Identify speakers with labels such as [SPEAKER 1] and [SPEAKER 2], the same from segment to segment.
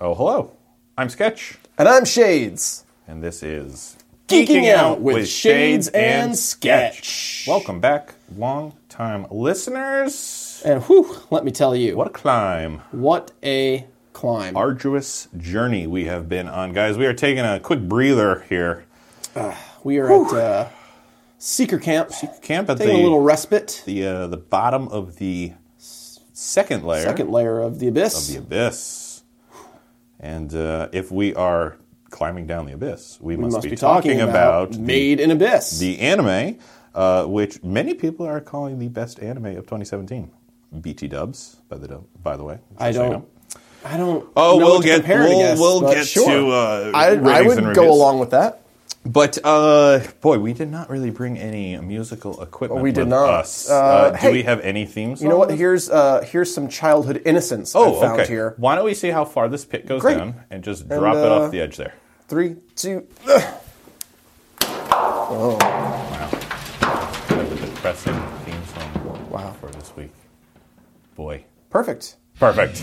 [SPEAKER 1] Oh, hello. I'm Sketch,
[SPEAKER 2] And I'm Shades.
[SPEAKER 1] and this is
[SPEAKER 2] Geeking Out with Shades and Sketch.
[SPEAKER 1] Welcome back, long time listeners.
[SPEAKER 2] And whew, let me tell you,
[SPEAKER 1] What a climb,
[SPEAKER 2] what a climb.
[SPEAKER 1] arduous journey we have been on, guys. We are taking a quick breather here.
[SPEAKER 2] we are at uh, Seeker Camp,
[SPEAKER 1] Camp at
[SPEAKER 2] taking a little
[SPEAKER 1] the
[SPEAKER 2] respite.
[SPEAKER 1] the, uh, the bottom of the second layer.
[SPEAKER 2] Second layer of the abyss.
[SPEAKER 1] the abyss. And uh, if we are climbing down the abyss, we, must,
[SPEAKER 2] must
[SPEAKER 1] be, talking, about,
[SPEAKER 2] Made in Abyss.
[SPEAKER 1] the anime, uh, which many people are calling the best anime of 2017. BT Dubs, by the dub- by the way.
[SPEAKER 2] I
[SPEAKER 1] just so you
[SPEAKER 2] don't.
[SPEAKER 1] know.
[SPEAKER 2] I don't.
[SPEAKER 1] Oh,
[SPEAKER 2] know
[SPEAKER 1] we'll
[SPEAKER 2] what to
[SPEAKER 1] get
[SPEAKER 2] compare it
[SPEAKER 1] we'll,
[SPEAKER 2] against,
[SPEAKER 1] we'll
[SPEAKER 2] but
[SPEAKER 1] get
[SPEAKER 2] sure.
[SPEAKER 1] to uh,
[SPEAKER 3] I, I
[SPEAKER 1] ratings and
[SPEAKER 3] would go
[SPEAKER 1] reviews.
[SPEAKER 3] along with that.
[SPEAKER 1] But uh, boy, we did not really bring any musical equipment.
[SPEAKER 3] we did
[SPEAKER 1] with
[SPEAKER 3] not.
[SPEAKER 1] Us.
[SPEAKER 3] Uh,
[SPEAKER 1] Uh, do
[SPEAKER 3] hey,
[SPEAKER 1] we have any theme songs?
[SPEAKER 3] You know what? Here's uh, here's some childhood innocence I
[SPEAKER 1] Oh,
[SPEAKER 3] found
[SPEAKER 1] okay.
[SPEAKER 3] here.
[SPEAKER 1] Why don't we see how far this pit goes
[SPEAKER 3] Great.
[SPEAKER 1] down and just drop it
[SPEAKER 3] uh,
[SPEAKER 1] off the edge there?
[SPEAKER 3] Three, two.
[SPEAKER 1] That was a depressing theme song.
[SPEAKER 3] Wow.
[SPEAKER 1] For this week, boy,
[SPEAKER 3] Perfect.
[SPEAKER 1] perfect.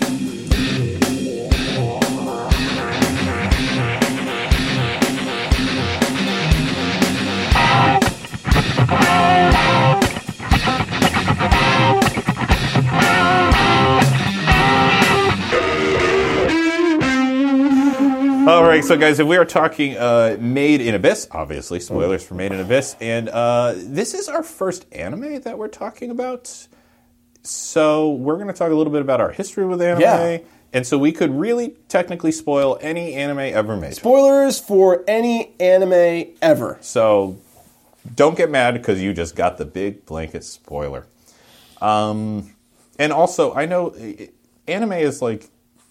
[SPEAKER 1] All right, so guys, if we are talking uh, Made in Abyss, obviously spoilers for Made in Abyss, and uh, this is our first anime that we're talking about. So we're going to talk a little bit about our history with anime,
[SPEAKER 3] Yeah.
[SPEAKER 1] and so we could really technically spoil any anime ever made.
[SPEAKER 3] Spoilers for any anime ever.
[SPEAKER 1] so don't get mad because you just got the big blanket spoiler. Um, and also, I know eh, anime is like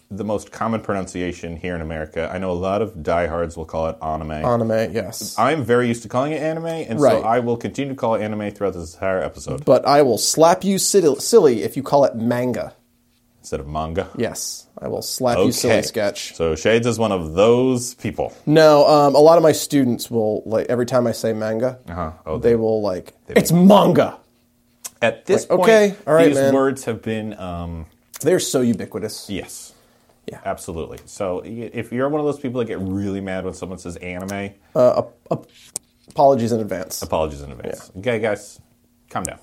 [SPEAKER 1] the most common pronunciation here in America. I know a lot of diehards will call it anime.
[SPEAKER 3] Anime, yes.
[SPEAKER 1] I'm very used to calling it anime, and so
[SPEAKER 3] Right.
[SPEAKER 1] I will continue to call it anime throughout this entire episode
[SPEAKER 3] But I will slap you silly, silly if you call it manga.
[SPEAKER 1] instead of manga.
[SPEAKER 3] Yes, I will slap you silly sketch.
[SPEAKER 1] So Shades is one of those people.
[SPEAKER 3] No, um, a lot of my students will like every time I say manga,
[SPEAKER 1] Uh-huh. Oh,
[SPEAKER 3] they,
[SPEAKER 1] they-
[SPEAKER 3] will like it's manga.
[SPEAKER 1] At this
[SPEAKER 3] Like,
[SPEAKER 1] point,
[SPEAKER 3] okay, all right,
[SPEAKER 1] these
[SPEAKER 3] man.
[SPEAKER 1] words have been um,
[SPEAKER 3] They're so ubiquitous.
[SPEAKER 1] yes,
[SPEAKER 3] Yeah.
[SPEAKER 1] absolutely. So y- if you're one of those people that get really mad when someone says anime,
[SPEAKER 3] Apologies in advance.
[SPEAKER 1] apologies in advance. Okay, guys, calm down,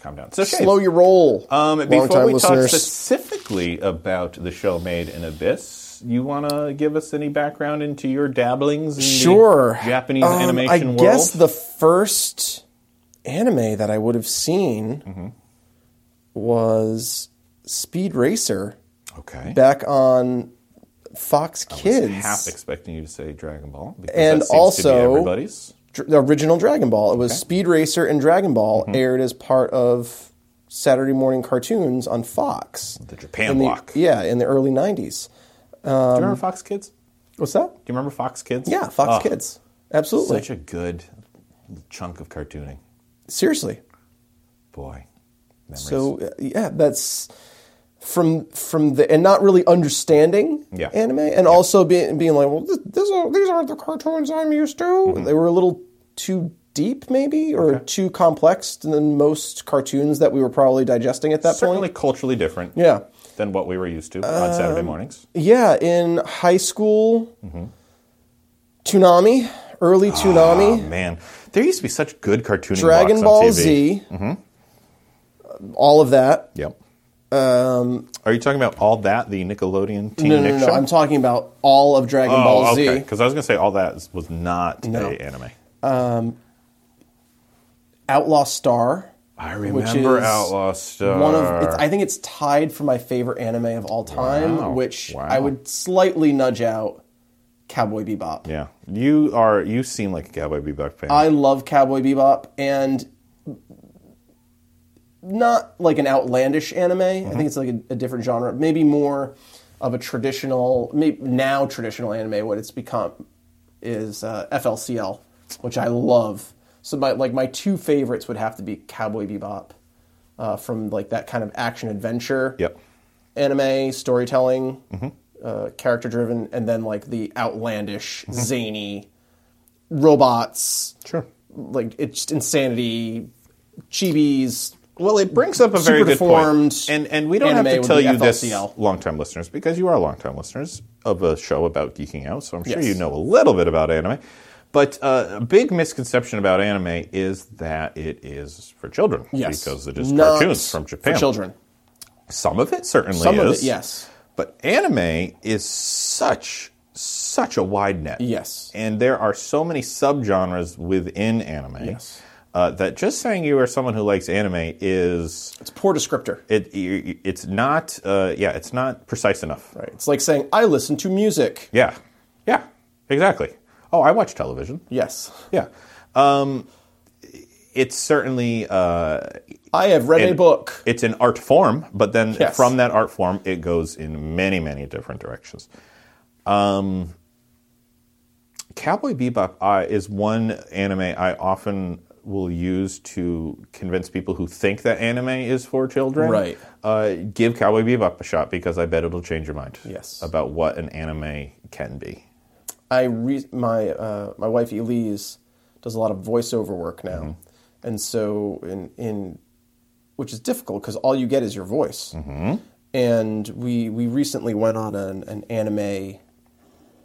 [SPEAKER 1] calm down. So Shades,
[SPEAKER 3] Slow your roll.
[SPEAKER 1] Um, before
[SPEAKER 3] long-time
[SPEAKER 1] we talk
[SPEAKER 3] listeners.
[SPEAKER 1] specifically about the show Made in Abyss, you want to give us any background into your dabblings in
[SPEAKER 3] sure
[SPEAKER 1] the Japanese
[SPEAKER 3] Um,
[SPEAKER 1] animation
[SPEAKER 3] I
[SPEAKER 1] world?
[SPEAKER 3] guess the first anime that I would have seen
[SPEAKER 1] Mm-hmm.
[SPEAKER 3] was Speed Racer
[SPEAKER 1] okay.
[SPEAKER 3] back on Fox Kids,
[SPEAKER 1] Half expecting you to say Dragon Ball because
[SPEAKER 3] And
[SPEAKER 1] that seems to be
[SPEAKER 3] also-
[SPEAKER 1] everybody's.
[SPEAKER 3] Dr- the original Dragon Ball. It was Speed Racer and Dragon Ball
[SPEAKER 1] Mm-hmm.
[SPEAKER 3] aired as part of Saturday morning cartoons on Fox.
[SPEAKER 1] The Japan
[SPEAKER 3] In the-
[SPEAKER 1] block.
[SPEAKER 3] yeah, in the early '90s.
[SPEAKER 1] Do you remember Fox Kids? Do
[SPEAKER 3] What's that?
[SPEAKER 1] you remember Fox Kids?
[SPEAKER 3] Yeah, Fox
[SPEAKER 1] Oh,
[SPEAKER 3] Kids. Absolutely.
[SPEAKER 1] Such a good chunk of cartooning,
[SPEAKER 3] Seriously.
[SPEAKER 1] boy. Memories.
[SPEAKER 3] So uh, yeah, that's from from the and not really understanding
[SPEAKER 1] Yeah.
[SPEAKER 3] anime, and also being being like, well, this, this are, these aren't the cartoons I'm used to.
[SPEAKER 1] Mm-hmm.
[SPEAKER 3] They were a little too deep, maybe, or too complex than most cartoons that we were probably digesting at that
[SPEAKER 1] certainly
[SPEAKER 3] point.
[SPEAKER 1] culturally different.
[SPEAKER 3] Yeah, Um,
[SPEAKER 1] Than what we were used to on Saturday mornings.
[SPEAKER 3] yeah. In high school, Toonami, early Toonami.
[SPEAKER 1] Oh man, there used to be such good cartooning.
[SPEAKER 3] Dragon
[SPEAKER 1] blocks
[SPEAKER 3] Ball
[SPEAKER 1] on TV.
[SPEAKER 3] Z,
[SPEAKER 1] Mm-hmm.
[SPEAKER 3] Uh, all of that.
[SPEAKER 1] Yep. Are you talking about all that the Nickelodeon Teen
[SPEAKER 3] Um, No, no,
[SPEAKER 1] Nick
[SPEAKER 3] no, no,
[SPEAKER 1] show?
[SPEAKER 3] I'm talking about all of Dragon
[SPEAKER 1] oh,
[SPEAKER 3] Ball Z.
[SPEAKER 1] okay. Because I was gonna say all that was not
[SPEAKER 3] No.
[SPEAKER 1] a anime.
[SPEAKER 3] Outlaw Star.
[SPEAKER 1] I
[SPEAKER 3] which
[SPEAKER 1] remember uh,
[SPEAKER 3] is
[SPEAKER 1] Outlaw Star.
[SPEAKER 3] One of it's, I think it's tied for my favorite anime of all time,
[SPEAKER 1] Wow.
[SPEAKER 3] which
[SPEAKER 1] Wow.
[SPEAKER 3] I would slightly nudge out Cowboy Bebop.
[SPEAKER 1] yeah, you are. You seem like a Cowboy Bebop fan.
[SPEAKER 3] I love Cowboy Bebop and not like an outlandish anime. I think it's like a, a different genre, maybe more of a traditional, maybe now traditional anime. What it's become is uh, FLCL, which I love. So my like my two favorites would have to be Cowboy Bebop uh, from like that kind of action adventure
[SPEAKER 1] yep.
[SPEAKER 3] anime storytelling, uh, character driven, and then like the outlandish, zany robots,
[SPEAKER 1] Sure.
[SPEAKER 3] like it's just insanity, chibis,
[SPEAKER 1] Well, it brings up a very good point,
[SPEAKER 3] Super-deformed
[SPEAKER 1] and and we don't have
[SPEAKER 3] anime
[SPEAKER 1] to
[SPEAKER 3] would
[SPEAKER 1] tell
[SPEAKER 3] be
[SPEAKER 1] you this,
[SPEAKER 3] FLCL.
[SPEAKER 1] long-time listeners, because you are long-time listeners of a show about geeking out. So I'm sure
[SPEAKER 3] Yes.
[SPEAKER 1] you know a little bit about anime. But uh, a big misconception about anime is that it is for children,
[SPEAKER 3] Yes.
[SPEAKER 1] because it is
[SPEAKER 3] Not
[SPEAKER 1] cartoons from Japan.
[SPEAKER 3] For children.
[SPEAKER 1] Some of it certainly
[SPEAKER 3] Some of
[SPEAKER 1] is,
[SPEAKER 3] it, yes.
[SPEAKER 1] But anime is such such a wide net.
[SPEAKER 3] Yes.
[SPEAKER 1] And there are so many subgenres within anime.
[SPEAKER 3] Yes.
[SPEAKER 1] Uh, that just saying you are someone who likes anime is
[SPEAKER 3] It's poor descriptor.
[SPEAKER 1] it you- it's not uh, yeah it's not precise enough.
[SPEAKER 3] Right. It's like saying I listen to music.
[SPEAKER 1] Yeah. Yeah. Exactly. Oh, I watch television.
[SPEAKER 3] Yes.
[SPEAKER 1] Yeah. Um, it's certainly uh,
[SPEAKER 3] I have read a
[SPEAKER 1] And-
[SPEAKER 3] book.
[SPEAKER 1] it's an art form, but then
[SPEAKER 3] Yes.
[SPEAKER 1] from that art form, it goes in many, many different directions. Um, Cowboy Bebop I, is one anime I often will use to convince people who think that anime is for children.
[SPEAKER 3] Right.
[SPEAKER 1] Uh, give Cowboy Bebop a shot because I bet it'll change your mind.
[SPEAKER 3] Yes.
[SPEAKER 1] About what an anime can be.
[SPEAKER 3] I re- my uh, my wife Elise does a lot of voiceover work now,
[SPEAKER 1] Mm-hmm.
[SPEAKER 3] and so in in which is difficult because all you get is your voice. Mm-hmm. And we we recently went on an, an anime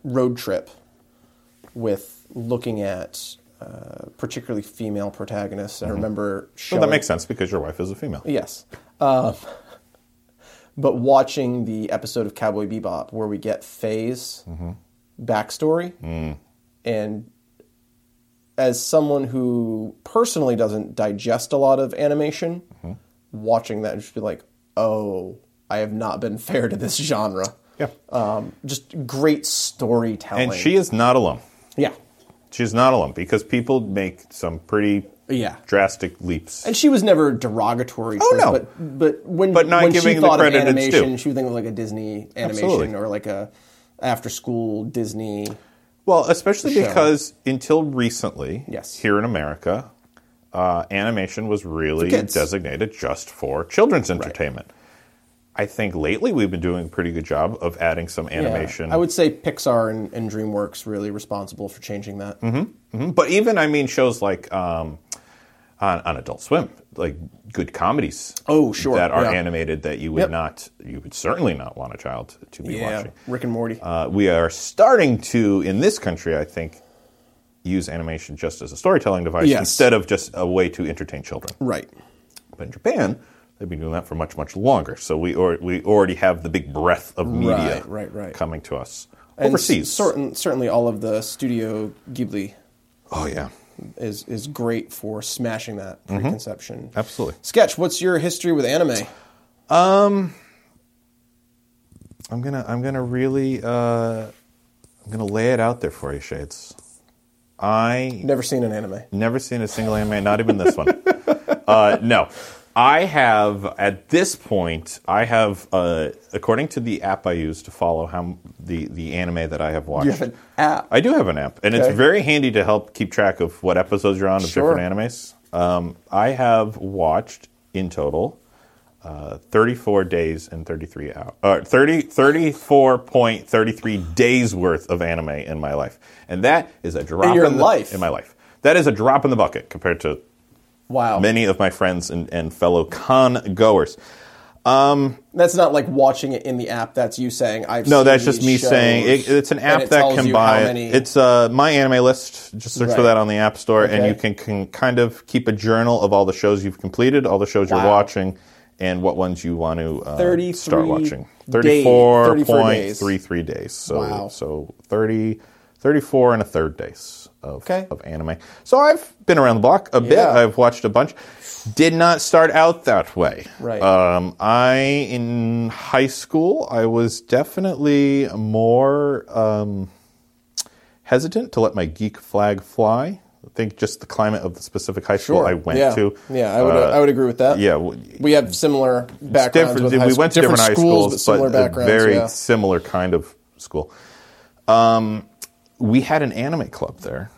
[SPEAKER 3] road trip with looking at uh, particularly female protagonists. I remember
[SPEAKER 1] Well,
[SPEAKER 3] showing,
[SPEAKER 1] Mm-hmm. Oh, that makes sense because your wife is a female.
[SPEAKER 3] Yes. Um, but watching the episode of Cowboy Bebop where we get Faye's
[SPEAKER 1] Mm-hmm.
[SPEAKER 3] backstory,
[SPEAKER 1] Mm.
[SPEAKER 3] and as someone who personally doesn't digest a lot of animation,
[SPEAKER 1] Mm-hmm.
[SPEAKER 3] watching that and just be like, oh, I have not been fair to this genre.
[SPEAKER 1] Yeah.
[SPEAKER 3] Um, just great storytelling.
[SPEAKER 1] and she is not alone.
[SPEAKER 3] yeah.
[SPEAKER 1] She's not alone because people make some pretty
[SPEAKER 3] Yeah.
[SPEAKER 1] drastic leaps.
[SPEAKER 3] And she was never derogatory.
[SPEAKER 1] Oh,
[SPEAKER 3] towards-
[SPEAKER 1] no.
[SPEAKER 3] But but when
[SPEAKER 1] But not
[SPEAKER 3] when
[SPEAKER 1] giving
[SPEAKER 3] she
[SPEAKER 1] the
[SPEAKER 3] thought
[SPEAKER 1] credit
[SPEAKER 3] of
[SPEAKER 1] it's due.
[SPEAKER 3] animation, she would think of like a Disney animation
[SPEAKER 1] Absolutely.
[SPEAKER 3] or like a after school Disney.
[SPEAKER 1] Well, especially
[SPEAKER 3] Sure.
[SPEAKER 1] because until recently,
[SPEAKER 3] Yes.
[SPEAKER 1] here in America, uh, animation was really
[SPEAKER 3] For kids.
[SPEAKER 1] designated just for children's entertainment. I think lately we've been doing a pretty good job of adding some
[SPEAKER 3] Yeah.
[SPEAKER 1] animation.
[SPEAKER 3] I would say Pixar and, and DreamWorks really responsible for changing that.
[SPEAKER 1] Mm-hmm. but even I mean shows like um, on, on Adult Swim, like good comedies.
[SPEAKER 3] Oh, sure.
[SPEAKER 1] that are
[SPEAKER 3] Yeah.
[SPEAKER 1] animated that you would
[SPEAKER 3] Yep.
[SPEAKER 1] not, you would certainly not want a child to be
[SPEAKER 3] Yeah,
[SPEAKER 1] watching.
[SPEAKER 3] Rick and Morty.
[SPEAKER 1] Uh, we are starting to, in this country, I think, use animation just as a storytelling device
[SPEAKER 3] Yes.
[SPEAKER 1] instead of just a way to entertain children.
[SPEAKER 3] right.
[SPEAKER 1] But in Japan, they've been doing that for much, much longer. So we or, we already have the big breadth of media
[SPEAKER 3] Right, right, right.
[SPEAKER 1] coming to us
[SPEAKER 3] And
[SPEAKER 1] overseas.
[SPEAKER 3] Certain, certainly, all of the Studio Ghibli
[SPEAKER 1] oh yeah,
[SPEAKER 3] is is great for smashing that
[SPEAKER 1] Mm-hmm.
[SPEAKER 3] preconception.
[SPEAKER 1] absolutely.
[SPEAKER 3] Sketch. What's your history with anime?
[SPEAKER 1] I'm gonna I'm gonna really uh, I'm gonna lay it out there for you, Shades. I
[SPEAKER 3] Never seen an anime.
[SPEAKER 1] Never seen a single anime, not even this one. uh, no. I have, at this point, I have, uh, according to the app I use to follow how m- the, the anime that I have watched.
[SPEAKER 3] You have an app.
[SPEAKER 1] I do have an app, and
[SPEAKER 3] Okay.
[SPEAKER 1] it's very handy to help keep track of what episodes you're on of
[SPEAKER 3] Sure.
[SPEAKER 1] different animes. Um, I have watched in total uh, 34 days and 33 hours, uh, 30, 34.33 days worth of anime in my life, and that is a drop
[SPEAKER 3] your
[SPEAKER 1] in the-
[SPEAKER 3] life?
[SPEAKER 1] In my life, that is a drop in the bucket compared to
[SPEAKER 3] Wow.
[SPEAKER 1] many of my friends and, and fellow con goers.
[SPEAKER 3] That's not like watching it in the app. That's you saying I've.
[SPEAKER 1] No,
[SPEAKER 3] seen
[SPEAKER 1] that's just
[SPEAKER 3] these
[SPEAKER 1] me
[SPEAKER 3] shows,"
[SPEAKER 1] saying it, it's an
[SPEAKER 3] and
[SPEAKER 1] app
[SPEAKER 3] it
[SPEAKER 1] that
[SPEAKER 3] tells
[SPEAKER 1] can
[SPEAKER 3] you
[SPEAKER 1] buy.
[SPEAKER 3] how many-
[SPEAKER 1] It's uh, my anime list. Just search
[SPEAKER 3] Right.
[SPEAKER 1] for that on the App Store, and
[SPEAKER 3] Okay.
[SPEAKER 1] you can, can kind of keep a journal of all the shows you've completed, all the shows you're
[SPEAKER 3] Wow.
[SPEAKER 1] watching, and what ones you want to uh,
[SPEAKER 3] 33
[SPEAKER 1] start watching.
[SPEAKER 3] day-
[SPEAKER 1] 34.33
[SPEAKER 3] 34 days.
[SPEAKER 1] days. So,
[SPEAKER 3] Wow.
[SPEAKER 1] so 30, 34 and a third days of,
[SPEAKER 3] Okay.
[SPEAKER 1] of anime. So I've been around the block a bit.
[SPEAKER 3] Yeah.
[SPEAKER 1] I've watched a bunch. Did not start out that way.
[SPEAKER 3] Right.
[SPEAKER 1] Um, I in high school, I was definitely more um, hesitant to let my geek flag fly. I think just the climate of the specific high school I went
[SPEAKER 3] yeah.
[SPEAKER 1] to.
[SPEAKER 3] Yeah, I would.
[SPEAKER 1] uh,
[SPEAKER 3] I would agree with that.
[SPEAKER 1] yeah, w-
[SPEAKER 3] we have similar backgrounds.
[SPEAKER 1] different.
[SPEAKER 3] with
[SPEAKER 1] We
[SPEAKER 3] high school-
[SPEAKER 1] went to different, high schools,
[SPEAKER 3] but similar
[SPEAKER 1] a
[SPEAKER 3] backgrounds.
[SPEAKER 1] very
[SPEAKER 3] yeah.
[SPEAKER 1] similar kind of school. Um, we had an anime club there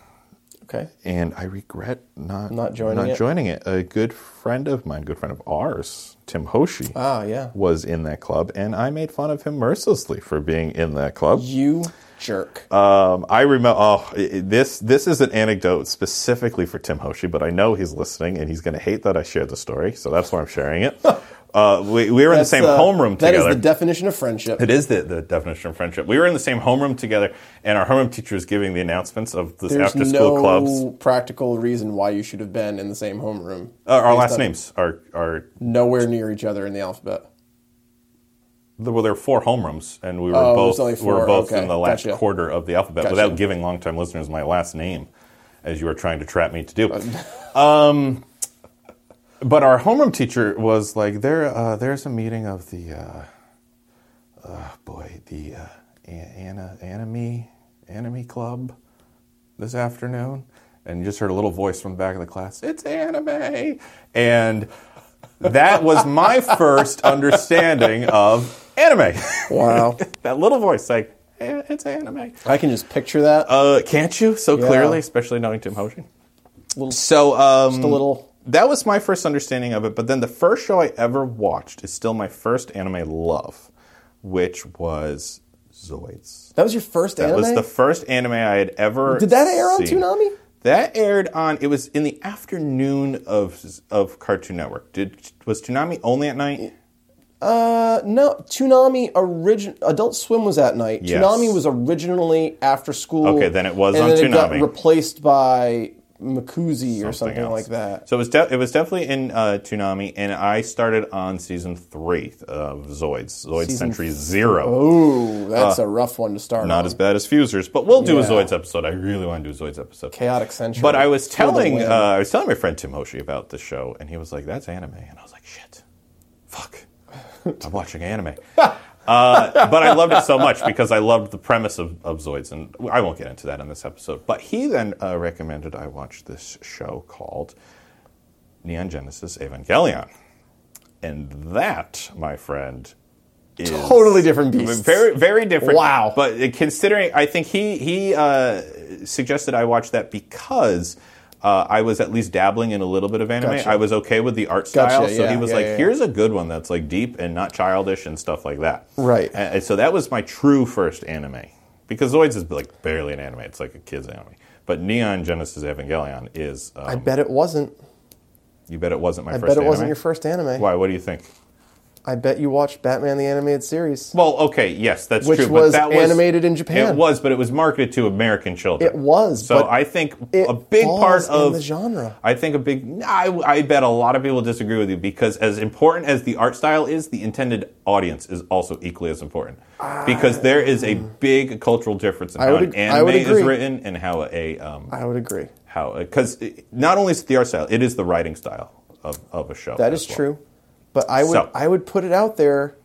[SPEAKER 3] Okay.
[SPEAKER 1] and I regret not
[SPEAKER 3] Not joining it?
[SPEAKER 1] joining it. A good friend of mine, good friend of ours, Tim Hoshi,
[SPEAKER 3] Ah, yeah.
[SPEAKER 1] was in that club, and I made fun of him mercilessly for being in that club.
[SPEAKER 3] You Jerk.
[SPEAKER 1] Um, I remember. Oh, i- i- this this is an anecdote specifically for Tim Hoshi, but I know he's listening and he's going to hate that I shared the story, so that's why I'm sharing it. uh, we, we were in the
[SPEAKER 3] That's,
[SPEAKER 1] same
[SPEAKER 3] uh,
[SPEAKER 1] homeroom
[SPEAKER 3] That is
[SPEAKER 1] together.
[SPEAKER 3] the definition of friendship.
[SPEAKER 1] it is the, the definition of friendship. We were in the same homeroom together, and our homeroom teacher was giving the announcements of this
[SPEAKER 3] There's
[SPEAKER 1] after school
[SPEAKER 3] no
[SPEAKER 1] clubs. Uh,
[SPEAKER 3] practical reason why you should have been in the same homeroom.
[SPEAKER 1] our
[SPEAKER 3] Based
[SPEAKER 1] last
[SPEAKER 3] on-
[SPEAKER 1] names are are
[SPEAKER 3] Nowhere near each other in the alphabet.
[SPEAKER 1] There- Well, there were four homerooms, and we were
[SPEAKER 3] Oh,
[SPEAKER 1] both
[SPEAKER 3] there's only
[SPEAKER 1] we
[SPEAKER 3] four,
[SPEAKER 1] were both
[SPEAKER 3] okay,
[SPEAKER 1] in the last
[SPEAKER 3] gotcha.
[SPEAKER 1] quarter of the alphabet
[SPEAKER 3] Gotcha.
[SPEAKER 1] without giving longtime listeners my last name, as you were trying to trap me to do. um, but our homeroom teacher was like, "There, uh, there's a meeting of the, uh, uh, boy, the uh, a- ana- anime anime club this afternoon." And you just heard a little voice from the back of the class. It's anime, and that was my first understanding of anime.
[SPEAKER 3] Wow.
[SPEAKER 1] that little voice saying, "Eh, it's anime.
[SPEAKER 3] I can just picture that.
[SPEAKER 1] Uh, can't you? So
[SPEAKER 3] Yeah.
[SPEAKER 1] clearly, especially knowing Tim Hoshi.
[SPEAKER 3] Little-
[SPEAKER 1] so, um, just
[SPEAKER 3] a little-
[SPEAKER 1] That was my first understanding of it, but then the first show I ever watched is still my first anime love, which was Zoids.
[SPEAKER 3] that was your first
[SPEAKER 1] That
[SPEAKER 3] anime?
[SPEAKER 1] was the first anime I had ever.
[SPEAKER 3] Did that air on
[SPEAKER 1] seen.
[SPEAKER 3] Toonami?
[SPEAKER 1] That aired on. It was in the afternoon of of Cartoon Network. Did was Toonami only at night?
[SPEAKER 3] Uh, no, Toonami origin Adult Swim was at night.
[SPEAKER 1] Yes.
[SPEAKER 3] Toonami was originally after school.
[SPEAKER 1] Okay, then it was
[SPEAKER 3] and
[SPEAKER 1] on
[SPEAKER 3] then It got
[SPEAKER 1] Toonami.
[SPEAKER 3] replaced by Makuzi or something
[SPEAKER 1] else.
[SPEAKER 3] like that.
[SPEAKER 1] So it was de- it was definitely in uh, Toonami, and I started on season three of Zoids, Zoid Century Zero.
[SPEAKER 3] Oh. Ooh, that's a rough one to start.
[SPEAKER 1] Uh, Not
[SPEAKER 3] on.
[SPEAKER 1] as bad as Fusers, but we'll do a
[SPEAKER 3] Yeah.
[SPEAKER 1] Zoids episode. I really want to do a Zoids episode.
[SPEAKER 3] chaotic century.
[SPEAKER 1] But I was
[SPEAKER 3] For the
[SPEAKER 1] telling
[SPEAKER 3] win.
[SPEAKER 1] uh, I was telling my friend Tim Hoshi about the show, and he was like, "That's anime," and I was like, "Shit, fuck, I'm watching anime." uh, but I loved it so much because I loved the premise of, of Zoids, and I won't get into that in this episode. But he then uh, recommended I watch this show called Neon Genesis Evangelion, and that, my friend, is
[SPEAKER 3] Totally different beasts.
[SPEAKER 1] Very, very different.
[SPEAKER 3] Wow.
[SPEAKER 1] But uh, considering, I think he he uh, suggested I watch that because. Uh, I was at least dabbling in a little bit of anime.
[SPEAKER 3] Gotcha.
[SPEAKER 1] I was okay with the art
[SPEAKER 3] Gotcha,
[SPEAKER 1] style, so he
[SPEAKER 3] yeah,
[SPEAKER 1] was
[SPEAKER 3] yeah,
[SPEAKER 1] like,
[SPEAKER 3] yeah, yeah.
[SPEAKER 1] "Here's a good one that's like deep and not childish and stuff like that."
[SPEAKER 3] Right.
[SPEAKER 1] And, and so that was my true first anime because Zoids is like barely an anime; it's like a kids anime. But Neon Genesis Evangelion is. Um,
[SPEAKER 3] I bet it wasn't.
[SPEAKER 1] you bet it wasn't my
[SPEAKER 3] I
[SPEAKER 1] first.
[SPEAKER 3] bet it
[SPEAKER 1] anime?
[SPEAKER 3] wasn't your first anime.
[SPEAKER 1] Why? What do you think?
[SPEAKER 3] I bet you watched Batman the animated series.
[SPEAKER 1] Well, okay, yes, that's
[SPEAKER 3] Which
[SPEAKER 1] true.
[SPEAKER 3] was
[SPEAKER 1] but that
[SPEAKER 3] animated in Japan.
[SPEAKER 1] It was, but it was marketed to American children.
[SPEAKER 3] It was,
[SPEAKER 1] So
[SPEAKER 3] but
[SPEAKER 1] I think
[SPEAKER 3] it
[SPEAKER 1] a big part
[SPEAKER 3] falls in
[SPEAKER 1] of
[SPEAKER 3] the genre.
[SPEAKER 1] I think a big. I, I bet a lot of people disagree with you because as important as the art style is, the intended audience is also equally as important because there is a big cultural difference in
[SPEAKER 3] Ah. I
[SPEAKER 1] how
[SPEAKER 3] would
[SPEAKER 1] an
[SPEAKER 3] ag- I would
[SPEAKER 1] anime is
[SPEAKER 3] agree.
[SPEAKER 1] written and how a um,
[SPEAKER 3] I would agree.
[SPEAKER 1] how because not only is it the art style, it is the writing style of, of a show.
[SPEAKER 3] That is true. But I would
[SPEAKER 1] So-
[SPEAKER 3] I would put it out there.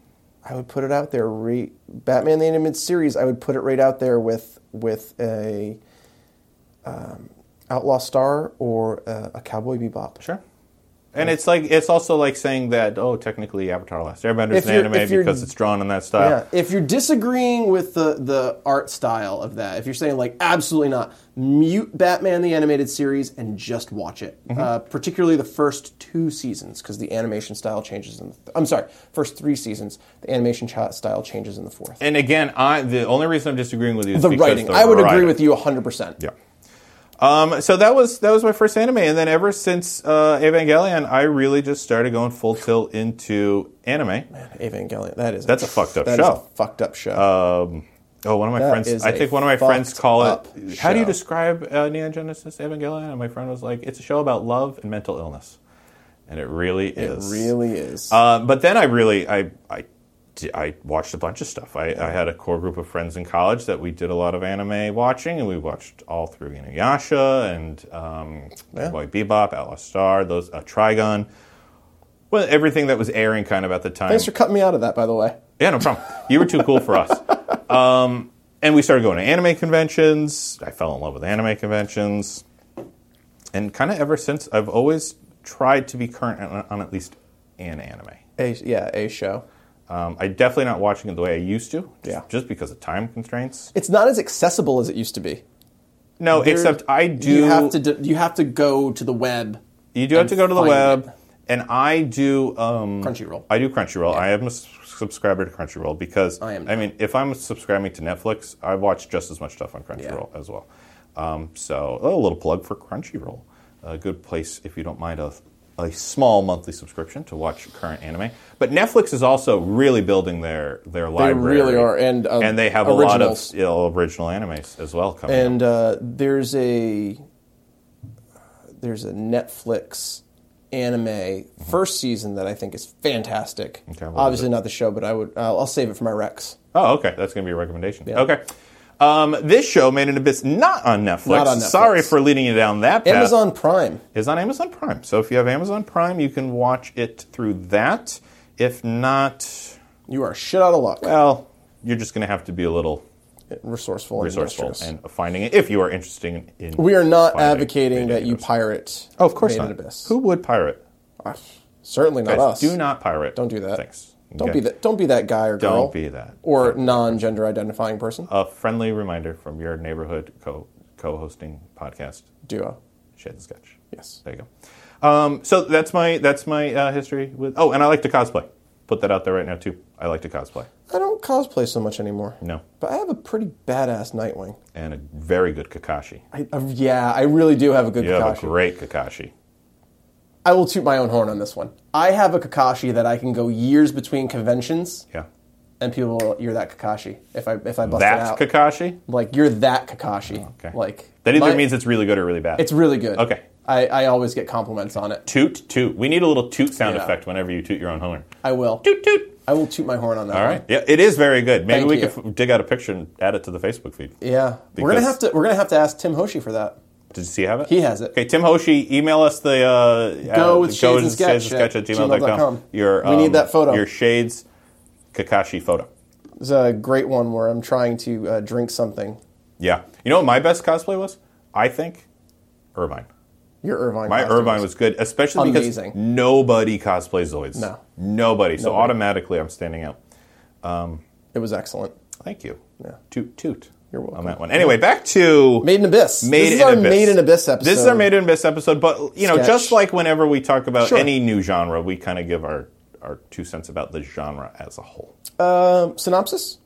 [SPEAKER 3] I would put it out there. Re, Batman the animated series. I would put it right out there with with a um, Outlaw Star or uh, a Cowboy Bebop.
[SPEAKER 1] Sure. And it's like it's also like saying that oh, technically Avatar: Last Airbender
[SPEAKER 3] If
[SPEAKER 1] is an
[SPEAKER 3] you're-
[SPEAKER 1] anime
[SPEAKER 3] if you're-
[SPEAKER 1] because it's drawn in that style.
[SPEAKER 3] Yeah. If you're disagreeing with the the art style of that, if you're saying like absolutely not, mute Batman the animated series and just watch it. Uh, particularly the first two seasons because the animation style changes in. The th- I'm sorry, first three seasons. The animation cha- style changes in the fourth.
[SPEAKER 1] And again, I the only reason I'm disagreeing with you is
[SPEAKER 3] the
[SPEAKER 1] because
[SPEAKER 3] writing.
[SPEAKER 1] the
[SPEAKER 3] I would agree
[SPEAKER 1] writing.
[SPEAKER 3] with you 100%.
[SPEAKER 1] Yeah. Um, so that was that was my first anime, and then ever since uh, Evangelion, I really just started going full tilt into anime.
[SPEAKER 3] Evangelion. That is
[SPEAKER 1] That's a fucked up
[SPEAKER 3] that is a
[SPEAKER 1] show.
[SPEAKER 3] fucked up show.
[SPEAKER 1] Oh, one of my
[SPEAKER 3] That
[SPEAKER 1] friends.
[SPEAKER 3] is
[SPEAKER 1] I
[SPEAKER 3] a
[SPEAKER 1] think one of my friends
[SPEAKER 3] fucked
[SPEAKER 1] call
[SPEAKER 3] up
[SPEAKER 1] it. How do you
[SPEAKER 3] show.
[SPEAKER 1] describe uh, Neon Genesis Evangelion? And my friend was like, "It's a show about love and mental illness," and it really
[SPEAKER 3] it
[SPEAKER 1] is.
[SPEAKER 3] really is.
[SPEAKER 1] Uh, but then I really I, I di- I watched a bunch of stuff. I, I had a core group of friends in college that we did a lot of anime watching, and we watched all through Inuyasha and um, Cowboy Bebop, Outlaw Star, those uh, Trigun. Well, everything that was airing kind of at the time.
[SPEAKER 3] Thanks for cutting me out of that, by the way.
[SPEAKER 1] Yeah, no problem. You were too cool for us. Um, and we started going to anime conventions. I fell in love with anime conventions. And kind of ever since, I've always tried to be current on, on at least an anime.
[SPEAKER 3] A, yeah, a show.
[SPEAKER 1] Um, I'm definitely not watching it the way I used to, just,
[SPEAKER 3] Yeah.
[SPEAKER 1] just because of time constraints.
[SPEAKER 3] It's not as accessible as it used to be.
[SPEAKER 1] No,
[SPEAKER 3] There-
[SPEAKER 1] except I do.
[SPEAKER 3] You have to d- you have to go to the web.
[SPEAKER 1] You do have to go to the
[SPEAKER 3] find
[SPEAKER 1] web,
[SPEAKER 3] it.
[SPEAKER 1] and I do. Um,
[SPEAKER 3] Crunchyroll.
[SPEAKER 1] I do Crunchyroll. I am a s- subscriber to Crunchyroll because
[SPEAKER 3] I am
[SPEAKER 1] I mean, if I'm subscribing to Netflix, I watch just as much stuff on Crunchyroll as well. Um, so a little plug for Crunchyroll, a good place if you don't mind a a small monthly subscription to watch current anime. But Netflix is also really building their their
[SPEAKER 3] They
[SPEAKER 1] library.
[SPEAKER 3] really are, and uh,
[SPEAKER 1] and they have
[SPEAKER 3] originals.
[SPEAKER 1] a lot of you know, original animes as well coming. out.
[SPEAKER 3] And uh, there's a there's a Netflix anime first season that I think is fantastic.
[SPEAKER 1] Okay, what is
[SPEAKER 3] Obviously not the show, but I would I'll, I'll save it for my Rex.
[SPEAKER 1] Oh, okay. That's going to be a recommendation. Okay. Um, this show, Made in Abyss, not on Netflix.
[SPEAKER 3] Not on Netflix.
[SPEAKER 1] Sorry for leading you down that path.
[SPEAKER 3] Amazon Prime.
[SPEAKER 1] is on Amazon Prime. So if you have Amazon Prime, you can watch it through that. If not,
[SPEAKER 3] You are shit out of luck.
[SPEAKER 1] well, you're just going to have to be a little
[SPEAKER 3] resourceful, and
[SPEAKER 1] resourceful
[SPEAKER 3] industrious.
[SPEAKER 1] and finding it if you are interested in. in
[SPEAKER 3] we are not
[SPEAKER 1] finding
[SPEAKER 3] advocating that you
[SPEAKER 1] videos.
[SPEAKER 3] pirate.
[SPEAKER 1] Oh, of course
[SPEAKER 3] Made in
[SPEAKER 1] not.
[SPEAKER 3] Abyss.
[SPEAKER 1] Who would pirate?
[SPEAKER 3] Ah, Certainly not
[SPEAKER 1] Guys,
[SPEAKER 3] us.
[SPEAKER 1] Do not pirate.
[SPEAKER 3] Don't do that.
[SPEAKER 1] Thanks.
[SPEAKER 3] Don't
[SPEAKER 1] Okay.
[SPEAKER 3] be that. Don't be that guy or girl.
[SPEAKER 1] be that. Uh,
[SPEAKER 3] Or non-gender identifying person
[SPEAKER 1] A friendly reminder from your neighborhood co co-hosting podcast,
[SPEAKER 3] duo.
[SPEAKER 1] Shade the Sketch.
[SPEAKER 3] Yes.
[SPEAKER 1] There you go. Um, so that's my that's my uh, history with. Oh, and I like to cosplay. Put that out there right now too. I like to cosplay.
[SPEAKER 3] I don't cosplay so much anymore.
[SPEAKER 1] No,
[SPEAKER 3] But I have a pretty badass Nightwing.
[SPEAKER 1] and a very good Kakashi.
[SPEAKER 3] I, I, yeah, I really do have a good
[SPEAKER 1] You have a
[SPEAKER 3] Kakashi.
[SPEAKER 1] great Kakashi.
[SPEAKER 3] I will toot my own horn on this one. I have a Kakashi that I can go years between conventions,
[SPEAKER 1] Yeah,
[SPEAKER 3] and people will, you're that Kakashi. If I if I bust it
[SPEAKER 1] that's
[SPEAKER 3] out,
[SPEAKER 1] Kakashi.
[SPEAKER 3] like you're that Kakashi.
[SPEAKER 1] Oh, Okay.
[SPEAKER 3] Like
[SPEAKER 1] That either
[SPEAKER 3] my-
[SPEAKER 1] means it's really good or really bad.
[SPEAKER 3] it's really good.
[SPEAKER 1] Okay.
[SPEAKER 3] I, I always get compliments on it.
[SPEAKER 1] toot toot. We need a little toot sound
[SPEAKER 3] Yeah.
[SPEAKER 1] effect whenever you toot your own horn.
[SPEAKER 3] I will.
[SPEAKER 1] Toot toot.
[SPEAKER 3] I will toot my horn on that.
[SPEAKER 1] All
[SPEAKER 3] one.
[SPEAKER 1] right. Yeah, it is very good. Maybe
[SPEAKER 3] Thank
[SPEAKER 1] we
[SPEAKER 3] you.
[SPEAKER 1] could f- dig out a picture and add it to the Facebook feed.
[SPEAKER 3] Yeah, we're gonna
[SPEAKER 1] Because-
[SPEAKER 3] have to we're gonna have to ask Tim Hoshi for that.
[SPEAKER 1] Did you have it?
[SPEAKER 3] He has it.
[SPEAKER 1] Okay, Tim Hoshi, email us the uh,
[SPEAKER 3] Go
[SPEAKER 1] uh,
[SPEAKER 3] with Shades and Sketch
[SPEAKER 1] shadesandsketch
[SPEAKER 3] at gmail.com.
[SPEAKER 1] Your,
[SPEAKER 3] We need
[SPEAKER 1] um,
[SPEAKER 3] that photo.
[SPEAKER 1] Your shades Kakashi photo.
[SPEAKER 3] There's a great one where I'm trying to uh, drink something.
[SPEAKER 1] Yeah. You know what my best cosplay was? I think Irvine.
[SPEAKER 3] Your Irvine.
[SPEAKER 1] My
[SPEAKER 3] costume
[SPEAKER 1] Irvine
[SPEAKER 3] is-
[SPEAKER 1] was good, especially
[SPEAKER 3] Amazing.
[SPEAKER 1] because nobody cosplays Zoids.
[SPEAKER 3] No.
[SPEAKER 1] Nobody. So
[SPEAKER 3] Nobody.
[SPEAKER 1] automatically I'm standing out.
[SPEAKER 3] It was excellent.
[SPEAKER 1] Thank you.
[SPEAKER 3] Yeah.
[SPEAKER 1] Toot toot.
[SPEAKER 3] You're welcome.
[SPEAKER 1] On that one. Anyway, back to
[SPEAKER 3] Made in Abyss.
[SPEAKER 1] Made
[SPEAKER 3] this is
[SPEAKER 1] in
[SPEAKER 3] our
[SPEAKER 1] Abyss.
[SPEAKER 3] Made in Abyss episode.
[SPEAKER 1] This is our Made in Abyss episode, but you know,
[SPEAKER 3] Sketch.
[SPEAKER 1] just like whenever we talk about
[SPEAKER 3] Sure.
[SPEAKER 1] any new genre, we kind of give our our two cents about the genre as a whole.
[SPEAKER 3] Um, synopsis.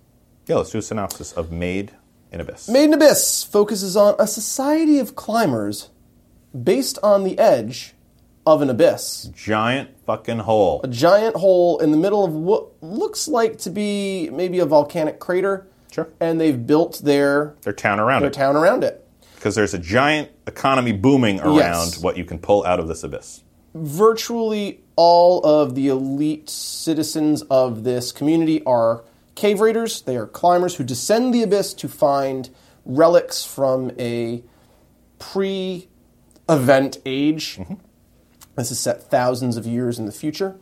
[SPEAKER 1] Yeah, let's do a synopsis of Made in Abyss.
[SPEAKER 3] Made in Abyss focuses on a society of climbers based on the edge of an abyss.
[SPEAKER 1] Giant fucking hole.
[SPEAKER 3] A giant hole in the middle of what looks like to be maybe a volcanic crater.
[SPEAKER 1] Sure.
[SPEAKER 3] And they've built their
[SPEAKER 1] Their town around
[SPEAKER 3] their
[SPEAKER 1] it
[SPEAKER 3] town around it.
[SPEAKER 1] because there's a giant economy booming around
[SPEAKER 3] Yes.
[SPEAKER 1] what you can pull out of this abyss.
[SPEAKER 3] virtually all of the elite citizens of this community are cave raiders. They are climbers who descend the abyss to find relics from a pre event age. This is set thousands of years in the future,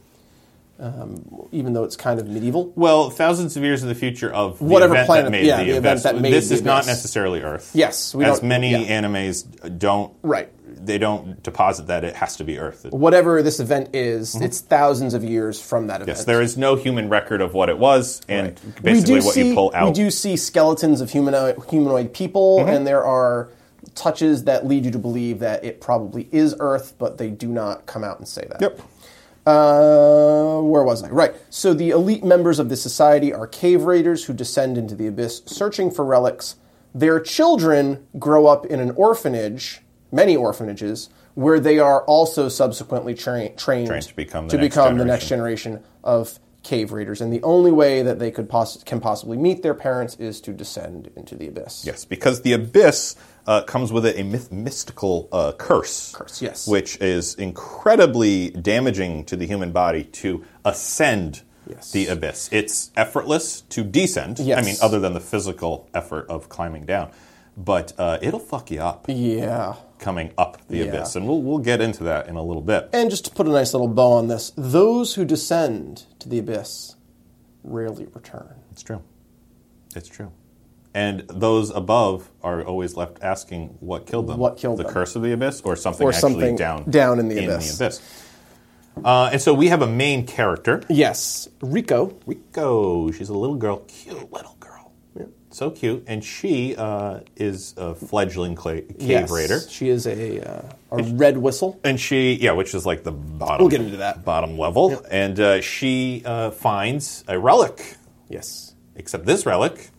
[SPEAKER 3] um, even though it's kind of medieval.
[SPEAKER 1] Well, thousands of years in the future of the
[SPEAKER 3] Whatever
[SPEAKER 1] event
[SPEAKER 3] planet-
[SPEAKER 1] that made
[SPEAKER 3] yeah,
[SPEAKER 1] the,
[SPEAKER 3] the event that made
[SPEAKER 1] this
[SPEAKER 3] the
[SPEAKER 1] is not
[SPEAKER 3] abyss.
[SPEAKER 1] necessarily Earth.
[SPEAKER 3] Yes, we
[SPEAKER 1] as
[SPEAKER 3] don't-
[SPEAKER 1] many
[SPEAKER 3] yeah.
[SPEAKER 1] animes don't.
[SPEAKER 3] Right.
[SPEAKER 1] They don't deposit that it has to be Earth.
[SPEAKER 3] Whatever this event is, it's thousands of years from that event.
[SPEAKER 1] Mm-hmm. Yes, there is no human record of what it was, and basically
[SPEAKER 3] we do
[SPEAKER 1] what
[SPEAKER 3] see,
[SPEAKER 1] you pull out. Mm-hmm.
[SPEAKER 3] We do see skeletons of humanoid, humanoid people, and there are touches that lead you to believe that it probably is Earth, but they do not come out and say that.
[SPEAKER 1] Yep.
[SPEAKER 3] Uh, where was I? Right. So the elite members of the society are cave raiders who descend into the abyss searching for relics. Their children grow up in an orphanage, many orphanages, where they are also subsequently tra- trained,
[SPEAKER 1] Trained to become the
[SPEAKER 3] to
[SPEAKER 1] next
[SPEAKER 3] become the
[SPEAKER 1] generation.
[SPEAKER 3] next generation of cave raiders. And the only way that they could poss- can possibly meet their parents is to descend into the abyss.
[SPEAKER 1] Yes, because the abyss uh, comes with a myth- mystical uh, curse.
[SPEAKER 3] Curse, yes.
[SPEAKER 1] Which is incredibly damaging to the human body to ascend
[SPEAKER 3] Yes.
[SPEAKER 1] the abyss. It's effortless to descend. I
[SPEAKER 3] Yes.
[SPEAKER 1] mean, other than the physical effort of climbing down. But uh, it'll fuck you up
[SPEAKER 3] Yeah.
[SPEAKER 1] coming up the
[SPEAKER 3] Yeah.
[SPEAKER 1] abyss. And we'll, we'll get into that in a little bit.
[SPEAKER 3] And just to put a nice little bow on this, those who descend to the abyss rarely return.
[SPEAKER 1] It's true. It's true. And those above are always left asking what killed them.
[SPEAKER 3] What killed
[SPEAKER 1] the
[SPEAKER 3] them.
[SPEAKER 1] curse of the abyss, or something
[SPEAKER 3] Or
[SPEAKER 1] actually
[SPEAKER 3] something
[SPEAKER 1] down
[SPEAKER 3] down in the abyss.
[SPEAKER 1] abyss. Uh, and so we have a main character,
[SPEAKER 3] Yes, Rico.
[SPEAKER 1] Rico. She's a little girl, cute little girl. So cute. And she uh, is a fledgling cla cave
[SPEAKER 3] Yes.
[SPEAKER 1] raider.
[SPEAKER 3] She is a uh, a red whistle.
[SPEAKER 1] And she, yeah, which is like the bottom.
[SPEAKER 3] We'll get into that.
[SPEAKER 1] Bottom level. And uh, she uh, finds a relic,
[SPEAKER 3] Yes,
[SPEAKER 1] except this relic,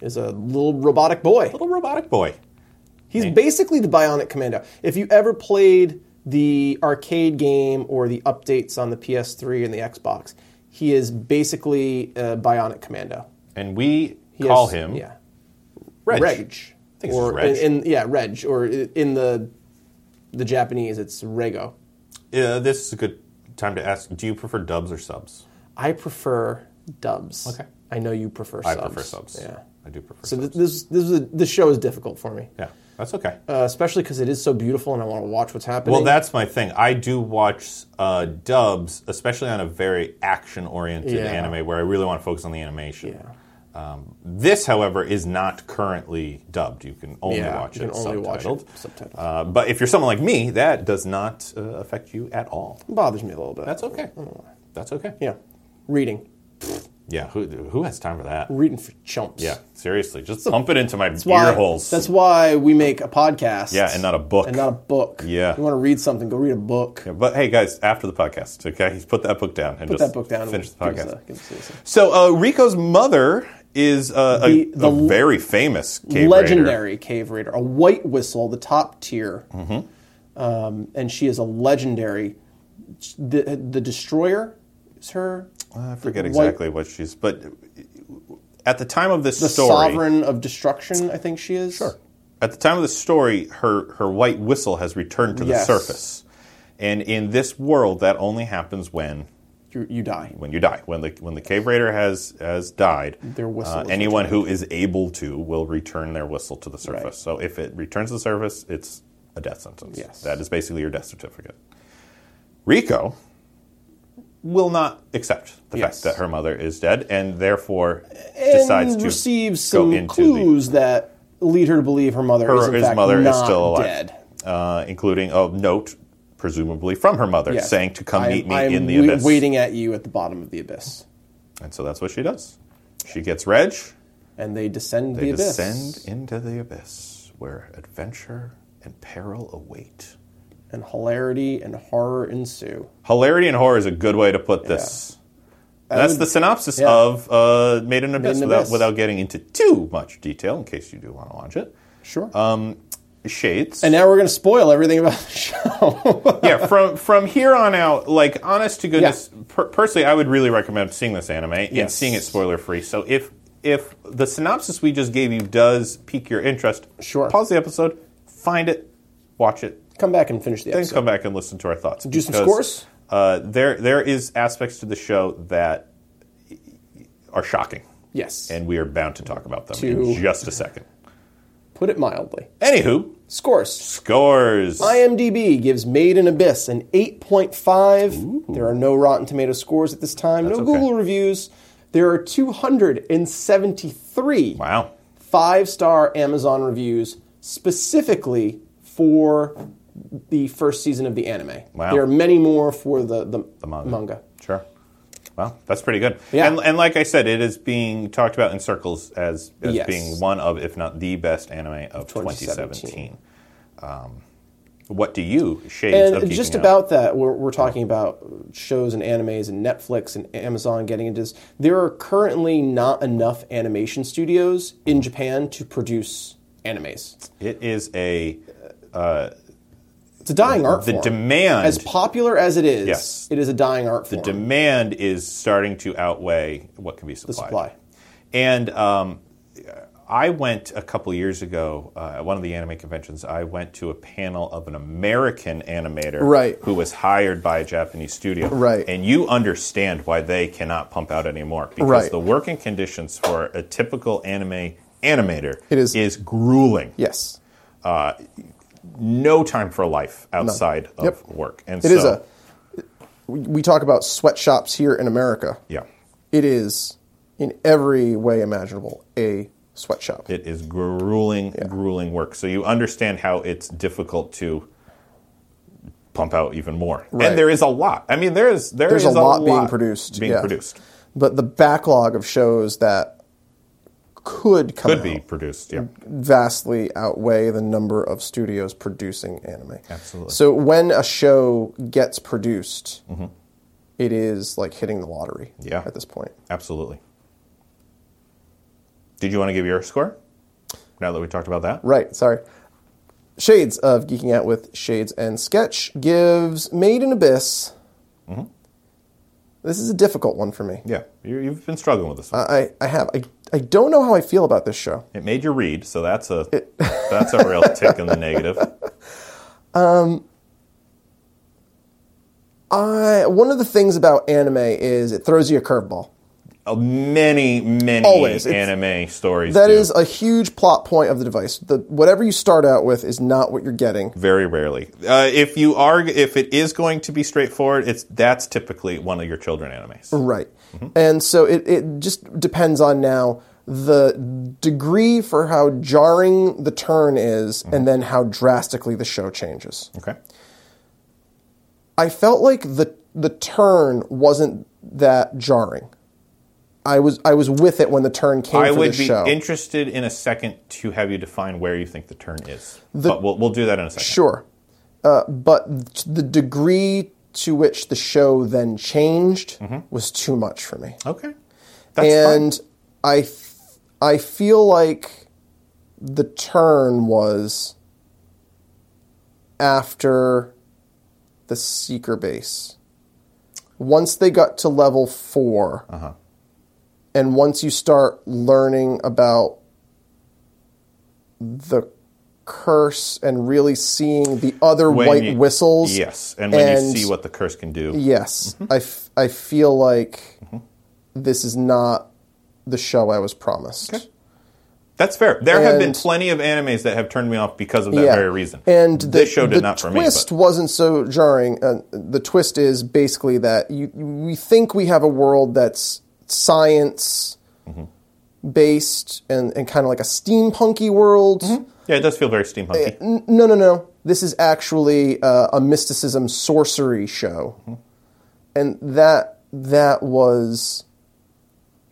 [SPEAKER 3] is a little robotic boy.
[SPEAKER 1] little robotic boy.
[SPEAKER 3] He's basically the Bionic Commando. If you ever played the arcade game or the updates on the PS3 and the Xbox, he is basically a Bionic Commando.
[SPEAKER 1] And we
[SPEAKER 3] He
[SPEAKER 1] call
[SPEAKER 3] has-
[SPEAKER 1] him
[SPEAKER 3] yeah,
[SPEAKER 1] Reg.
[SPEAKER 3] Reg.
[SPEAKER 1] think it's
[SPEAKER 3] or
[SPEAKER 1] Reg.
[SPEAKER 3] In, in- yeah, Reg, or i- in the the Japanese, it's Rego.
[SPEAKER 1] Uh, this is a good time to ask do you prefer dubs or subs?
[SPEAKER 3] I prefer dubs.
[SPEAKER 1] Okay.
[SPEAKER 3] I know you prefer.
[SPEAKER 1] I
[SPEAKER 3] subs.
[SPEAKER 1] prefer subs.
[SPEAKER 3] Yeah.
[SPEAKER 1] I do prefer
[SPEAKER 3] So
[SPEAKER 1] subs.
[SPEAKER 3] th- this this is a, this show is difficult for me,
[SPEAKER 1] yeah, that's okay.
[SPEAKER 3] uh, especially because it is so beautiful and I want to watch what's happening.
[SPEAKER 1] Well, that's my thing. I do watch uh, dubs, especially on a very action-oriented
[SPEAKER 3] Yeah.
[SPEAKER 1] anime where I really want to focus on the animation. Um,
[SPEAKER 3] Yeah.
[SPEAKER 1] This, however, is not currently dubbed. You can only
[SPEAKER 3] Yeah,
[SPEAKER 1] watch
[SPEAKER 3] you
[SPEAKER 1] it
[SPEAKER 3] can only
[SPEAKER 1] subtitled.
[SPEAKER 3] watch it subtitled.
[SPEAKER 1] Uh, but if you're someone like me, that does not uh, affect you at all.
[SPEAKER 3] It bothers me a little bit.
[SPEAKER 1] That's okay. That's okay.
[SPEAKER 3] Mm. yeah, reading.
[SPEAKER 1] Yeah. Who who has time for that?
[SPEAKER 3] reading for chumps.
[SPEAKER 1] Yeah. Seriously, just pump it into my ear
[SPEAKER 3] Why-
[SPEAKER 1] holes.
[SPEAKER 3] That's why we make a podcast.
[SPEAKER 1] yeah, and not a book.
[SPEAKER 3] and not a book.
[SPEAKER 1] Yeah.
[SPEAKER 3] You want to read something, go read a book.
[SPEAKER 1] but hey, guys, after the podcast, okay, put that book down and
[SPEAKER 3] Put
[SPEAKER 1] just
[SPEAKER 3] that book down. and
[SPEAKER 1] Finish the
[SPEAKER 3] give us
[SPEAKER 1] podcast.
[SPEAKER 3] a- give us a listen.
[SPEAKER 1] So uh, Rico's mother is uh, a,
[SPEAKER 3] The- the
[SPEAKER 1] a very famous cave
[SPEAKER 3] legendary cave raider, a white whistle, the top tier.
[SPEAKER 1] Mm-hmm.
[SPEAKER 3] Um, and she is a legendary. The, the destroyer is her.
[SPEAKER 1] Raider. I forget
[SPEAKER 3] White-
[SPEAKER 1] exactly what she's, but at the time of this
[SPEAKER 3] The
[SPEAKER 1] story,
[SPEAKER 3] sovereign of destruction, I think she is. Sure.
[SPEAKER 1] at the time of the story, her her white whistle has returned to the
[SPEAKER 3] Yes.
[SPEAKER 1] surface, and in this world, that only happens when
[SPEAKER 3] You, you die.
[SPEAKER 1] when you die. When the when the cave raider has has died, uh,
[SPEAKER 3] Their whistle is
[SPEAKER 1] anyone who is able to will return their whistle to the surface. So if it returns to the surface, it's a death sentence.
[SPEAKER 3] Yes.
[SPEAKER 1] That is basically your death certificate. Rico will not accept the
[SPEAKER 3] Yes.
[SPEAKER 1] fact that her mother is dead and therefore
[SPEAKER 3] And
[SPEAKER 1] decides to
[SPEAKER 3] receives
[SPEAKER 1] go
[SPEAKER 3] some
[SPEAKER 1] into
[SPEAKER 3] clues that lead her to believe her mother
[SPEAKER 1] the,
[SPEAKER 3] is in
[SPEAKER 1] her, his
[SPEAKER 3] fact
[SPEAKER 1] mother
[SPEAKER 3] not
[SPEAKER 1] is still alive,
[SPEAKER 3] dead.
[SPEAKER 1] Uh, including a note, presumably from her mother,
[SPEAKER 3] Yeah.
[SPEAKER 1] saying to come
[SPEAKER 3] I am-
[SPEAKER 1] meet me
[SPEAKER 3] I am
[SPEAKER 1] in the
[SPEAKER 3] wai-
[SPEAKER 1] abyss.
[SPEAKER 3] waiting at you at the bottom of the abyss.
[SPEAKER 1] And so that's what she does. She gets Reg.
[SPEAKER 3] And they descend the
[SPEAKER 1] They
[SPEAKER 3] abyss.
[SPEAKER 1] descend into the abyss where adventure and peril await.
[SPEAKER 3] And hilarity and horror ensue.
[SPEAKER 1] Hilarity and horror is a good way to put this. That's the synopsis
[SPEAKER 3] yeah.
[SPEAKER 1] of uh, Made in Abyss,
[SPEAKER 3] in
[SPEAKER 1] without,
[SPEAKER 3] Abyss.
[SPEAKER 1] without getting into too much detail, in case you do want to watch it.
[SPEAKER 3] Sure.
[SPEAKER 1] Um, Shades.
[SPEAKER 3] and now we're going to spoil everything about the show.
[SPEAKER 1] yeah, from from here on out, like honest to goodness, per- personally, I would really recommend seeing this anime and
[SPEAKER 3] Yes.
[SPEAKER 1] seeing it spoiler free. So if if the synopsis we just gave you does pique your interest,
[SPEAKER 3] Sure.
[SPEAKER 1] pause the episode, find it, watch it,
[SPEAKER 3] come back and finish the
[SPEAKER 1] then
[SPEAKER 3] episode.
[SPEAKER 1] come back and listen to our thoughts. Do
[SPEAKER 3] some scores?
[SPEAKER 1] Uh, there, there is aspects to the show that are shocking,
[SPEAKER 3] Yes.
[SPEAKER 1] and we are bound to talk about them
[SPEAKER 3] To-
[SPEAKER 1] in just a second.
[SPEAKER 3] Put it mildly.
[SPEAKER 1] Anywho,
[SPEAKER 3] Scores.
[SPEAKER 1] scores.
[SPEAKER 3] IMDb gives Made in Abyss an 8.5. There are no Rotten Tomato scores at this time, no
[SPEAKER 1] okay.
[SPEAKER 3] Google reviews. There are 273
[SPEAKER 1] wow,
[SPEAKER 3] five star Amazon reviews specifically for the first season of the anime.
[SPEAKER 1] Wow.
[SPEAKER 3] There are many more for the, the,
[SPEAKER 1] manga.
[SPEAKER 3] manga.
[SPEAKER 1] sure. Well, that's pretty good.
[SPEAKER 3] Yeah.
[SPEAKER 1] And, and like I said, it is being talked about in circles as, as
[SPEAKER 3] Yes.
[SPEAKER 1] being one of, if not the best anime of 2017.
[SPEAKER 3] 2017.
[SPEAKER 1] Um, what do you, Shades of
[SPEAKER 3] And
[SPEAKER 1] Geeking
[SPEAKER 3] just
[SPEAKER 1] Out?
[SPEAKER 3] about that, we're, we're talking about shows and animes and Netflix and Amazon getting into this. There are currently not enough animation studios in Japan to produce animes.
[SPEAKER 1] It is a...
[SPEAKER 3] It's a dying art
[SPEAKER 1] Uh, The
[SPEAKER 3] form.
[SPEAKER 1] demand...
[SPEAKER 3] as popular as it is,
[SPEAKER 1] Yes.
[SPEAKER 3] it is a dying art form.
[SPEAKER 1] demand is starting to outweigh what can be supplied.
[SPEAKER 3] supply.
[SPEAKER 1] And um, I went a couple years ago uh, at one of the anime conventions. I went to a panel of an American animator
[SPEAKER 3] Right.
[SPEAKER 1] who was hired by a Japanese studio.
[SPEAKER 3] Right.
[SPEAKER 1] And you understand why they cannot pump out anymore because
[SPEAKER 3] Right.
[SPEAKER 1] the working conditions for a typical anime animator
[SPEAKER 3] It is-
[SPEAKER 1] is grueling
[SPEAKER 3] yes.
[SPEAKER 1] no time for life outside of
[SPEAKER 4] Yep.
[SPEAKER 1] work and
[SPEAKER 4] It
[SPEAKER 1] so
[SPEAKER 4] is a. We we talk about sweatshops here in America.
[SPEAKER 1] yeah
[SPEAKER 4] It is in every way imaginable a sweatshop.
[SPEAKER 1] It is grueling, grueling work. So you understand how it's difficult to pump out even more.
[SPEAKER 4] Right.
[SPEAKER 1] And there is a lot. I mean, there is there
[SPEAKER 4] There's
[SPEAKER 1] is
[SPEAKER 4] a lot being produced,
[SPEAKER 1] Being
[SPEAKER 4] yeah.
[SPEAKER 1] produced.
[SPEAKER 4] But the backlog of shows that could come
[SPEAKER 1] could
[SPEAKER 4] out
[SPEAKER 1] be produced.
[SPEAKER 4] Mm-hmm.
[SPEAKER 1] Yeah,
[SPEAKER 4] vastly outweigh the number of studios producing anime.
[SPEAKER 1] Absolutely. Mm-hmm.
[SPEAKER 4] So when a show gets produced, it is like hitting the lottery.
[SPEAKER 1] Yeah.
[SPEAKER 4] At this point,
[SPEAKER 1] absolutely. Did you want to give your score? Now that we talked about that,
[SPEAKER 4] right? Sorry. Shades of geeking out with Shades and Sketch gives Made in Abyss. This is a difficult one for me.
[SPEAKER 1] yeah, you, you've been struggling with this. One.
[SPEAKER 4] I, I have. I, I don't know how I feel about this show.
[SPEAKER 1] it made you read, so that's a that's a real tick in the negative.
[SPEAKER 4] I one of the things about anime is it throws you a curveball.
[SPEAKER 1] Uh, many many
[SPEAKER 4] Always, it's-
[SPEAKER 1] anime stories
[SPEAKER 4] That
[SPEAKER 1] do.
[SPEAKER 4] is a huge plot point of the device. The, whatever you start out with is not what you're getting.
[SPEAKER 1] very rarely. Uh, if you are, if it is going to be straightforward, it's that's typically one of your children animes.
[SPEAKER 4] Right.
[SPEAKER 1] Mm-hmm.
[SPEAKER 4] And so it, it just depends on now the degree for how jarring the turn is
[SPEAKER 1] Mm-hmm.
[SPEAKER 4] and then how drastically the show changes.
[SPEAKER 1] Okay.
[SPEAKER 4] I felt like the the turn wasn't that jarring. I was I was with it when the turn came
[SPEAKER 1] I
[SPEAKER 4] for
[SPEAKER 1] would
[SPEAKER 4] the
[SPEAKER 1] be
[SPEAKER 4] show.
[SPEAKER 1] interested in a second to have you define where you think the turn is.
[SPEAKER 4] The-
[SPEAKER 1] but we'll, we'll do that in a second.
[SPEAKER 4] Sure. Uh, but t- the degree to which the show then changed
[SPEAKER 1] Mm-hmm.
[SPEAKER 4] was too much for me.
[SPEAKER 1] Okay. That's fine.
[SPEAKER 4] and I, f- I feel like the turn was after the Seeker base. Once they got to level 4
[SPEAKER 1] Uh-huh.
[SPEAKER 4] and once you start learning about the curse and really seeing the other
[SPEAKER 1] When
[SPEAKER 4] white
[SPEAKER 1] you-
[SPEAKER 4] whistles.
[SPEAKER 1] Yes. And when
[SPEAKER 4] and-
[SPEAKER 1] you see what the curse can do.
[SPEAKER 4] Yes, I, f- I feel like this is not the show I was promised.
[SPEAKER 1] That's fair. There have been
[SPEAKER 4] And-
[SPEAKER 1] plenty of animes that have turned me off because of that very reason.
[SPEAKER 4] And the,
[SPEAKER 1] this show did
[SPEAKER 4] the
[SPEAKER 1] not for me.
[SPEAKER 4] twist
[SPEAKER 1] but-
[SPEAKER 4] wasn't so jarring. Uh, the twist is basically that you, we think we have a world that's science based and, and kind of like a steampunky world.
[SPEAKER 1] yeah, it does feel very steampunky.
[SPEAKER 4] N- no, no, no. This is actually uh, a mysticism sorcery show, and that that was.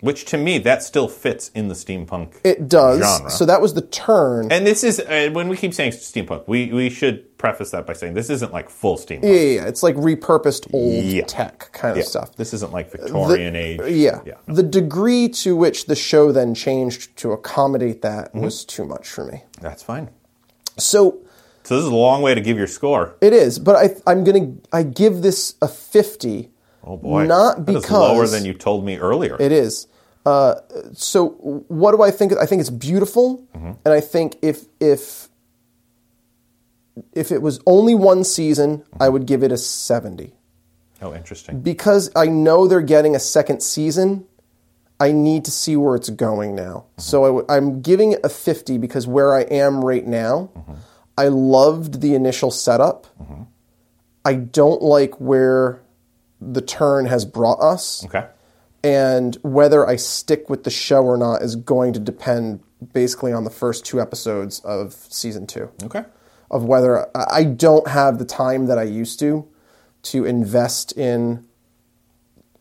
[SPEAKER 1] which to me, that still fits in the steampunk
[SPEAKER 4] It does.
[SPEAKER 1] genre.
[SPEAKER 4] So that was the turn.
[SPEAKER 1] and this is, uh, when we keep saying steampunk, we, we should preface that by saying this isn't like full steampunk.
[SPEAKER 4] yeah, yeah, yeah. It's like repurposed old
[SPEAKER 1] Yeah.
[SPEAKER 4] tech kind
[SPEAKER 1] Yeah.
[SPEAKER 4] of stuff.
[SPEAKER 1] This isn't like Victorian age.
[SPEAKER 4] Yeah.
[SPEAKER 1] Yeah.
[SPEAKER 4] The degree to which the show then changed to accommodate that
[SPEAKER 1] Mm-hmm.
[SPEAKER 4] was too much for me.
[SPEAKER 1] That's fine.
[SPEAKER 4] So
[SPEAKER 1] So this is a long way to give your score.
[SPEAKER 4] it is, but I, I'm going to I give this a 50.
[SPEAKER 1] Oh boy,
[SPEAKER 4] Not
[SPEAKER 1] That is
[SPEAKER 4] because
[SPEAKER 1] lower than you told me earlier.
[SPEAKER 4] It is. Uh, so what do I think? I think it's beautiful,
[SPEAKER 1] Mm-hmm.
[SPEAKER 4] and I think if if if it was only one season, I
[SPEAKER 1] Mm-hmm.
[SPEAKER 4] would give it a 70.
[SPEAKER 1] oh, interesting.
[SPEAKER 4] because I know they're getting a second season, I need to see where it's going now. So I w- I'm giving it a 50 because where I am right now, I loved the initial setup. I don't like where the turn has brought us.
[SPEAKER 1] Okay,
[SPEAKER 4] And whether I stick with the show or not is going to depend basically on the first two episodes of season two
[SPEAKER 1] okay,
[SPEAKER 4] of whether I I don't have the time that I used to to invest in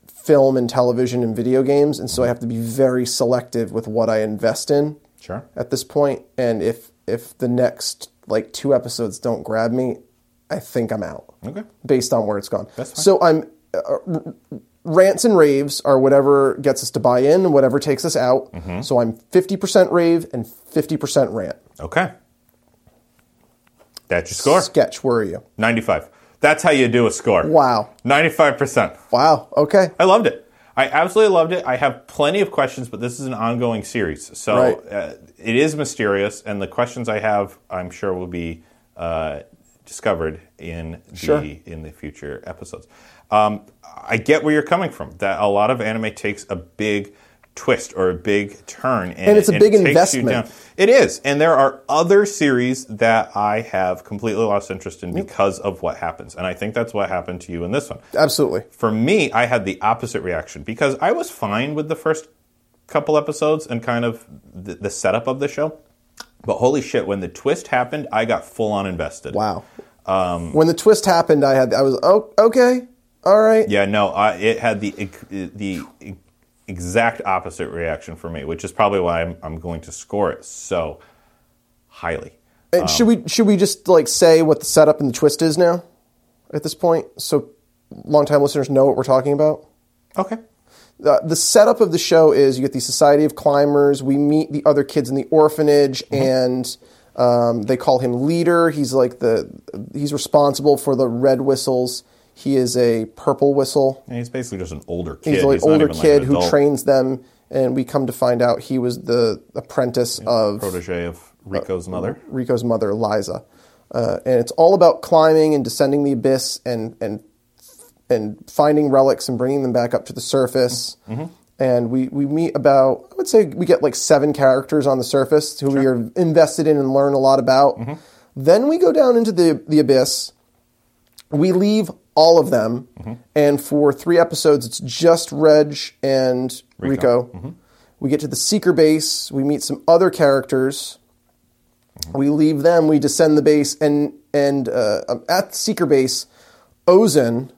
[SPEAKER 4] film and television and video games, and so I have to be very selective with what I invest in
[SPEAKER 1] sure.
[SPEAKER 4] at this point. And if if the next like two episodes don't grab me, I think I'm out
[SPEAKER 1] Okay,
[SPEAKER 4] based on where it's gone.
[SPEAKER 1] That's fine.
[SPEAKER 4] So I'm uh, r- rants and raves are whatever gets us to buy in, whatever takes us out.
[SPEAKER 1] Mm-hmm.
[SPEAKER 4] So I'm 50% rave and 50% rant.
[SPEAKER 1] okay. That's your score.
[SPEAKER 4] Sketch, where are you?
[SPEAKER 1] Ninety-five. That's how you do a score.
[SPEAKER 4] Wow.
[SPEAKER 1] Ninety-five percent.
[SPEAKER 4] Wow. Okay.
[SPEAKER 1] I loved it. I absolutely loved it. I have plenty of questions, but this is an ongoing series, so
[SPEAKER 4] Right.
[SPEAKER 1] uh, it is mysterious, and the questions I have, I'm sure, will be uh, discovered in the
[SPEAKER 4] Sure.
[SPEAKER 1] in the future episodes. Um, I get where you're coming from. That a lot of anime takes a big twist or a big turn, and,
[SPEAKER 4] And it's a
[SPEAKER 1] it-
[SPEAKER 4] big
[SPEAKER 1] it takes you
[SPEAKER 4] investment.
[SPEAKER 1] down. It is, and there are other series that I have completely lost interest in because of what happens, and I think that's what happened to you in this one
[SPEAKER 4] Absolutely.
[SPEAKER 1] for me, I had the opposite reaction because I was fine with the first couple episodes and kind of the, the setup of the show. But holy shit, when the twist happened, I got full on invested.
[SPEAKER 4] Wow. when the twist happened, I had I was oh okay, all right.
[SPEAKER 1] Yeah, no, I, it had the ex- the exact opposite reaction for me, which is probably why I'm, I'm going to score it so highly.
[SPEAKER 4] And should we should we just like say what the setup and the twist is now at this point, so longtime listeners know what we're talking about?
[SPEAKER 1] Okay.
[SPEAKER 4] the, the setup of the show is you get the Society of Climbers. We meet the other kids in the orphanage, and um, they call him leader. He's like the he's responsible for the red whistles. He is a purple whistle.
[SPEAKER 1] And he's basically just an older kid.
[SPEAKER 4] He's an
[SPEAKER 1] not
[SPEAKER 4] older
[SPEAKER 1] even, like, an
[SPEAKER 4] kid who
[SPEAKER 1] adult
[SPEAKER 4] trains them, and we come to find out he was the apprentice of
[SPEAKER 1] protege of
[SPEAKER 4] Uh,
[SPEAKER 1] Rico's mother.
[SPEAKER 4] Rico's mother, Liza. Uh, and it's all about climbing and descending the abyss and and and finding relics and bringing them back up to the surface.
[SPEAKER 1] Mm-hmm.
[SPEAKER 4] And we, we meet about I would say we get like seven characters on the surface who we are invested in and learn a lot about.
[SPEAKER 1] Mm-hmm.
[SPEAKER 4] Then we go down into the the abyss. We leave all of them, and for three episodes, it's just Reg and Rico. We get to the Seeker base. We meet some other characters we leave them, we descend the base, and and uh, um, at Seeker Base, Ozen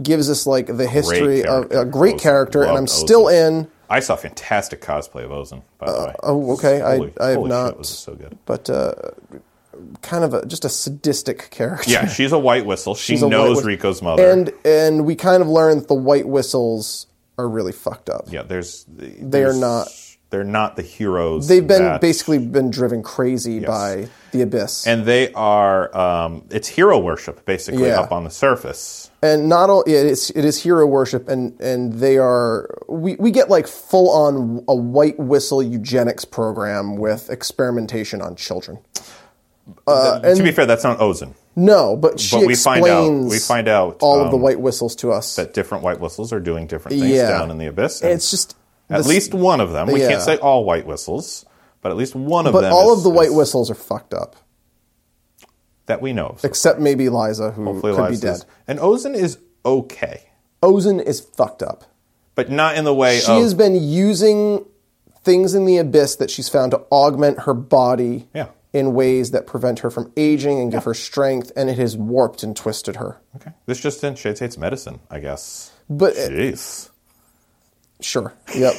[SPEAKER 4] gives us like the history of
[SPEAKER 1] character.
[SPEAKER 4] a great
[SPEAKER 1] Ozen.
[SPEAKER 4] character, and
[SPEAKER 1] Loved
[SPEAKER 4] I'm still
[SPEAKER 1] Ozen.
[SPEAKER 4] in.
[SPEAKER 1] I saw fantastic cosplay of Ozen, by the way.
[SPEAKER 4] Oh, okay,
[SPEAKER 1] Holy-
[SPEAKER 4] I I have
[SPEAKER 1] holy
[SPEAKER 4] not,
[SPEAKER 1] Shit, was it so good.
[SPEAKER 4] but uh, kind of a just a sadistic character.
[SPEAKER 1] Yeah, she's a white whistle. She
[SPEAKER 4] She's a white
[SPEAKER 1] knows
[SPEAKER 4] whistle.
[SPEAKER 1] Rico's mother.
[SPEAKER 4] and and we kind of learn that the white whistles are really fucked up.
[SPEAKER 1] yeah, there's
[SPEAKER 4] They are not-
[SPEAKER 1] They're not the heroes.
[SPEAKER 4] They've been
[SPEAKER 1] that-
[SPEAKER 4] basically been driven crazy by the abyss,
[SPEAKER 1] and they are. Um, it's hero worship basically
[SPEAKER 4] Yeah.
[SPEAKER 1] up on the surface.
[SPEAKER 4] and not only it is, it is hero worship and and they are we, we get like full on a white whistle eugenics program with experimentation on children
[SPEAKER 1] Th- to be fair, that's not Ozen.
[SPEAKER 4] no but Uh, she
[SPEAKER 1] But we
[SPEAKER 4] explains
[SPEAKER 1] find out. We find out
[SPEAKER 4] all of
[SPEAKER 1] um,
[SPEAKER 4] the white whistles to us
[SPEAKER 1] that different white whistles are doing different things
[SPEAKER 4] Yeah.
[SPEAKER 1] down in the abyss. and
[SPEAKER 4] it's just
[SPEAKER 1] at
[SPEAKER 4] this-
[SPEAKER 1] least one of them. We
[SPEAKER 4] Yeah.
[SPEAKER 1] can't say all white whistles, but at least one of
[SPEAKER 4] but
[SPEAKER 1] them.
[SPEAKER 4] all
[SPEAKER 1] is-
[SPEAKER 4] of the white
[SPEAKER 1] is-
[SPEAKER 4] whistles are fucked up
[SPEAKER 1] that we know of.
[SPEAKER 4] except maybe Liza who
[SPEAKER 1] Hopefully
[SPEAKER 4] could
[SPEAKER 1] Elias
[SPEAKER 4] be dead
[SPEAKER 1] is- And Ozen is okay,
[SPEAKER 4] Ozen is fucked up
[SPEAKER 1] but not in the way
[SPEAKER 4] she
[SPEAKER 1] of
[SPEAKER 4] has been using things in the abyss that she's found to augment her body
[SPEAKER 1] Yeah.
[SPEAKER 4] in ways that prevent her from aging and give her strength, and it has warped and twisted her.
[SPEAKER 1] Okay. This just in Shades hates medicine, I guess.
[SPEAKER 4] But uh,
[SPEAKER 1] Jeez.
[SPEAKER 4] sure, yep.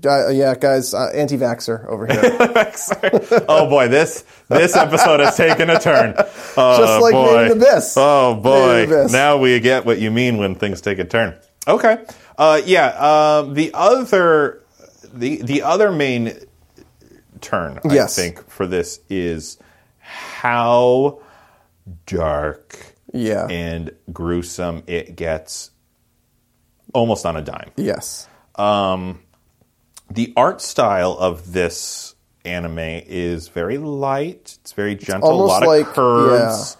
[SPEAKER 4] Guy, yeah, guys, uh, anti-vaxer over here.
[SPEAKER 1] oh boy, this this episode has taken a turn. Oh,
[SPEAKER 4] Just like
[SPEAKER 1] boy.
[SPEAKER 4] Made in Abyss.
[SPEAKER 1] Oh
[SPEAKER 4] Made
[SPEAKER 1] boy.
[SPEAKER 4] in Abyss.
[SPEAKER 1] Now we get what you mean when things take a turn. Okay. Uh, yeah. Um, the other the the other main turn I
[SPEAKER 4] Yes.
[SPEAKER 1] think for this is how dark
[SPEAKER 4] Yeah.
[SPEAKER 1] and gruesome it gets almost on a dime
[SPEAKER 4] yes,
[SPEAKER 1] the art style of this anime is very light. It's very gentle.
[SPEAKER 4] almost
[SPEAKER 1] a lot
[SPEAKER 4] like-
[SPEAKER 1] of curves.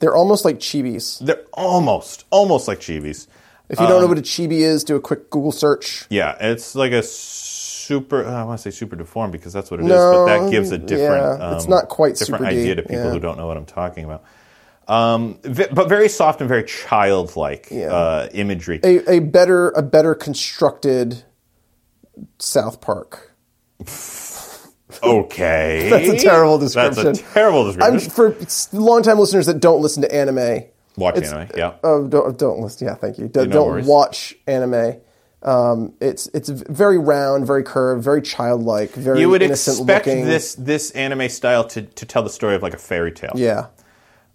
[SPEAKER 4] they're almost like chibis.
[SPEAKER 1] They're almost, almost like chibis.
[SPEAKER 4] If you don't
[SPEAKER 1] Um.
[SPEAKER 4] know what a chibi is, do a quick Google search.
[SPEAKER 1] Yeah, it's like a super. I want to say super deformed because that's what it is.
[SPEAKER 4] No,
[SPEAKER 1] but that gives a different. um,
[SPEAKER 4] yeah, it's not quite
[SPEAKER 1] different
[SPEAKER 4] super D,
[SPEAKER 1] idea to people
[SPEAKER 4] yeah.
[SPEAKER 1] who don't know what I'm talking about. Um, ve- but very soft and very childlike uh, imagery.
[SPEAKER 4] A, a better, a better constructed South Park.
[SPEAKER 1] okay,
[SPEAKER 4] That's a terrible description.
[SPEAKER 1] That's a terrible
[SPEAKER 4] I'm,
[SPEAKER 1] description.
[SPEAKER 4] for longtime listeners that don't listen to anime,
[SPEAKER 1] Watch
[SPEAKER 4] it's-
[SPEAKER 1] anime. Yeah.
[SPEAKER 4] Oh, don't, don't listen. Yeah, thank you. Don't,
[SPEAKER 1] no
[SPEAKER 4] don't
[SPEAKER 1] worries.
[SPEAKER 4] watch anime. Um, it's it's very round, very curved, very childlike, very
[SPEAKER 1] you would
[SPEAKER 4] innocent
[SPEAKER 1] expect
[SPEAKER 4] looking.
[SPEAKER 1] this this anime style to, to tell the story of like a fairy tale.
[SPEAKER 4] Yeah,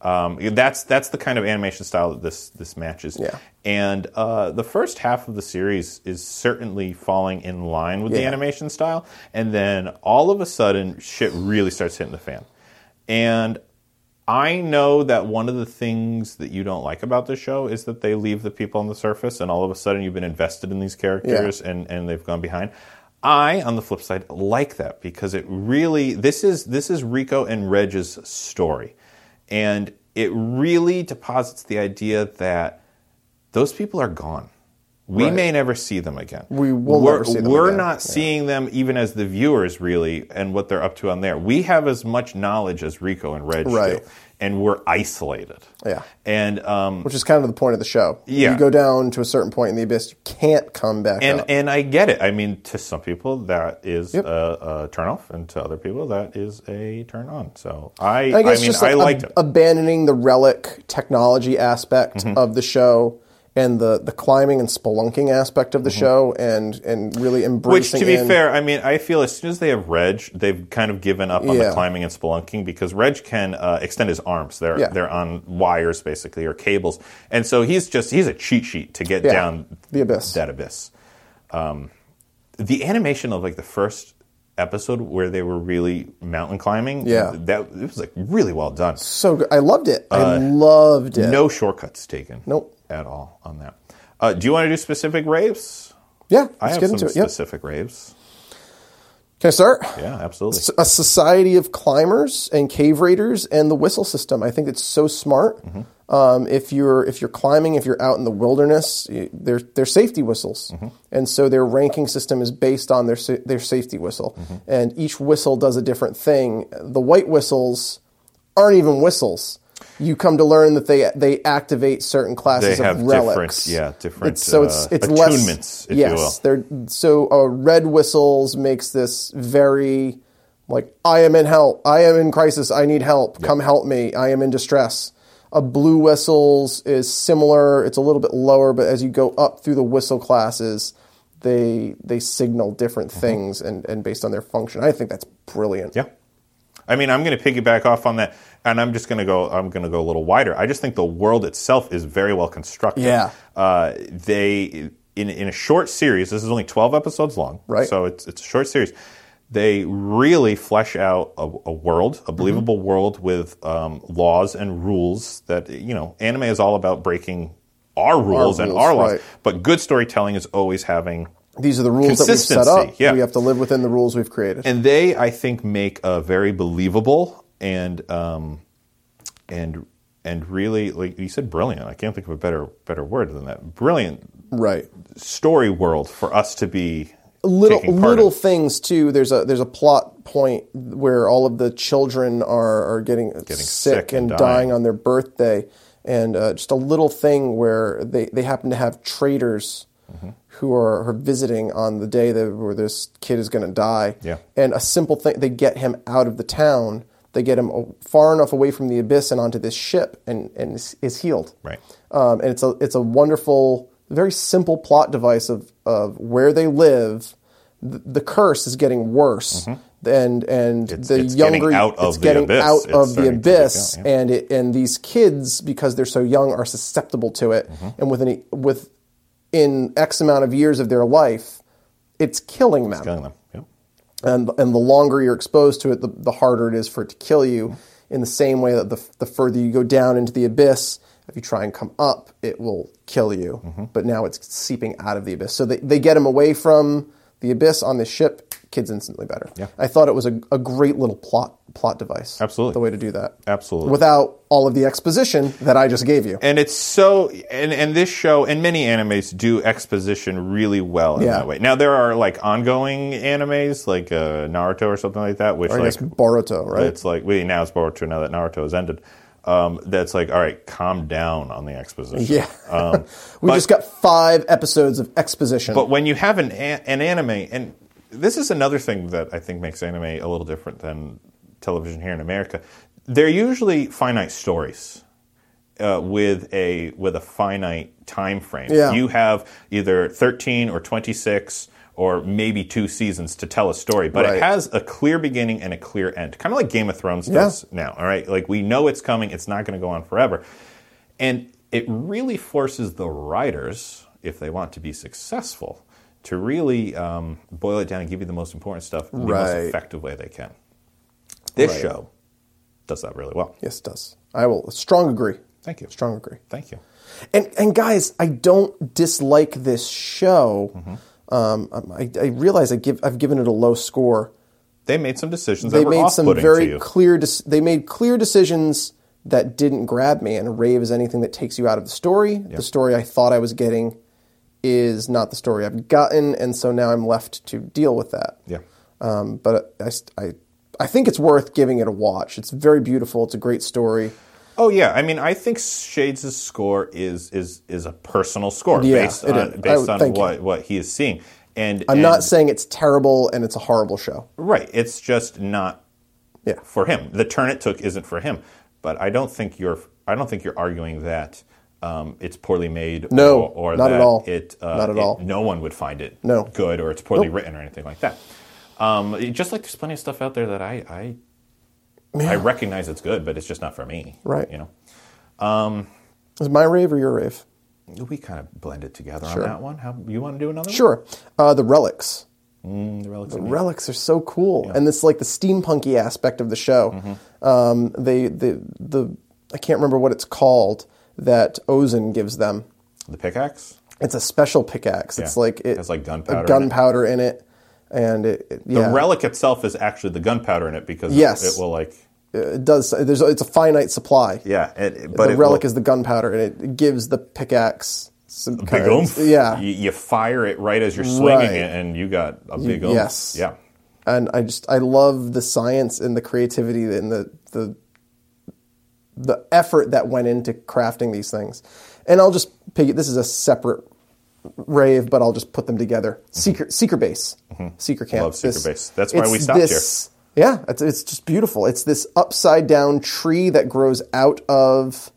[SPEAKER 1] Um, that's that's the kind of animation style that this this matches.
[SPEAKER 4] Yeah.
[SPEAKER 1] And uh, the first half of the series is certainly falling in line with the
[SPEAKER 4] Yeah.
[SPEAKER 1] animation style, and then all of a sudden, shit really starts hitting the fan. And I know that one of the things that you don't like about this show is that they leave the people on the surface, and all of a sudden, you've been invested in these characters, and and they've gone behind. I, on the flip side, like that because it really this is this is Rico and Reg's story and it really deposits the idea that those people are gone. We
[SPEAKER 4] Right.
[SPEAKER 1] may never see them again.
[SPEAKER 4] We will
[SPEAKER 1] we're,
[SPEAKER 4] never see them
[SPEAKER 1] We're
[SPEAKER 4] again.
[SPEAKER 1] not seeing them even as the viewers, really, and what they're up to on there. We have as much knowledge as Rico and Reg
[SPEAKER 4] Right.
[SPEAKER 1] do, and we're isolated.
[SPEAKER 4] Yeah.
[SPEAKER 1] And um,
[SPEAKER 4] which is kind of the point of the show.
[SPEAKER 1] Yeah.
[SPEAKER 4] you go down to a certain point in the abyss, you can't come back
[SPEAKER 1] and
[SPEAKER 4] up.
[SPEAKER 1] and I get it. I mean, to some people that is
[SPEAKER 4] Yep.
[SPEAKER 1] a, a turnoff, and to other people that is a turn on. So I, I,
[SPEAKER 4] I guess
[SPEAKER 1] mean,
[SPEAKER 4] just
[SPEAKER 1] I
[SPEAKER 4] like
[SPEAKER 1] liked
[SPEAKER 4] ab-
[SPEAKER 1] it. Mm-hmm.
[SPEAKER 4] abandoning the relic technology aspect of the show and the, the climbing and spelunking aspect of the show and and really
[SPEAKER 1] Mm-hmm. Which,
[SPEAKER 4] embracing.
[SPEAKER 1] to be
[SPEAKER 4] in-
[SPEAKER 1] fair, I mean, I feel as soon as they have Reg, they've kind of given up on the
[SPEAKER 4] Yeah.
[SPEAKER 1] climbing and spelunking because Reg can uh, extend his arms. They're
[SPEAKER 4] Yeah.
[SPEAKER 1] they're on wires basically or cables, and so he's just he's a cheat sheet to get
[SPEAKER 4] Yeah.
[SPEAKER 1] down
[SPEAKER 4] The abyss.
[SPEAKER 1] That abyss. Um, the animation of like the first episode where they were really mountain climbing.
[SPEAKER 4] Yeah.
[SPEAKER 1] that it was like really well done.
[SPEAKER 4] so good. I loved it. I loved it.
[SPEAKER 1] Uh, No shortcuts taken.
[SPEAKER 4] Nope.
[SPEAKER 1] At all on that. Uh, do you want to do specific raves?
[SPEAKER 4] yeah, let's
[SPEAKER 1] I have
[SPEAKER 4] get
[SPEAKER 1] some
[SPEAKER 4] into it. Yep.
[SPEAKER 1] specific raves.
[SPEAKER 4] Can I start?
[SPEAKER 1] Yeah, absolutely.
[SPEAKER 4] S- a society of climbers and cave raiders and the whistle system. I think it's so smart.
[SPEAKER 1] Mm-hmm.
[SPEAKER 4] Um, if you're if you're climbing, if you're out in the wilderness, y- they're, they're safety whistles,
[SPEAKER 1] Mm-hmm.
[SPEAKER 4] and so their ranking system is based on their sa- their safety whistle,
[SPEAKER 1] Mm-hmm.
[SPEAKER 4] and each whistle does a different thing. The white whistles aren't even whistles. You come to learn that they they activate certain classes
[SPEAKER 1] They have
[SPEAKER 4] of
[SPEAKER 1] different-
[SPEAKER 4] relics.
[SPEAKER 1] yeah, different,
[SPEAKER 4] It's, so it's
[SPEAKER 1] uh,
[SPEAKER 4] it's less-
[SPEAKER 1] attunements, if you
[SPEAKER 4] yes,
[SPEAKER 1] will.
[SPEAKER 4] they're so uh, red whistles makes this very like I am in help, I am in crisis, I need help, come help me, I am in distress. A blue whistles is similar; it's a little bit lower, but as you go up through the whistle classes, they they signal different things and and based on their function. I think that's brilliant.
[SPEAKER 1] Mm-hmm. Yeah. I mean, I'm going to piggyback off on that, and I'm just going to go. I'm going to go a little wider. I just think the world itself is very well constructed.
[SPEAKER 4] Yeah.
[SPEAKER 1] Uh, they in in a short series. This is only 12 episodes long,
[SPEAKER 4] Right.
[SPEAKER 1] So it's it's a short series. They really flesh out a, a world, a
[SPEAKER 4] Mm-hmm.
[SPEAKER 1] believable world with um, laws and rules that you know. Anime is all about breaking our rules, and
[SPEAKER 4] rules,
[SPEAKER 1] our laws,
[SPEAKER 4] right.
[SPEAKER 1] but good storytelling is always having
[SPEAKER 4] These are the rules that we've set up.
[SPEAKER 1] Consistency, yeah.
[SPEAKER 4] We have to live within the rules we've created.
[SPEAKER 1] and they I think make a very believable and um, and and really like you said brilliant. I can't think of a better better word than that. Brilliant
[SPEAKER 4] right.
[SPEAKER 1] story world for us to be
[SPEAKER 4] little
[SPEAKER 1] taking part
[SPEAKER 4] little
[SPEAKER 1] of.
[SPEAKER 4] things too. There's a there's a plot point where all of the children are are getting, sick,
[SPEAKER 1] sick and
[SPEAKER 4] and dying.
[SPEAKER 1] dying.
[SPEAKER 4] on their birthday, and uh, just a little thing where they they happen to have traitors. Who are, are visiting on the day that where this kid is going to die?
[SPEAKER 1] Yeah.
[SPEAKER 4] and a simple thing they get him out of the town. They get him a- far enough away from the abyss and onto this ship, and and is, is healed.
[SPEAKER 1] Right.
[SPEAKER 4] Um, and it's a it's a wonderful, very simple plot device of of where they live. The, the curse is getting worse, and and the
[SPEAKER 1] Mm-hmm. it's getting
[SPEAKER 4] younger
[SPEAKER 1] out of
[SPEAKER 4] it's
[SPEAKER 1] the
[SPEAKER 4] getting
[SPEAKER 1] abyss.
[SPEAKER 4] out
[SPEAKER 1] It's
[SPEAKER 4] of the
[SPEAKER 1] starting to get
[SPEAKER 4] abyss,
[SPEAKER 1] out, yeah.
[SPEAKER 4] and it and these kids because they're so young are susceptible to it,
[SPEAKER 1] Mm-hmm.
[SPEAKER 4] and with an with in X amount of years of their life, it's killing them
[SPEAKER 1] Telling them, yeah.
[SPEAKER 4] and and the longer you're exposed to it, the, the harder it is for it to kill you. In the same way that the the further you go down into the abyss, if you try and come up, it will kill you.
[SPEAKER 1] Mm-hmm.
[SPEAKER 4] But now it's seeping out of the abyss, so they they get him away from the abyss on this ship. Kid's instantly better.
[SPEAKER 1] Yeah.
[SPEAKER 4] I thought it was a, a great little plot plot device.
[SPEAKER 1] Absolutely.
[SPEAKER 4] the way to do that.
[SPEAKER 1] Absolutely.
[SPEAKER 4] without all of the exposition that I just gave you.
[SPEAKER 1] and it's so and and this show and many animes do exposition really well in
[SPEAKER 4] Yeah.
[SPEAKER 1] that way. Now there are like ongoing animes like uh, Naruto or something like that, which
[SPEAKER 4] I
[SPEAKER 1] like
[SPEAKER 4] guess Boruto, right?
[SPEAKER 1] It's like wait now it's Boruto now that Naruto has ended. Um, that's like all right, calm down on the exposition.
[SPEAKER 4] Yeah.
[SPEAKER 1] Um,
[SPEAKER 4] we
[SPEAKER 1] but-
[SPEAKER 4] just got five episodes of exposition.
[SPEAKER 1] but when you have an a- an anime, and this is another thing that I think makes anime a little different than television here in America, they're usually finite stories uh, with a with a finite time frame.
[SPEAKER 4] Yeah.
[SPEAKER 1] You have either thirteen or twenty six. Or maybe two seasons to tell a story, but it
[SPEAKER 4] Right.
[SPEAKER 1] has a clear beginning and a clear end, kind of like Game of Thrones
[SPEAKER 4] Yeah.
[SPEAKER 1] does now. All right, like we know it's coming; it's not going to go on forever. And it really forces the writers, if they want to be successful, to really um, boil it down and give you the most important stuff in the most
[SPEAKER 4] Right.
[SPEAKER 1] effective way they can. This
[SPEAKER 4] Right.
[SPEAKER 1] show does that really well.
[SPEAKER 4] yes, it does. I will strong agree.
[SPEAKER 1] Thank you.
[SPEAKER 4] Strong agree.
[SPEAKER 1] Thank you.
[SPEAKER 4] And and guys, I don't dislike this show.
[SPEAKER 1] Mm-hmm.
[SPEAKER 4] Um, um, I, I realize I give I've given it a low score.
[SPEAKER 1] They made some decisions
[SPEAKER 4] They
[SPEAKER 1] that were
[SPEAKER 4] made some
[SPEAKER 1] off-putting to
[SPEAKER 4] very
[SPEAKER 1] you.
[SPEAKER 4] clear. dec- they made clear decisions that didn't grab me. And a rave is anything that takes you out of the story. The story I thought I was getting is not the story I've gotten, and so now I'm left to deal with that.
[SPEAKER 1] Yeah.
[SPEAKER 4] Um, but I, st- I I think it's worth giving it a watch. It's very beautiful. It's a great story.
[SPEAKER 1] Oh yeah, I mean, I think Shades' score is is is a personal score
[SPEAKER 4] Yeah,
[SPEAKER 1] based
[SPEAKER 4] it
[SPEAKER 1] on
[SPEAKER 4] is. I
[SPEAKER 1] based
[SPEAKER 4] would-
[SPEAKER 1] on
[SPEAKER 4] thank you.
[SPEAKER 1] what, what he is seeing. And
[SPEAKER 4] I'm
[SPEAKER 1] and-
[SPEAKER 4] not saying it's terrible and it's a horrible show.
[SPEAKER 1] Right. It's just not
[SPEAKER 4] Yeah.
[SPEAKER 1] for him. The turn it took isn't for him. But I don't think you're I don't think you're arguing that um, it's poorly made.
[SPEAKER 4] No,
[SPEAKER 1] or, or
[SPEAKER 4] not at
[SPEAKER 1] that
[SPEAKER 4] all.
[SPEAKER 1] It uh,
[SPEAKER 4] Not at
[SPEAKER 1] it-
[SPEAKER 4] all.
[SPEAKER 1] No one would find it
[SPEAKER 4] No.
[SPEAKER 1] good, or it's poorly written, or anything like that. Um, it- just like there's plenty of stuff out there that I I, I recognize it's good, but it's just not for me.
[SPEAKER 4] Right.
[SPEAKER 1] You know.
[SPEAKER 4] Is it my rave or your rave?
[SPEAKER 1] We kind of blend it together
[SPEAKER 4] Sure.
[SPEAKER 1] on that one. How you want to do another? one?
[SPEAKER 4] Sure. Uh, the relics.
[SPEAKER 1] Mm, the relics of
[SPEAKER 4] Relics are so cool, and it's like the steampunky aspect of the show.
[SPEAKER 1] Mm-hmm.
[SPEAKER 4] Um, they the the I can't remember what it's called that Ozen gives them.
[SPEAKER 1] the pickaxe.
[SPEAKER 4] It's a special pickaxe. It's
[SPEAKER 1] Yeah.
[SPEAKER 4] like it
[SPEAKER 1] Has, like,
[SPEAKER 4] a
[SPEAKER 1] gunpowder in it.
[SPEAKER 4] gunpowder in it, and it, it-
[SPEAKER 1] The
[SPEAKER 4] yeah,
[SPEAKER 1] relic itself is actually the gunpowder in it because it-
[SPEAKER 4] Yes.
[SPEAKER 1] it, will like
[SPEAKER 4] it does. There's it's a finite supply.
[SPEAKER 1] yeah. It, but
[SPEAKER 4] the
[SPEAKER 1] it
[SPEAKER 4] relic
[SPEAKER 1] will-
[SPEAKER 4] is the gunpowder, and it gives the pickaxe some
[SPEAKER 1] big
[SPEAKER 4] kind of-
[SPEAKER 1] oomph.
[SPEAKER 4] Yeah,
[SPEAKER 1] you, you fire it right as you're swinging
[SPEAKER 4] Right.
[SPEAKER 1] it, and you got a big oomph.
[SPEAKER 4] yes.
[SPEAKER 1] yeah.
[SPEAKER 4] and I just I love the science and the creativity and the the the effort that went into crafting these things. And I'll just pick this is a separate rave, but I'll just put them together. Secret Secret Base, Secret Camp.
[SPEAKER 1] Mm-hmm. Love Secret Base. That's why we stopped
[SPEAKER 4] here. Yeah, it's, it's just beautiful. It's this upside down tree that grows out of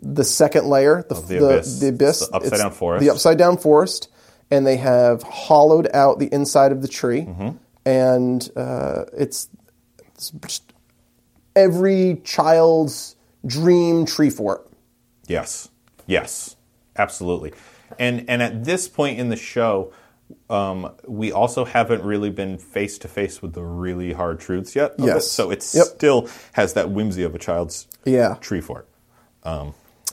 [SPEAKER 4] the second layer, the,
[SPEAKER 1] the
[SPEAKER 4] the,
[SPEAKER 1] abyss.
[SPEAKER 4] the abyss,
[SPEAKER 1] It's the upside down forest.
[SPEAKER 4] the upside down forest, and they have hollowed out the inside of the tree,
[SPEAKER 1] Mm-hmm.
[SPEAKER 4] and uh, it's, it's just every child's dream tree fort.
[SPEAKER 1] Yes. Yes. Absolutely. And and at this point in the show, um, we also haven't really been face to face with the really hard truths yet. of it.
[SPEAKER 4] Yes.
[SPEAKER 1] So it
[SPEAKER 4] Yep.
[SPEAKER 1] still has that whimsy of a child's
[SPEAKER 4] Yeah.
[SPEAKER 1] tree fort.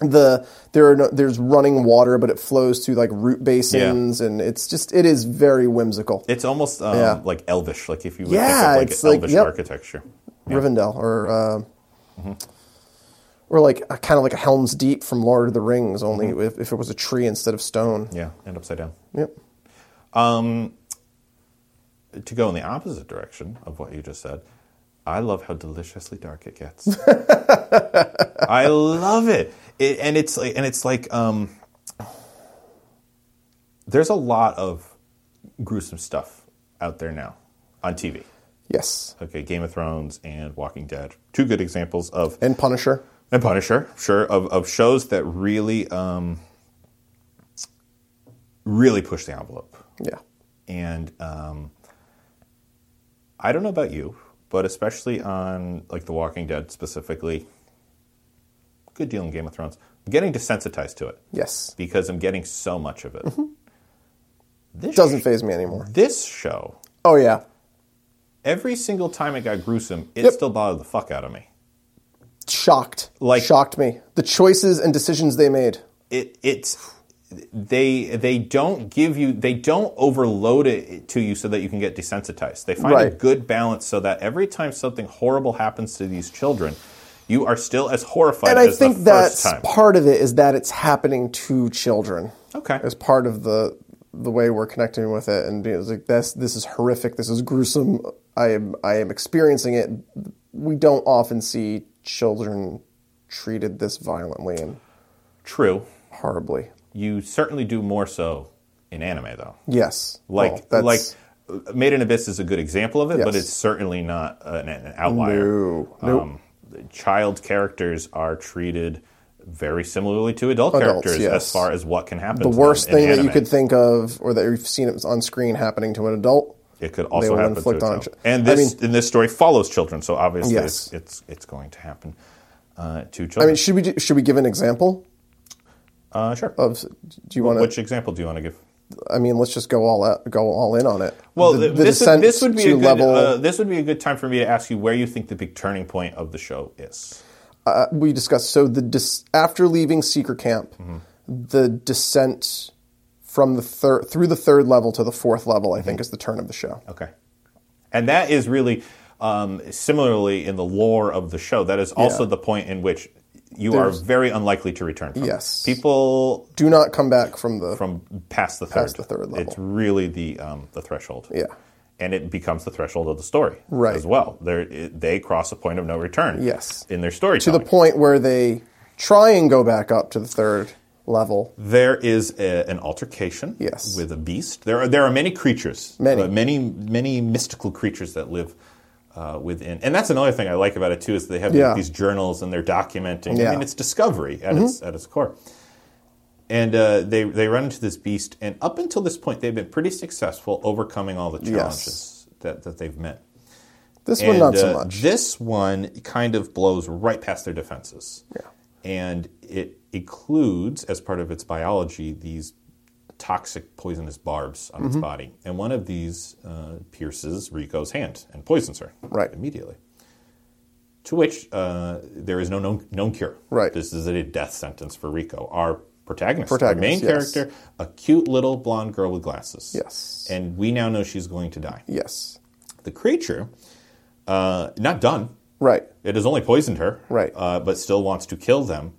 [SPEAKER 4] The there are no, there's running water, but it flows through like root basins, and it's just it is very whimsical.
[SPEAKER 1] It's almost um,
[SPEAKER 4] Yeah.
[SPEAKER 1] like elvish, like if you would
[SPEAKER 4] Yeah,
[SPEAKER 1] think
[SPEAKER 4] it's
[SPEAKER 1] of
[SPEAKER 4] like-
[SPEAKER 1] like elvish
[SPEAKER 4] yep.
[SPEAKER 1] architecture.
[SPEAKER 4] Rivendell or uh,
[SPEAKER 1] Mm-hmm.
[SPEAKER 4] or like a, kind of like a Helm's Deep from Lord of the Rings, only if, if it was a tree instead of stone.
[SPEAKER 1] Mm-hmm. Yeah, and upside down.
[SPEAKER 4] Yep.
[SPEAKER 1] To go in the opposite direction of what you just said, I love how deliciously dark it gets. I love it. it, and it's like, and it's like, um, there's a lot of gruesome stuff out there now on TV.
[SPEAKER 4] Yes.
[SPEAKER 1] Okay, Game of Thrones and Walking Dead, two good examples of
[SPEAKER 4] And Punisher.
[SPEAKER 1] and Punisher, sure, of, of shows that really, um, really push the envelope.
[SPEAKER 4] Yeah.
[SPEAKER 1] and um, I don't know about you, but especially on like The Walking Dead specifically, good deal in Game of Thrones. I'm getting desensitized to it
[SPEAKER 4] Yes.
[SPEAKER 1] because I'm getting so much of it. This
[SPEAKER 4] Mm-hmm. Doesn't faze me anymore.
[SPEAKER 1] this show
[SPEAKER 4] Oh yeah.
[SPEAKER 1] every single time it got gruesome, it
[SPEAKER 4] Yep.
[SPEAKER 1] still bothered the fuck out of me.
[SPEAKER 4] Shocked.
[SPEAKER 1] Like-
[SPEAKER 4] shocked me. The choices and decisions they made.
[SPEAKER 1] it it's they they don't give you they don't overload it to you so that you can get desensitized. They find a
[SPEAKER 4] Right.
[SPEAKER 1] good balance so that every time something horrible happens to these children, you are still as horrified
[SPEAKER 4] And I
[SPEAKER 1] as
[SPEAKER 4] think
[SPEAKER 1] the first
[SPEAKER 4] that's
[SPEAKER 1] time.
[SPEAKER 4] part of it is that it's happening to children.
[SPEAKER 1] Okay.
[SPEAKER 4] As part of the the way we're connecting with it and being it's like this this is horrific, this is gruesome. I am I am experiencing it. We don't often see children treated this violently and
[SPEAKER 1] True.
[SPEAKER 4] horribly.
[SPEAKER 1] You certainly do more so in anime though.
[SPEAKER 4] Yes. Well,
[SPEAKER 1] Like
[SPEAKER 4] that's-
[SPEAKER 1] like Made in Abyss is a good example of it, but
[SPEAKER 4] Yes.
[SPEAKER 1] it's certainly not an, an outlier.
[SPEAKER 4] No. Nope.
[SPEAKER 1] Um, child characters are treated very similarly to adult
[SPEAKER 4] Adults,
[SPEAKER 1] characters
[SPEAKER 4] yes.
[SPEAKER 1] as far as what can happen.
[SPEAKER 4] the
[SPEAKER 1] to
[SPEAKER 4] worst
[SPEAKER 1] them in
[SPEAKER 4] thing that you
[SPEAKER 1] anime.
[SPEAKER 4] could think of or that you've seen it on screen happening to an adult.
[SPEAKER 1] It could
[SPEAKER 4] they
[SPEAKER 1] also
[SPEAKER 4] will
[SPEAKER 1] happen to
[SPEAKER 4] inflict on
[SPEAKER 1] itself.
[SPEAKER 4] chi-
[SPEAKER 1] And
[SPEAKER 4] I
[SPEAKER 1] this and this story follows children, so obviously
[SPEAKER 4] Yes.
[SPEAKER 1] it's, it's it's going to happen uh, to
[SPEAKER 4] I
[SPEAKER 1] children.
[SPEAKER 4] mean, should we do- should we give an example
[SPEAKER 1] uh, sure.
[SPEAKER 4] of do you want to
[SPEAKER 1] Which example do you want to give?
[SPEAKER 4] I mean, let's just go all out, go all in on it.
[SPEAKER 1] Well,
[SPEAKER 4] the, the
[SPEAKER 1] this, would,
[SPEAKER 4] descent
[SPEAKER 1] this would be
[SPEAKER 4] to
[SPEAKER 1] a good
[SPEAKER 4] level.
[SPEAKER 1] uh, this would be a good time for me to ask you where you think the big turning point of the show is.
[SPEAKER 4] uh, we discussed so the dis- after leaving Secret Camp,
[SPEAKER 1] Mm-hmm.
[SPEAKER 4] the descent from the third through the third level to the fourth level. I
[SPEAKER 1] Mm-hmm.
[SPEAKER 4] think is the turn of the show.
[SPEAKER 1] Okay. And that is really um, similarly in the lore of the show. That is also
[SPEAKER 4] Yeah.
[SPEAKER 1] the point in which you
[SPEAKER 4] There's-
[SPEAKER 1] are very unlikely to return. From.
[SPEAKER 4] Yes.
[SPEAKER 1] People
[SPEAKER 4] Do not come back from the
[SPEAKER 1] from past the third.
[SPEAKER 4] Past the third level.
[SPEAKER 1] It's really the um, the threshold.
[SPEAKER 4] Yeah.
[SPEAKER 1] And it becomes the threshold of the story
[SPEAKER 4] Right.
[SPEAKER 1] as well. They're, it, they cross a point of no return.
[SPEAKER 4] Yes.
[SPEAKER 1] In their
[SPEAKER 4] to the
[SPEAKER 1] storytelling.
[SPEAKER 4] point where they try and go back up to the third level.
[SPEAKER 1] There is a, an altercation
[SPEAKER 4] Yes.
[SPEAKER 1] with a beast. There are, there are many creatures,
[SPEAKER 4] Many.
[SPEAKER 1] uh, many, many mystical creatures that live uh, within. And that's another thing I like about it too is they have like,
[SPEAKER 4] Yeah.
[SPEAKER 1] these journals and they're documenting. I
[SPEAKER 4] Yeah. Mm-hmm.
[SPEAKER 1] mean, it's discovery at its at its core. Um, And uh, they they run into this beast, and up until this point, they've been pretty successful overcoming all the challenges that, that they've met.
[SPEAKER 4] This one,
[SPEAKER 1] And,
[SPEAKER 4] not so
[SPEAKER 1] uh,
[SPEAKER 4] much.
[SPEAKER 1] This one kind of blows right past their defenses.
[SPEAKER 4] Yeah.
[SPEAKER 1] And it includes, as part of its biology, these toxic poisonous barbs on its
[SPEAKER 4] Mm-hmm.
[SPEAKER 1] body. And one of these uh, pierces Rico's hand and poisons her
[SPEAKER 4] Right.
[SPEAKER 1] immediately. To which uh, there is no known, known cure.
[SPEAKER 4] Right.
[SPEAKER 1] This is a death sentence for Rico, our protagonist, our main
[SPEAKER 4] Protagonist, yes.
[SPEAKER 1] character, a cute little blonde girl with glasses.
[SPEAKER 4] Yes.
[SPEAKER 1] And we now know she's going to die
[SPEAKER 4] yes.
[SPEAKER 1] the creature, uh, not done.
[SPEAKER 4] Right.
[SPEAKER 1] It has only poisoned her,
[SPEAKER 4] Right.
[SPEAKER 1] Uh, but still wants to kill them.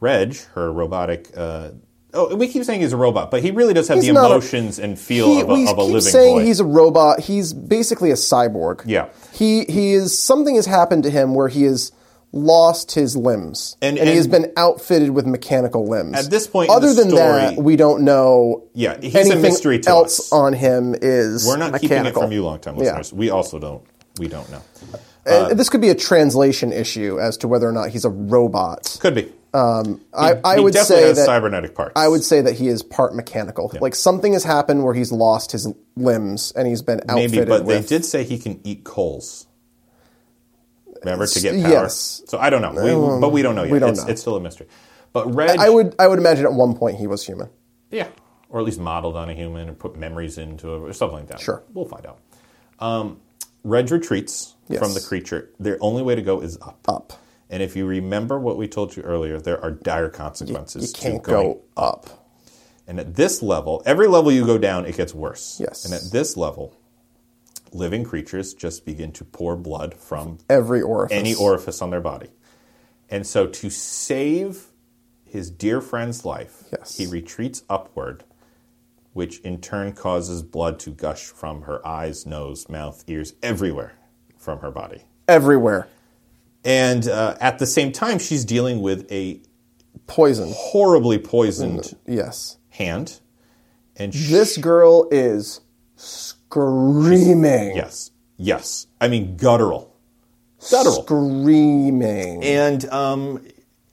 [SPEAKER 1] Reg, her robotic. Uh, oh, we keep saying he's a robot, but he really does have
[SPEAKER 4] He's
[SPEAKER 1] the
[SPEAKER 4] not a-
[SPEAKER 1] emotions and feel
[SPEAKER 4] He-
[SPEAKER 1] of a,
[SPEAKER 4] we
[SPEAKER 1] of a
[SPEAKER 4] keep
[SPEAKER 1] living
[SPEAKER 4] saying
[SPEAKER 1] boy.
[SPEAKER 4] he's a robot. He's basically a cyborg.
[SPEAKER 1] Yeah.
[SPEAKER 4] He he is something has happened to him where he has lost his limbs
[SPEAKER 1] And-
[SPEAKER 4] he has
[SPEAKER 1] and-
[SPEAKER 4] been outfitted with mechanical limbs.
[SPEAKER 1] At this point in
[SPEAKER 4] other
[SPEAKER 1] the
[SPEAKER 4] than that,
[SPEAKER 1] story-
[SPEAKER 4] we don't know.
[SPEAKER 1] Yeah, he's a
[SPEAKER 4] anything
[SPEAKER 1] mystery to
[SPEAKER 4] else
[SPEAKER 1] us.
[SPEAKER 4] on him is
[SPEAKER 1] We're not keeping it
[SPEAKER 4] mechanical.
[SPEAKER 1] from you, long time
[SPEAKER 4] Yeah.
[SPEAKER 1] listeners. Uh, We also don't. We don't know.
[SPEAKER 4] And this could be a translation issue as to whether or not he's a robot.
[SPEAKER 1] Could be.
[SPEAKER 4] I, Uh, I
[SPEAKER 1] he
[SPEAKER 4] would
[SPEAKER 1] definitely
[SPEAKER 4] say
[SPEAKER 1] has
[SPEAKER 4] that
[SPEAKER 1] cybernetic parts.
[SPEAKER 4] I would say that he is part mechanical. Like something has happened where he's lost his limbs and he's been outfitted
[SPEAKER 1] maybe, but
[SPEAKER 4] with.
[SPEAKER 1] they did say he can eat coals. Remember to get
[SPEAKER 4] S-
[SPEAKER 1] power.
[SPEAKER 4] yes.
[SPEAKER 1] So I don't know, we, but we don't know yet.
[SPEAKER 4] we don't
[SPEAKER 1] it's,
[SPEAKER 4] know.
[SPEAKER 1] it's still a mystery. But Reg,
[SPEAKER 4] I would I would imagine at one point he was human.
[SPEAKER 1] Yeah. Or at least modeled on a human and put memories into it or something like that.
[SPEAKER 4] Sure.
[SPEAKER 1] We'll find out. Um, Reg retreats
[SPEAKER 4] Yes.
[SPEAKER 1] from the creature. Their only way to go is up.
[SPEAKER 4] Up.
[SPEAKER 1] And if you remember what we told you earlier, there are dire consequences
[SPEAKER 4] You can't
[SPEAKER 1] to going.
[SPEAKER 4] go up.
[SPEAKER 1] And at this level, every level you go down, it gets worse.
[SPEAKER 4] Yes.
[SPEAKER 1] And at this level, living creatures just begin to pour blood from
[SPEAKER 4] Every orifice.
[SPEAKER 1] any orifice on their body. And so to save his dear friend's life,
[SPEAKER 4] Yes.
[SPEAKER 1] he retreats upward, which in turn causes blood to gush from her eyes, nose, mouth, ears, everywhere from her body.
[SPEAKER 4] everywhere.
[SPEAKER 1] And uh, at the same time, she's dealing with a
[SPEAKER 4] Poison.
[SPEAKER 1] horribly poisoned
[SPEAKER 4] Yes.
[SPEAKER 1] hand. And she,
[SPEAKER 4] Mm-hmm. This girl is screaming.
[SPEAKER 1] yes, yes, I mean guttural, guttural.
[SPEAKER 4] Screaming.
[SPEAKER 1] And um,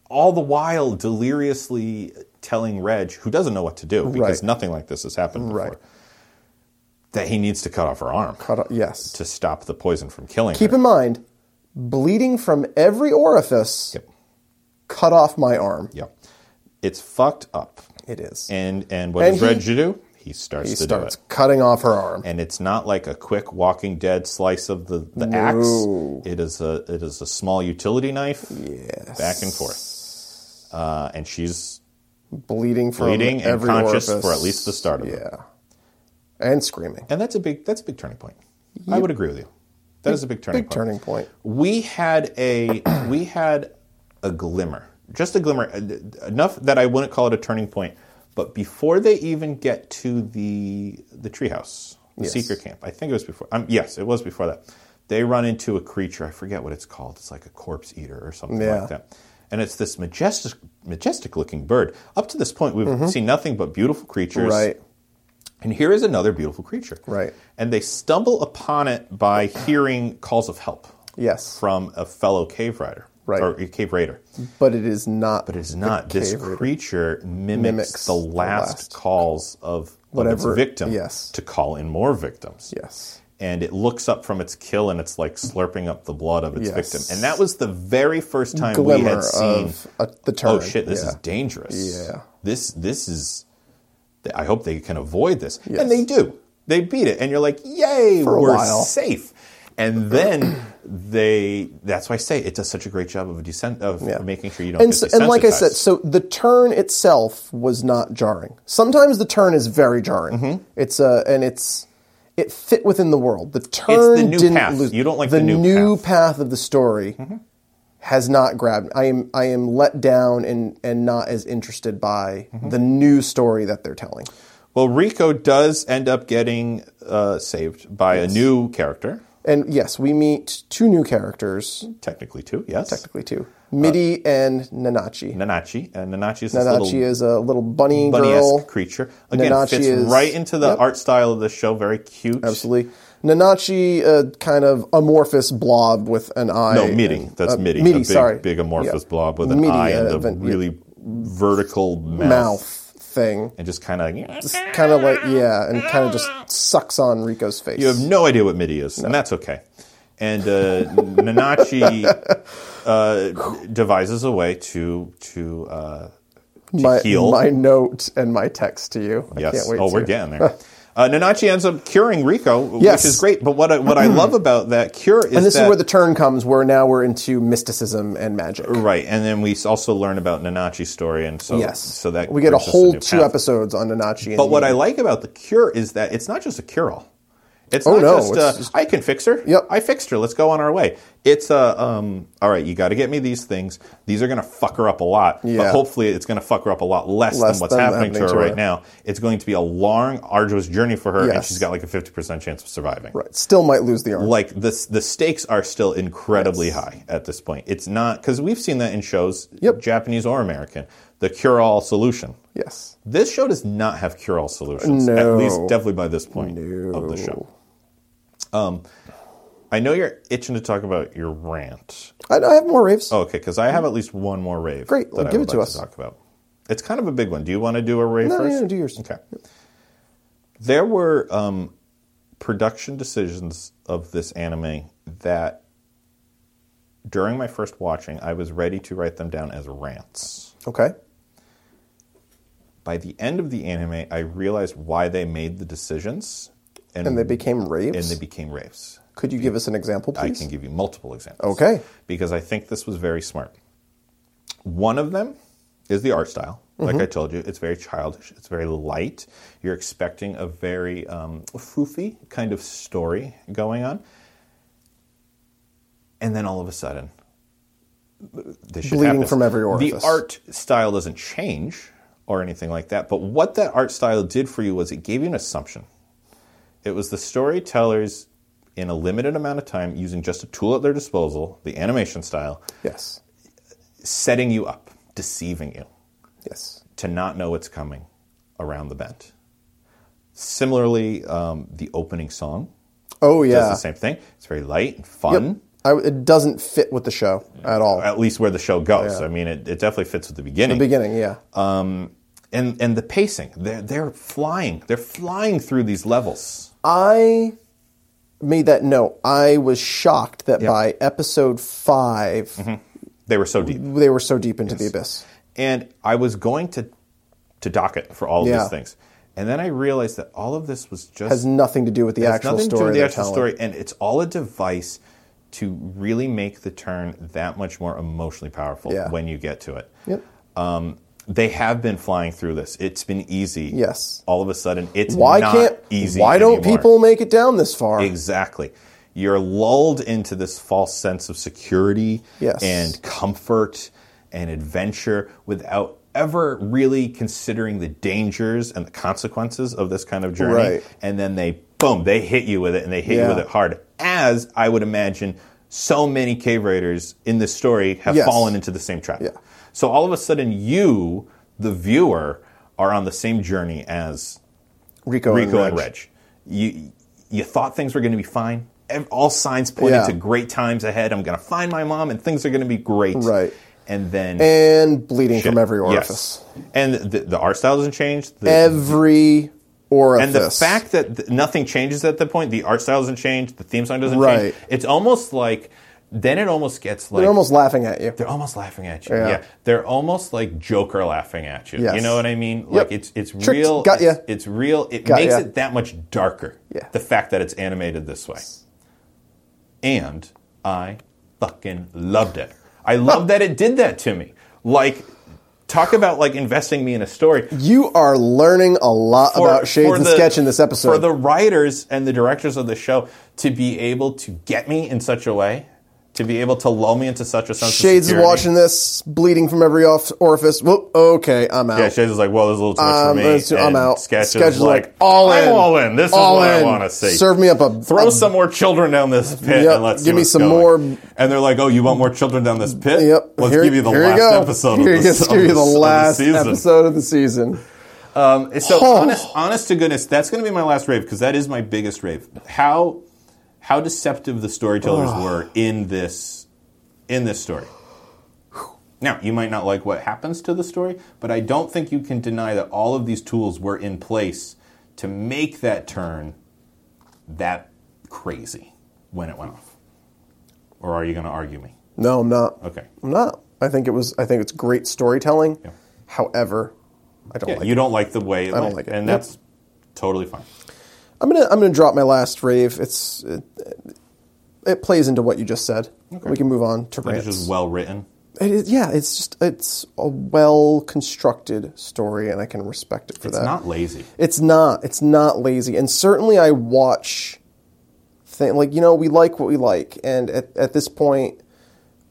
[SPEAKER 1] all the while, deliriously telling Reg, who doesn't know what to do because
[SPEAKER 4] Right.
[SPEAKER 1] nothing like this has happened before,
[SPEAKER 4] Right.
[SPEAKER 1] that he needs to cut off her arm
[SPEAKER 4] Cut off- yes.
[SPEAKER 1] to stop the poison from killing
[SPEAKER 4] Keep
[SPEAKER 1] her.
[SPEAKER 4] in mind, bleeding from every orifice
[SPEAKER 1] Yep.
[SPEAKER 4] cut off my arm.
[SPEAKER 1] Yep. It's fucked up.
[SPEAKER 4] It is.
[SPEAKER 1] And and what
[SPEAKER 4] And
[SPEAKER 1] does Reg
[SPEAKER 4] he-
[SPEAKER 1] do? He starts
[SPEAKER 4] he
[SPEAKER 1] to
[SPEAKER 4] starts
[SPEAKER 1] do it.
[SPEAKER 4] cutting off her arm.
[SPEAKER 1] And it's not like a quick Walking Dead slice of the, the axe. It is a it is a small utility knife. Yes. Back and forth. Uh, and she's
[SPEAKER 4] bleeding from
[SPEAKER 1] bleeding and
[SPEAKER 4] every
[SPEAKER 1] conscious
[SPEAKER 4] orifice.
[SPEAKER 1] for at least the start of it.
[SPEAKER 4] Yeah. And screaming.
[SPEAKER 1] And that's a big that's a big turning point. I would agree with you. That is a big turning
[SPEAKER 4] Big
[SPEAKER 1] point.
[SPEAKER 4] turning point.
[SPEAKER 1] We had a we had a glimmer, just a glimmer, uh, enough that I wouldn't call it a turning point. But before they even get to the the treehouse, the
[SPEAKER 4] Yes.
[SPEAKER 1] secret camp, I think it was before. Um, yes, it was before that. They run into a creature. I forget what it's called. It's like a corpse eater or something
[SPEAKER 4] Yeah.
[SPEAKER 1] like that. And it's this majestic, majestic looking bird. Up to this point, we've seen nothing but beautiful creatures.
[SPEAKER 4] Mm-hmm. Right.
[SPEAKER 1] And here is another beautiful creature.
[SPEAKER 4] Right.
[SPEAKER 1] And they stumble upon it by hearing calls of help
[SPEAKER 4] Yes.
[SPEAKER 1] from a fellow cave rider.
[SPEAKER 4] Right.
[SPEAKER 1] Or a cave raider.
[SPEAKER 4] But it is not.
[SPEAKER 1] But it is not. This
[SPEAKER 4] cave raider.
[SPEAKER 1] creature mimics,
[SPEAKER 4] Mimics
[SPEAKER 1] the
[SPEAKER 4] the
[SPEAKER 1] last,
[SPEAKER 4] last-
[SPEAKER 1] calls of, of
[SPEAKER 4] Whatever-
[SPEAKER 1] its victim
[SPEAKER 4] yes.
[SPEAKER 1] to call in more victims.
[SPEAKER 4] Yes.
[SPEAKER 1] And it looks up from its kill and it's like slurping up the blood of its
[SPEAKER 4] Yes.
[SPEAKER 1] victim. And that was the very first time we
[SPEAKER 4] Glimmer
[SPEAKER 1] had seen
[SPEAKER 4] of uh, the turn.
[SPEAKER 1] Oh shit! This
[SPEAKER 4] Yeah.
[SPEAKER 1] is dangerous.
[SPEAKER 4] Yeah.
[SPEAKER 1] This this is. I hope they can avoid this,
[SPEAKER 4] Yes.
[SPEAKER 1] and they do. They beat it, and you're like, yay,
[SPEAKER 4] a
[SPEAKER 1] we're
[SPEAKER 4] while.
[SPEAKER 1] safe. And then they. That's why I say it does such a great job of a descent of
[SPEAKER 4] Yeah.
[SPEAKER 1] making sure you don't.
[SPEAKER 4] And,
[SPEAKER 1] get
[SPEAKER 4] so, and like I said,
[SPEAKER 1] desensitized.
[SPEAKER 4] so the turn itself was not jarring. Sometimes the turn is very jarring.
[SPEAKER 1] Mm-hmm.
[SPEAKER 4] It's a and it's it fit within the world. The turn
[SPEAKER 1] new
[SPEAKER 4] didn't
[SPEAKER 1] path.
[SPEAKER 4] lose.
[SPEAKER 1] You don't like the new path. Mm-hmm.
[SPEAKER 4] of the story has not grabbed. me. I am I am let down and and not as interested by
[SPEAKER 1] Mm-hmm.
[SPEAKER 4] the new story that they're telling.
[SPEAKER 1] well, Rico does end up getting uh, saved by a new character,
[SPEAKER 4] And yes, we meet two new characters,
[SPEAKER 1] technically two. Yes,
[SPEAKER 4] technically two, Midi and Nanachi.
[SPEAKER 1] Nanachi, and Uh, Nanachi is this
[SPEAKER 4] Nanachi
[SPEAKER 1] little
[SPEAKER 4] is a little bunny
[SPEAKER 1] bunny-esque
[SPEAKER 4] girl.
[SPEAKER 1] creature. Again,
[SPEAKER 4] Nanachi
[SPEAKER 1] fits
[SPEAKER 4] is-
[SPEAKER 1] right into the
[SPEAKER 4] Yep.
[SPEAKER 1] art style of the show. Very cute.
[SPEAKER 4] Absolutely. Nanachi, a kind of amorphous blob with an eye.
[SPEAKER 1] No, MIDI.
[SPEAKER 4] and-
[SPEAKER 1] That's
[SPEAKER 4] uh,
[SPEAKER 1] MIDI.
[SPEAKER 4] MIDI,
[SPEAKER 1] a big,
[SPEAKER 4] sorry.
[SPEAKER 1] big amorphous
[SPEAKER 4] Yeah.
[SPEAKER 1] blob with an
[SPEAKER 4] MIDI,
[SPEAKER 1] eye and
[SPEAKER 4] uh,
[SPEAKER 1] a
[SPEAKER 4] but- yeah.
[SPEAKER 1] really vertical mouth.
[SPEAKER 4] mouth. thing.
[SPEAKER 1] and just kind of.
[SPEAKER 4] It's kind of like yeah, and kind of just sucks on Rico's face.
[SPEAKER 1] You have no idea what MIDI is, and that's okay. And uh, Nanachi uh, devises a way to to, uh, to
[SPEAKER 4] my,
[SPEAKER 1] heal.
[SPEAKER 4] my note and my text to you. I
[SPEAKER 1] yes.
[SPEAKER 4] can't wait
[SPEAKER 1] oh,
[SPEAKER 4] to-
[SPEAKER 1] we're getting there. Uh, Nanachi ends up curing Rico,
[SPEAKER 4] Yes.
[SPEAKER 1] which is great. But what I, what I love about that cure is
[SPEAKER 4] And this is
[SPEAKER 1] that-
[SPEAKER 4] where the turn comes, where now we're into mysticism and magic.
[SPEAKER 1] right, and then we also learn about Nanachi's story, and so
[SPEAKER 4] Yes.
[SPEAKER 1] so that
[SPEAKER 4] we get a
[SPEAKER 1] gives us
[SPEAKER 4] whole
[SPEAKER 1] new
[SPEAKER 4] two
[SPEAKER 1] path.
[SPEAKER 4] episodes on Nanachi. And
[SPEAKER 1] But what I
[SPEAKER 4] Yui.
[SPEAKER 1] like about the cure is that it's not just a cure all. It's
[SPEAKER 4] Oh,
[SPEAKER 1] not
[SPEAKER 4] no,
[SPEAKER 1] just,
[SPEAKER 4] it's
[SPEAKER 1] uh,
[SPEAKER 4] just-
[SPEAKER 1] I can fix her.
[SPEAKER 4] Yep.
[SPEAKER 1] I fixed her. Let's go on our way. It's a, um, all right, you got to get me these things. These are going to fuck her up a lot. But
[SPEAKER 4] Yeah.
[SPEAKER 1] hopefully it's going to fuck her up a lot less,
[SPEAKER 4] Less
[SPEAKER 1] than what's
[SPEAKER 4] than
[SPEAKER 1] happening, to her,
[SPEAKER 4] happening to her.
[SPEAKER 1] right now. It's going to be a long, arduous journey for her, and
[SPEAKER 4] Yes.
[SPEAKER 1] she's got like a 50% chance of surviving.
[SPEAKER 4] Right. still might lose the arm.
[SPEAKER 1] Like the, the stakes are still incredibly high at this point. It's not, because we've seen that in shows,
[SPEAKER 4] Yep.
[SPEAKER 1] Japanese or American, the cure all solution.
[SPEAKER 4] yes,
[SPEAKER 1] This show does not have cure all solutions. At
[SPEAKER 4] No.
[SPEAKER 1] least definitely by this point of the show. Um, I know you're itching to talk about your rant.
[SPEAKER 4] I, I have more raves.
[SPEAKER 1] Oh, okay, because I have at least one more rave.
[SPEAKER 4] Great,
[SPEAKER 1] that
[SPEAKER 4] well,
[SPEAKER 1] I
[SPEAKER 4] give
[SPEAKER 1] would
[SPEAKER 4] it to
[SPEAKER 1] like
[SPEAKER 4] us.
[SPEAKER 1] talk about. It's kind of a big one. Do you want to do a rave
[SPEAKER 4] No,
[SPEAKER 1] first?
[SPEAKER 4] yeah, do yours.
[SPEAKER 1] Okay. There were um, production decisions of this anime that during my first watching, I was ready to write them down as rants.
[SPEAKER 4] Okay.
[SPEAKER 1] by the end of the anime, I realized why they made the decisions,
[SPEAKER 4] And they became raves.
[SPEAKER 1] and they became raves.
[SPEAKER 4] Could you give us an example,
[SPEAKER 1] I
[SPEAKER 4] please?
[SPEAKER 1] can give you multiple examples.
[SPEAKER 4] Okay.
[SPEAKER 1] because I think this was very smart. One of them is the art style. Like
[SPEAKER 4] Mm-hmm.
[SPEAKER 1] I told you, it's very childish. It's very light. You're expecting a very um, foofy kind of story going on, and then all of a sudden, this shit
[SPEAKER 4] Bleeding
[SPEAKER 1] happens.
[SPEAKER 4] from every
[SPEAKER 1] The
[SPEAKER 4] orifice.
[SPEAKER 1] art style doesn't change or anything like that. But what that art style did for you was it gave you an assumption. It was the storytellers in a limited amount of time using just a tool at their disposal, the animation style,
[SPEAKER 4] Yes.
[SPEAKER 1] setting you up, deceiving you
[SPEAKER 4] Yes.
[SPEAKER 1] to not know what's coming around the bend. Similarly, um, the opening song
[SPEAKER 4] Oh yeah.
[SPEAKER 1] does the same thing. It's very light and fun.
[SPEAKER 4] I, it doesn't fit with the show at all.
[SPEAKER 1] At least where the show goes. I mean, it, it definitely fits with the beginning.
[SPEAKER 4] the beginning, yeah.
[SPEAKER 1] uh, and and the pacing they're they're flying they're flying through these levels
[SPEAKER 4] I made that note. I was shocked that by episode 5
[SPEAKER 1] they were so deep
[SPEAKER 4] they were so deep into the abyss.
[SPEAKER 1] and i was going to to dock it for all of
[SPEAKER 4] Yeah.
[SPEAKER 1] these things and then i realized that all of this was just
[SPEAKER 4] Has nothing to do with the
[SPEAKER 1] has
[SPEAKER 4] actual
[SPEAKER 1] nothing to do
[SPEAKER 4] story.
[SPEAKER 1] with the
[SPEAKER 4] they're
[SPEAKER 1] actual
[SPEAKER 4] telling.
[SPEAKER 1] story and it's all a device to really make the turn that much more emotionally powerful
[SPEAKER 4] Yeah.
[SPEAKER 1] when you get to it
[SPEAKER 4] Yep.
[SPEAKER 1] they have been flying through this it's been easy
[SPEAKER 4] Yes.
[SPEAKER 1] all of a sudden it's
[SPEAKER 4] Why
[SPEAKER 1] not
[SPEAKER 4] can't?
[SPEAKER 1] easy
[SPEAKER 4] why don't
[SPEAKER 1] anymore.
[SPEAKER 4] people make it down this far?
[SPEAKER 1] Exactly. You're lulled into this false sense of security
[SPEAKER 4] Yes.
[SPEAKER 1] and comfort and adventure without ever really considering the dangers and the consequences of this kind of journey.
[SPEAKER 4] Right.
[SPEAKER 1] And then they, boom, they hit you with it and they hit you
[SPEAKER 4] Yeah.
[SPEAKER 1] with it hard. As I would imagine, so many cave raiders in this story have
[SPEAKER 4] Yes.
[SPEAKER 1] fallen into the same trap.
[SPEAKER 4] Yeah.
[SPEAKER 1] So all of a sudden, you, the viewer, are on the same journey as
[SPEAKER 4] Rico,
[SPEAKER 1] Rico
[SPEAKER 4] and
[SPEAKER 1] and
[SPEAKER 4] Reg.
[SPEAKER 1] Reg. You you thought things were going to be fine. Ev- All signs pointed
[SPEAKER 4] Yeah.
[SPEAKER 1] to great times ahead. I'm going to find my mom, and things are going to be great.
[SPEAKER 4] Right.
[SPEAKER 1] And then
[SPEAKER 4] and bleeding
[SPEAKER 1] shit.
[SPEAKER 4] from every
[SPEAKER 1] Yes.
[SPEAKER 4] orifice.
[SPEAKER 1] And the, the art style doesn't change. The,
[SPEAKER 4] Every orifice.
[SPEAKER 1] and the fact that th- nothing changes at that point, the art style doesn't change, the theme song doesn't
[SPEAKER 4] Right.
[SPEAKER 1] change. It's almost like then it almost gets like
[SPEAKER 4] they're almost laughing at you.
[SPEAKER 1] they're almost laughing at you. Yeah.
[SPEAKER 4] Yeah.
[SPEAKER 1] They're almost like Joker laughing at you.
[SPEAKER 4] Yes.
[SPEAKER 1] You know what I mean? Like it's it's
[SPEAKER 4] Tricked.
[SPEAKER 1] real.
[SPEAKER 4] Got
[SPEAKER 1] it's,
[SPEAKER 4] ya.
[SPEAKER 1] it's real. It
[SPEAKER 4] Got
[SPEAKER 1] makes
[SPEAKER 4] ya.
[SPEAKER 1] it that much darker.
[SPEAKER 4] Yeah.
[SPEAKER 1] The fact that it's animated this way. And I fucking loved it. I love that it did that to me. Like talk about like investing me in a story.
[SPEAKER 4] You are learning a lot
[SPEAKER 1] For-
[SPEAKER 4] about shades
[SPEAKER 1] for
[SPEAKER 4] and
[SPEAKER 1] the-
[SPEAKER 4] sketch in this episode.
[SPEAKER 1] For the writers and the directors of the show to be able to get me in such a way, to be able to lull me into such a sense
[SPEAKER 4] Shades
[SPEAKER 1] of
[SPEAKER 4] is
[SPEAKER 1] security.
[SPEAKER 4] watching this, bleeding from every off- orifice. Whoop, okay, I'm out.
[SPEAKER 1] Yeah, Shays is like, well, there's a little too much
[SPEAKER 4] Um,
[SPEAKER 1] for me.
[SPEAKER 4] let's do- I'm
[SPEAKER 1] and
[SPEAKER 4] out.
[SPEAKER 1] Sketch,
[SPEAKER 4] Sketch
[SPEAKER 1] is like,
[SPEAKER 4] all in.
[SPEAKER 1] I'm all in. This
[SPEAKER 4] All
[SPEAKER 1] is what I
[SPEAKER 4] in.
[SPEAKER 1] want to see.
[SPEAKER 4] Serve me up a
[SPEAKER 1] Throw
[SPEAKER 4] a-
[SPEAKER 1] some more children down this pit
[SPEAKER 4] Yep,
[SPEAKER 1] and let's see
[SPEAKER 4] give me
[SPEAKER 1] what's
[SPEAKER 4] some
[SPEAKER 1] going.
[SPEAKER 4] more-
[SPEAKER 1] And they're like, oh, you want more children down this pit?
[SPEAKER 4] Yep.
[SPEAKER 1] Let's
[SPEAKER 4] here-
[SPEAKER 1] give you the
[SPEAKER 4] here
[SPEAKER 1] last
[SPEAKER 4] go.
[SPEAKER 1] episode
[SPEAKER 4] Here
[SPEAKER 1] of
[SPEAKER 4] you
[SPEAKER 1] the,
[SPEAKER 4] go.
[SPEAKER 1] of
[SPEAKER 4] Give you
[SPEAKER 1] the-
[SPEAKER 4] the
[SPEAKER 1] of the
[SPEAKER 4] last
[SPEAKER 1] season.
[SPEAKER 4] episode of the season.
[SPEAKER 1] So
[SPEAKER 4] Oh.
[SPEAKER 1] honest, honest to goodness, that's going to be my last rave because that is my biggest rave. How how deceptive the storytellers were in this in this story. Now, you might not like what happens to the story, but I don't think you can deny that all of these tools were in place to make that turn that crazy when it went off. Or are you going to argue me?
[SPEAKER 4] No, I'm not.
[SPEAKER 1] Okay.
[SPEAKER 4] I'm not. I think it was. I think it's great storytelling.
[SPEAKER 1] Yeah.
[SPEAKER 4] However, I don't
[SPEAKER 1] Yeah,
[SPEAKER 4] like.
[SPEAKER 1] you don't like the way it
[SPEAKER 4] I don't
[SPEAKER 1] went,
[SPEAKER 4] like it.
[SPEAKER 1] And
[SPEAKER 4] Yep.
[SPEAKER 1] that's totally fine.
[SPEAKER 4] I'm gonna I'm gonna drop my last rave. It's it, it plays into what you just said. We can move on to
[SPEAKER 1] Like
[SPEAKER 4] rants.
[SPEAKER 1] It's just well written.
[SPEAKER 4] It is- yeah, it's just it's a well constructed story, and I can respect it for
[SPEAKER 1] It's
[SPEAKER 4] that.
[SPEAKER 1] not lazy.
[SPEAKER 4] It's not. It's not lazy, and certainly I watch. Thing like you know we like what we like, and at at this point,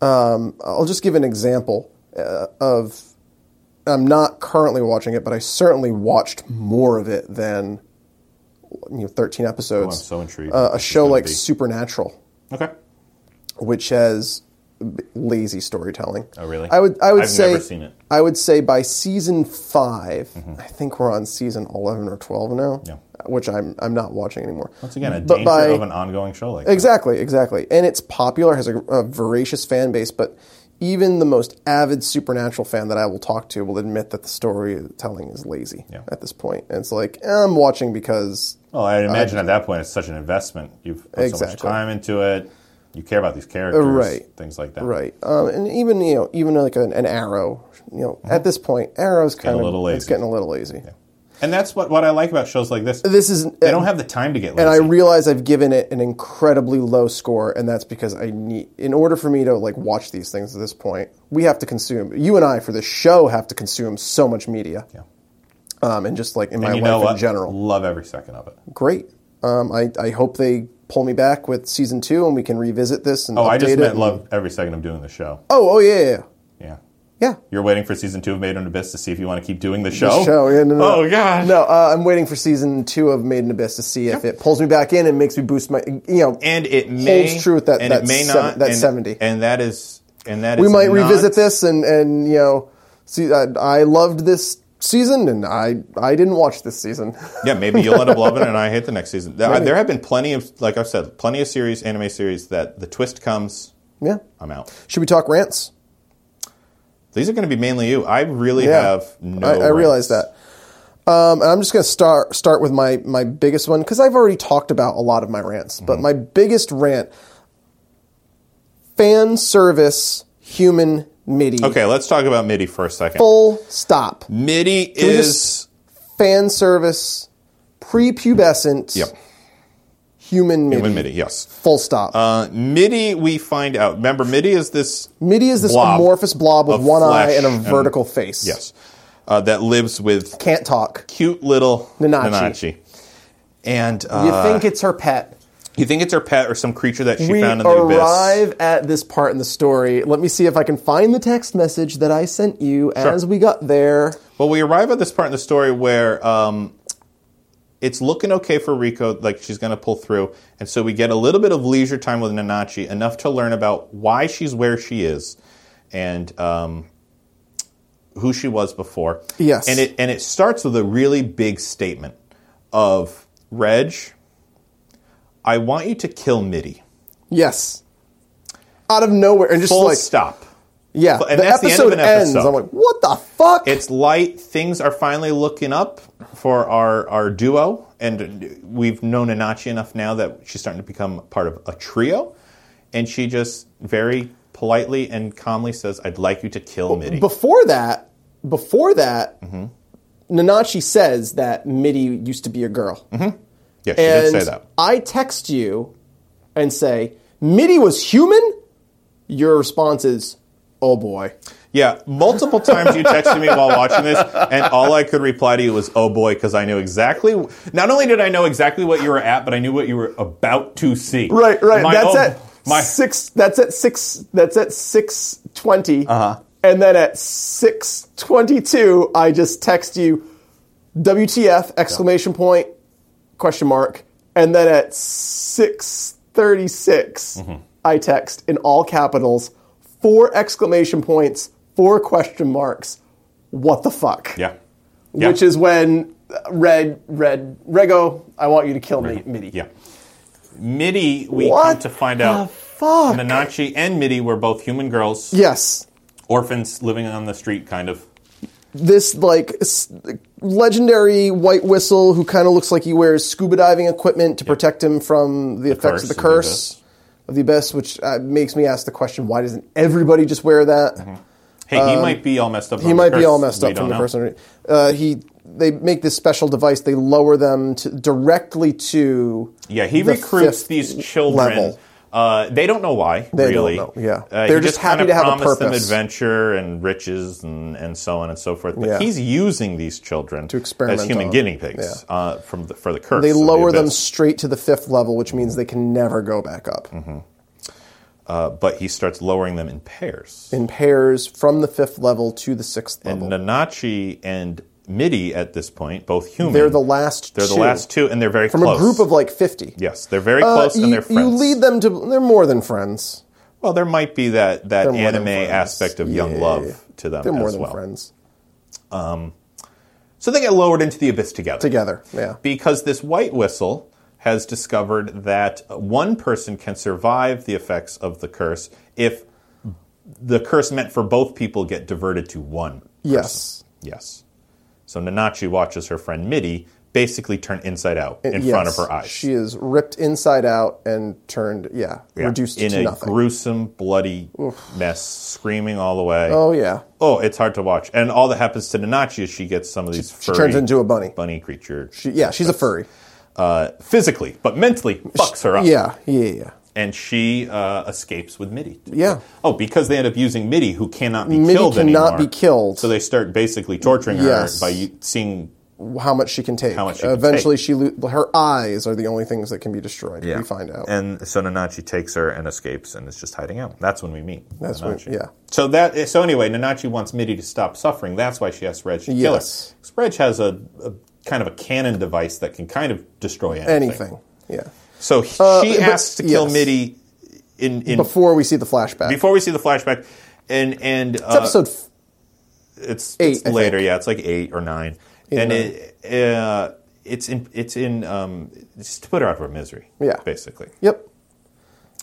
[SPEAKER 4] um, I'll just give an example uh, of. I'm not currently watching it, but I certainly watched more of it than you know 13 episodes.
[SPEAKER 1] Oh, I'm so intrigued
[SPEAKER 4] Uh,
[SPEAKER 1] what
[SPEAKER 4] a
[SPEAKER 1] this is
[SPEAKER 4] show
[SPEAKER 1] gonna
[SPEAKER 4] like
[SPEAKER 1] be.
[SPEAKER 4] Supernatural
[SPEAKER 1] Okay.
[SPEAKER 4] which has b- lazy storytelling.
[SPEAKER 1] Oh, really?
[SPEAKER 4] I would I would
[SPEAKER 1] I've
[SPEAKER 4] say
[SPEAKER 1] never seen it. Mm-hmm.
[SPEAKER 4] I would say by season 5 I think we're on season eleven or twelve now.
[SPEAKER 1] Yeah.
[SPEAKER 4] Which I'm I'm not watching anymore.
[SPEAKER 1] Once again, a
[SPEAKER 4] But
[SPEAKER 1] danger
[SPEAKER 4] by-
[SPEAKER 1] of an ongoing show like that.
[SPEAKER 4] Exactly, exactly. And it's popular, has a, a voracious fan base, but even the most avid supernatural fan that I will talk to will admit that the storytelling is lazy
[SPEAKER 1] Yeah.
[SPEAKER 4] at this point. And it's like, eh, I'm watching because
[SPEAKER 1] Well, I imagine at that point it's such an investment. You've put so much
[SPEAKER 4] Exactly.
[SPEAKER 1] time into it. You care about these characters,
[SPEAKER 4] right.
[SPEAKER 1] Things like that.
[SPEAKER 4] Right, um, and even you know, even like an, an arrow, you know, at this point, arrows
[SPEAKER 1] Mm-hmm.
[SPEAKER 4] kind
[SPEAKER 1] a
[SPEAKER 4] of
[SPEAKER 1] little
[SPEAKER 4] it's
[SPEAKER 1] lazy.
[SPEAKER 4] getting a little lazy.
[SPEAKER 1] And that's what, what I like about shows like this.
[SPEAKER 4] This is
[SPEAKER 1] They don't have the time to get lazy.
[SPEAKER 4] and I realize I've given it an incredibly low score, and that's because I need in order for me to like watch these things at this point, we have to consume. You and I for this show have to consume so much media,
[SPEAKER 1] yeah.
[SPEAKER 4] um, and just like in my
[SPEAKER 1] And you know
[SPEAKER 4] life in
[SPEAKER 1] what?
[SPEAKER 4] general,
[SPEAKER 1] Love every second of it.
[SPEAKER 4] great. Um, I I hope they pull me back with season two, and we can revisit this and
[SPEAKER 1] Oh,
[SPEAKER 4] update
[SPEAKER 1] I just
[SPEAKER 4] it
[SPEAKER 1] meant
[SPEAKER 4] and-
[SPEAKER 1] love every second of doing the show.
[SPEAKER 4] Oh, oh yeah, yeah, yeah.
[SPEAKER 1] Yeah.
[SPEAKER 4] yeah.
[SPEAKER 1] You're waiting for season two of Made in Abyss to see if you want to keep doing the
[SPEAKER 4] The
[SPEAKER 1] show.
[SPEAKER 4] show, yeah, no, no,
[SPEAKER 1] Oh god.
[SPEAKER 4] No, uh, I'm waiting for season two of Made in Abyss to see if it pulls me back in and makes me boost my, you know,
[SPEAKER 1] And it may
[SPEAKER 4] Holds true with that-
[SPEAKER 1] And
[SPEAKER 4] that
[SPEAKER 1] it may
[SPEAKER 4] seven-
[SPEAKER 1] not.
[SPEAKER 4] that
[SPEAKER 1] and,
[SPEAKER 4] 70.
[SPEAKER 1] And that is. And that is.
[SPEAKER 4] we might
[SPEAKER 1] not-
[SPEAKER 4] revisit this and and you know, see, I, I loved this season and I I didn't watch this season.
[SPEAKER 1] Yeah, maybe you'll end up loving it, and I hate the next season. There, there have been plenty of, like I've said, plenty of series, anime series that the twist comes,
[SPEAKER 4] yeah,
[SPEAKER 1] I'm out.
[SPEAKER 4] should we talk rants?
[SPEAKER 1] These are going to be mainly you. I really
[SPEAKER 4] Yeah.
[SPEAKER 1] have no.
[SPEAKER 4] I, I realize
[SPEAKER 1] rights.
[SPEAKER 4] that. Um, and I'm just going to start start with my my biggest one because I've already talked about a lot of my rants,
[SPEAKER 1] Mm-hmm.
[SPEAKER 4] but my biggest rant: fan service, human MIDI.
[SPEAKER 1] Okay, let's talk about MIDI for a second.
[SPEAKER 4] Full stop.
[SPEAKER 1] MIDI
[SPEAKER 4] we
[SPEAKER 1] is
[SPEAKER 4] just- fan service, prepubescent,
[SPEAKER 1] Yep.
[SPEAKER 4] human MIDI.
[SPEAKER 1] human MIDI. Yes,
[SPEAKER 4] Full stop.
[SPEAKER 1] uh, MIDI. We find out. Remember, MIDI is this.
[SPEAKER 4] MIDI is this
[SPEAKER 1] blob
[SPEAKER 4] amorphous blob with
[SPEAKER 1] of
[SPEAKER 4] one eye
[SPEAKER 1] flesh
[SPEAKER 4] and
[SPEAKER 1] and-
[SPEAKER 4] a vertical face.
[SPEAKER 1] Yes, uh, that lives with
[SPEAKER 4] Can't talk.
[SPEAKER 1] cute little
[SPEAKER 4] Nanachi.
[SPEAKER 1] Nanachi. And uh,
[SPEAKER 4] You think it's her pet.
[SPEAKER 1] you think it's her pet or some creature that she
[SPEAKER 4] we
[SPEAKER 1] found in the abyss?
[SPEAKER 4] arrive at this part in the story. Let me see if I can find the text message that I sent you as we got there.
[SPEAKER 1] Well, we arrive at this part in the story where um, it's looking okay for Rico, like she's going to pull through. And so we get a little bit of leisure time with Nanachi, enough to learn about why she's where she is and um, who she was before.
[SPEAKER 4] Yes.
[SPEAKER 1] And it, and it starts with a really big statement of Reg, I want you to kill Mitty.
[SPEAKER 4] Yes. Out of nowhere. And just
[SPEAKER 1] Full
[SPEAKER 4] like,
[SPEAKER 1] stop.
[SPEAKER 4] yeah.
[SPEAKER 1] And that's the end of an
[SPEAKER 4] ends.
[SPEAKER 1] episode.
[SPEAKER 4] I'm like, what the fuck?
[SPEAKER 1] It's light. Things are finally looking up for our, our duo, and we've known Anachi enough now that she's starting to become part of a trio. And she just very politely and calmly says, "I'd like you to
[SPEAKER 4] Oh,
[SPEAKER 1] kill Mitty."
[SPEAKER 4] before that, before that,
[SPEAKER 1] Mm-hmm.
[SPEAKER 4] Nanachi says that Mitty used to be a girl.
[SPEAKER 1] Yeah, she
[SPEAKER 4] And
[SPEAKER 1] Mm-hmm. did say that.
[SPEAKER 4] I text you and say, Mitty was human? Your response is, oh boy.
[SPEAKER 1] Yeah, multiple times you texted me while watching this, and all I could reply to you was, "Oh boy," because I knew exactly. Not only did I know exactly what you were at, but I knew what you were about to see.
[SPEAKER 4] Right, right.
[SPEAKER 1] My
[SPEAKER 4] that's
[SPEAKER 1] oh-
[SPEAKER 4] at
[SPEAKER 1] my
[SPEAKER 4] six that's at six that's at six Uh-huh. And then at six twenty two I just text you WTF exclamation point question mark. And then at six I text in all capitals four exclamation points, four question marks, what the fuck?
[SPEAKER 1] yeah, Yeah.
[SPEAKER 4] Which is when uh, Red Red Rego, I want you to kill me, Mitty.
[SPEAKER 1] Yeah. Mitty, we
[SPEAKER 4] What
[SPEAKER 1] come to find out
[SPEAKER 4] the fuck?
[SPEAKER 1] Nanachi and Mitty were both human girls
[SPEAKER 4] Yes.
[SPEAKER 1] orphans living on the street, kind of.
[SPEAKER 4] this like s- legendary white whistle who kind of looks like he wears scuba diving equipment to protect him from the, effects
[SPEAKER 1] curse
[SPEAKER 4] of the
[SPEAKER 1] of the
[SPEAKER 4] curse of the abyss, which uh, makes me ask the question: Why doesn't everybody just wear that?
[SPEAKER 1] Hey, he might be all messed up.
[SPEAKER 4] Um, He
[SPEAKER 1] from Mm-hmm. the
[SPEAKER 4] might be
[SPEAKER 1] curse.
[SPEAKER 4] all messed
[SPEAKER 1] We
[SPEAKER 4] up from
[SPEAKER 1] don't
[SPEAKER 4] the
[SPEAKER 1] know.
[SPEAKER 4] person. Uh, he they make this special device. They lower them to, directly to
[SPEAKER 1] Yeah, he
[SPEAKER 4] the
[SPEAKER 1] recruits
[SPEAKER 4] fifth
[SPEAKER 1] these children.
[SPEAKER 4] level.
[SPEAKER 1] Uh, they don't know why,
[SPEAKER 4] They don't
[SPEAKER 1] really.
[SPEAKER 4] know, yeah.
[SPEAKER 1] Uh,
[SPEAKER 4] They're
[SPEAKER 1] he
[SPEAKER 4] just happy
[SPEAKER 1] kinda
[SPEAKER 4] to have a
[SPEAKER 1] promised them
[SPEAKER 4] purpose.
[SPEAKER 1] adventure and riches and, and so on and so forth. But
[SPEAKER 4] Yeah.
[SPEAKER 1] he's using these children to
[SPEAKER 4] experiment
[SPEAKER 1] as human
[SPEAKER 4] on.
[SPEAKER 1] guinea pigs
[SPEAKER 4] Yeah.
[SPEAKER 1] uh, from the, for the curse.
[SPEAKER 4] They
[SPEAKER 1] of the
[SPEAKER 4] lower them
[SPEAKER 1] abyss.
[SPEAKER 4] straight to the fifth level, which means they can never go back up
[SPEAKER 1] Mm-hmm. Uh, but he starts lowering them in pairs.
[SPEAKER 4] in pairs from the fifth level to the sixth level.
[SPEAKER 1] And Nanachi and Midi at this point, both human,
[SPEAKER 4] They're the last.
[SPEAKER 1] They're
[SPEAKER 4] two.
[SPEAKER 1] the last two, and they're very
[SPEAKER 4] from
[SPEAKER 1] close.
[SPEAKER 4] a group of like fifty.
[SPEAKER 1] yes, they're very
[SPEAKER 4] Uh,
[SPEAKER 1] close,
[SPEAKER 4] you-
[SPEAKER 1] and they're friends.
[SPEAKER 4] You lead them to. They're more than friends.
[SPEAKER 1] well, there might be that that
[SPEAKER 4] They're more than
[SPEAKER 1] anime
[SPEAKER 4] friends.
[SPEAKER 1] aspect of young
[SPEAKER 4] Yeah.
[SPEAKER 1] love to them
[SPEAKER 4] They're more
[SPEAKER 1] as
[SPEAKER 4] than
[SPEAKER 1] well.
[SPEAKER 4] friends
[SPEAKER 1] So they get lowered into the abyss together.
[SPEAKER 4] together. Yeah.
[SPEAKER 1] Because this white whistle has discovered that one person can survive the effects of the curse if the curse meant for both people get diverted to one.
[SPEAKER 4] Yes.
[SPEAKER 1] Yes. So Nanachi watches her friend Midi basically turn inside out in front of
[SPEAKER 4] Yes.
[SPEAKER 1] her eyes.
[SPEAKER 4] She is ripped inside out and turned. Yeah.
[SPEAKER 1] Yeah.
[SPEAKER 4] Reduced
[SPEAKER 1] in
[SPEAKER 4] to
[SPEAKER 1] a
[SPEAKER 4] nothing.
[SPEAKER 1] gruesome, bloody mess, screaming all the way.
[SPEAKER 4] oh yeah.
[SPEAKER 1] Oh, it's hard to watch. And all that happens to Nanachi is she gets some of these
[SPEAKER 4] She
[SPEAKER 1] furry
[SPEAKER 4] turns into a bunny.
[SPEAKER 1] bunny creature.
[SPEAKER 4] She, yeah. She's a furry.
[SPEAKER 1] uh, physically, but mentally fucks her up.
[SPEAKER 4] Yeah. Yeah. Yeah.
[SPEAKER 1] And she uh, escapes with Midi.
[SPEAKER 4] Yeah.
[SPEAKER 1] Oh, because they end up using Midi, who cannot be
[SPEAKER 4] Midi
[SPEAKER 1] killed
[SPEAKER 4] cannot
[SPEAKER 1] anymore.
[SPEAKER 4] be killed.
[SPEAKER 1] So they start basically torturing
[SPEAKER 4] Yes.
[SPEAKER 1] her by u- seeing.
[SPEAKER 4] How much she can take.
[SPEAKER 1] How much she can
[SPEAKER 4] Eventually,
[SPEAKER 1] take.
[SPEAKER 4] she lo- her eyes are the only things that can be destroyed. We find out.
[SPEAKER 1] And so Nanachi takes her and escapes and is just hiding out. That's when we meet.
[SPEAKER 4] That's when-
[SPEAKER 1] Nanachi.
[SPEAKER 4] yeah.
[SPEAKER 1] So that. So anyway, Nanachi wants Midi to stop suffering. That's why she asks Reg to kill her.
[SPEAKER 4] Yes.
[SPEAKER 1] Reg has a, a kind of a cannon device that can kind of destroy anything.
[SPEAKER 4] Anything. Yeah.
[SPEAKER 1] So he-
[SPEAKER 4] Uh,
[SPEAKER 1] she
[SPEAKER 4] but-
[SPEAKER 1] asks to kill
[SPEAKER 4] yes.
[SPEAKER 1] Midi in, in
[SPEAKER 4] Before we see the flashback.
[SPEAKER 1] before we see the flashback, and and
[SPEAKER 4] it's
[SPEAKER 1] uh,
[SPEAKER 4] episode. f-
[SPEAKER 1] it's,
[SPEAKER 4] eight,
[SPEAKER 1] it's
[SPEAKER 4] I
[SPEAKER 1] later, yeah, it's like eight or nine, and it uh, it's in it's in um, just to put her out of her misery,
[SPEAKER 4] Yeah.
[SPEAKER 1] basically.
[SPEAKER 4] Yep.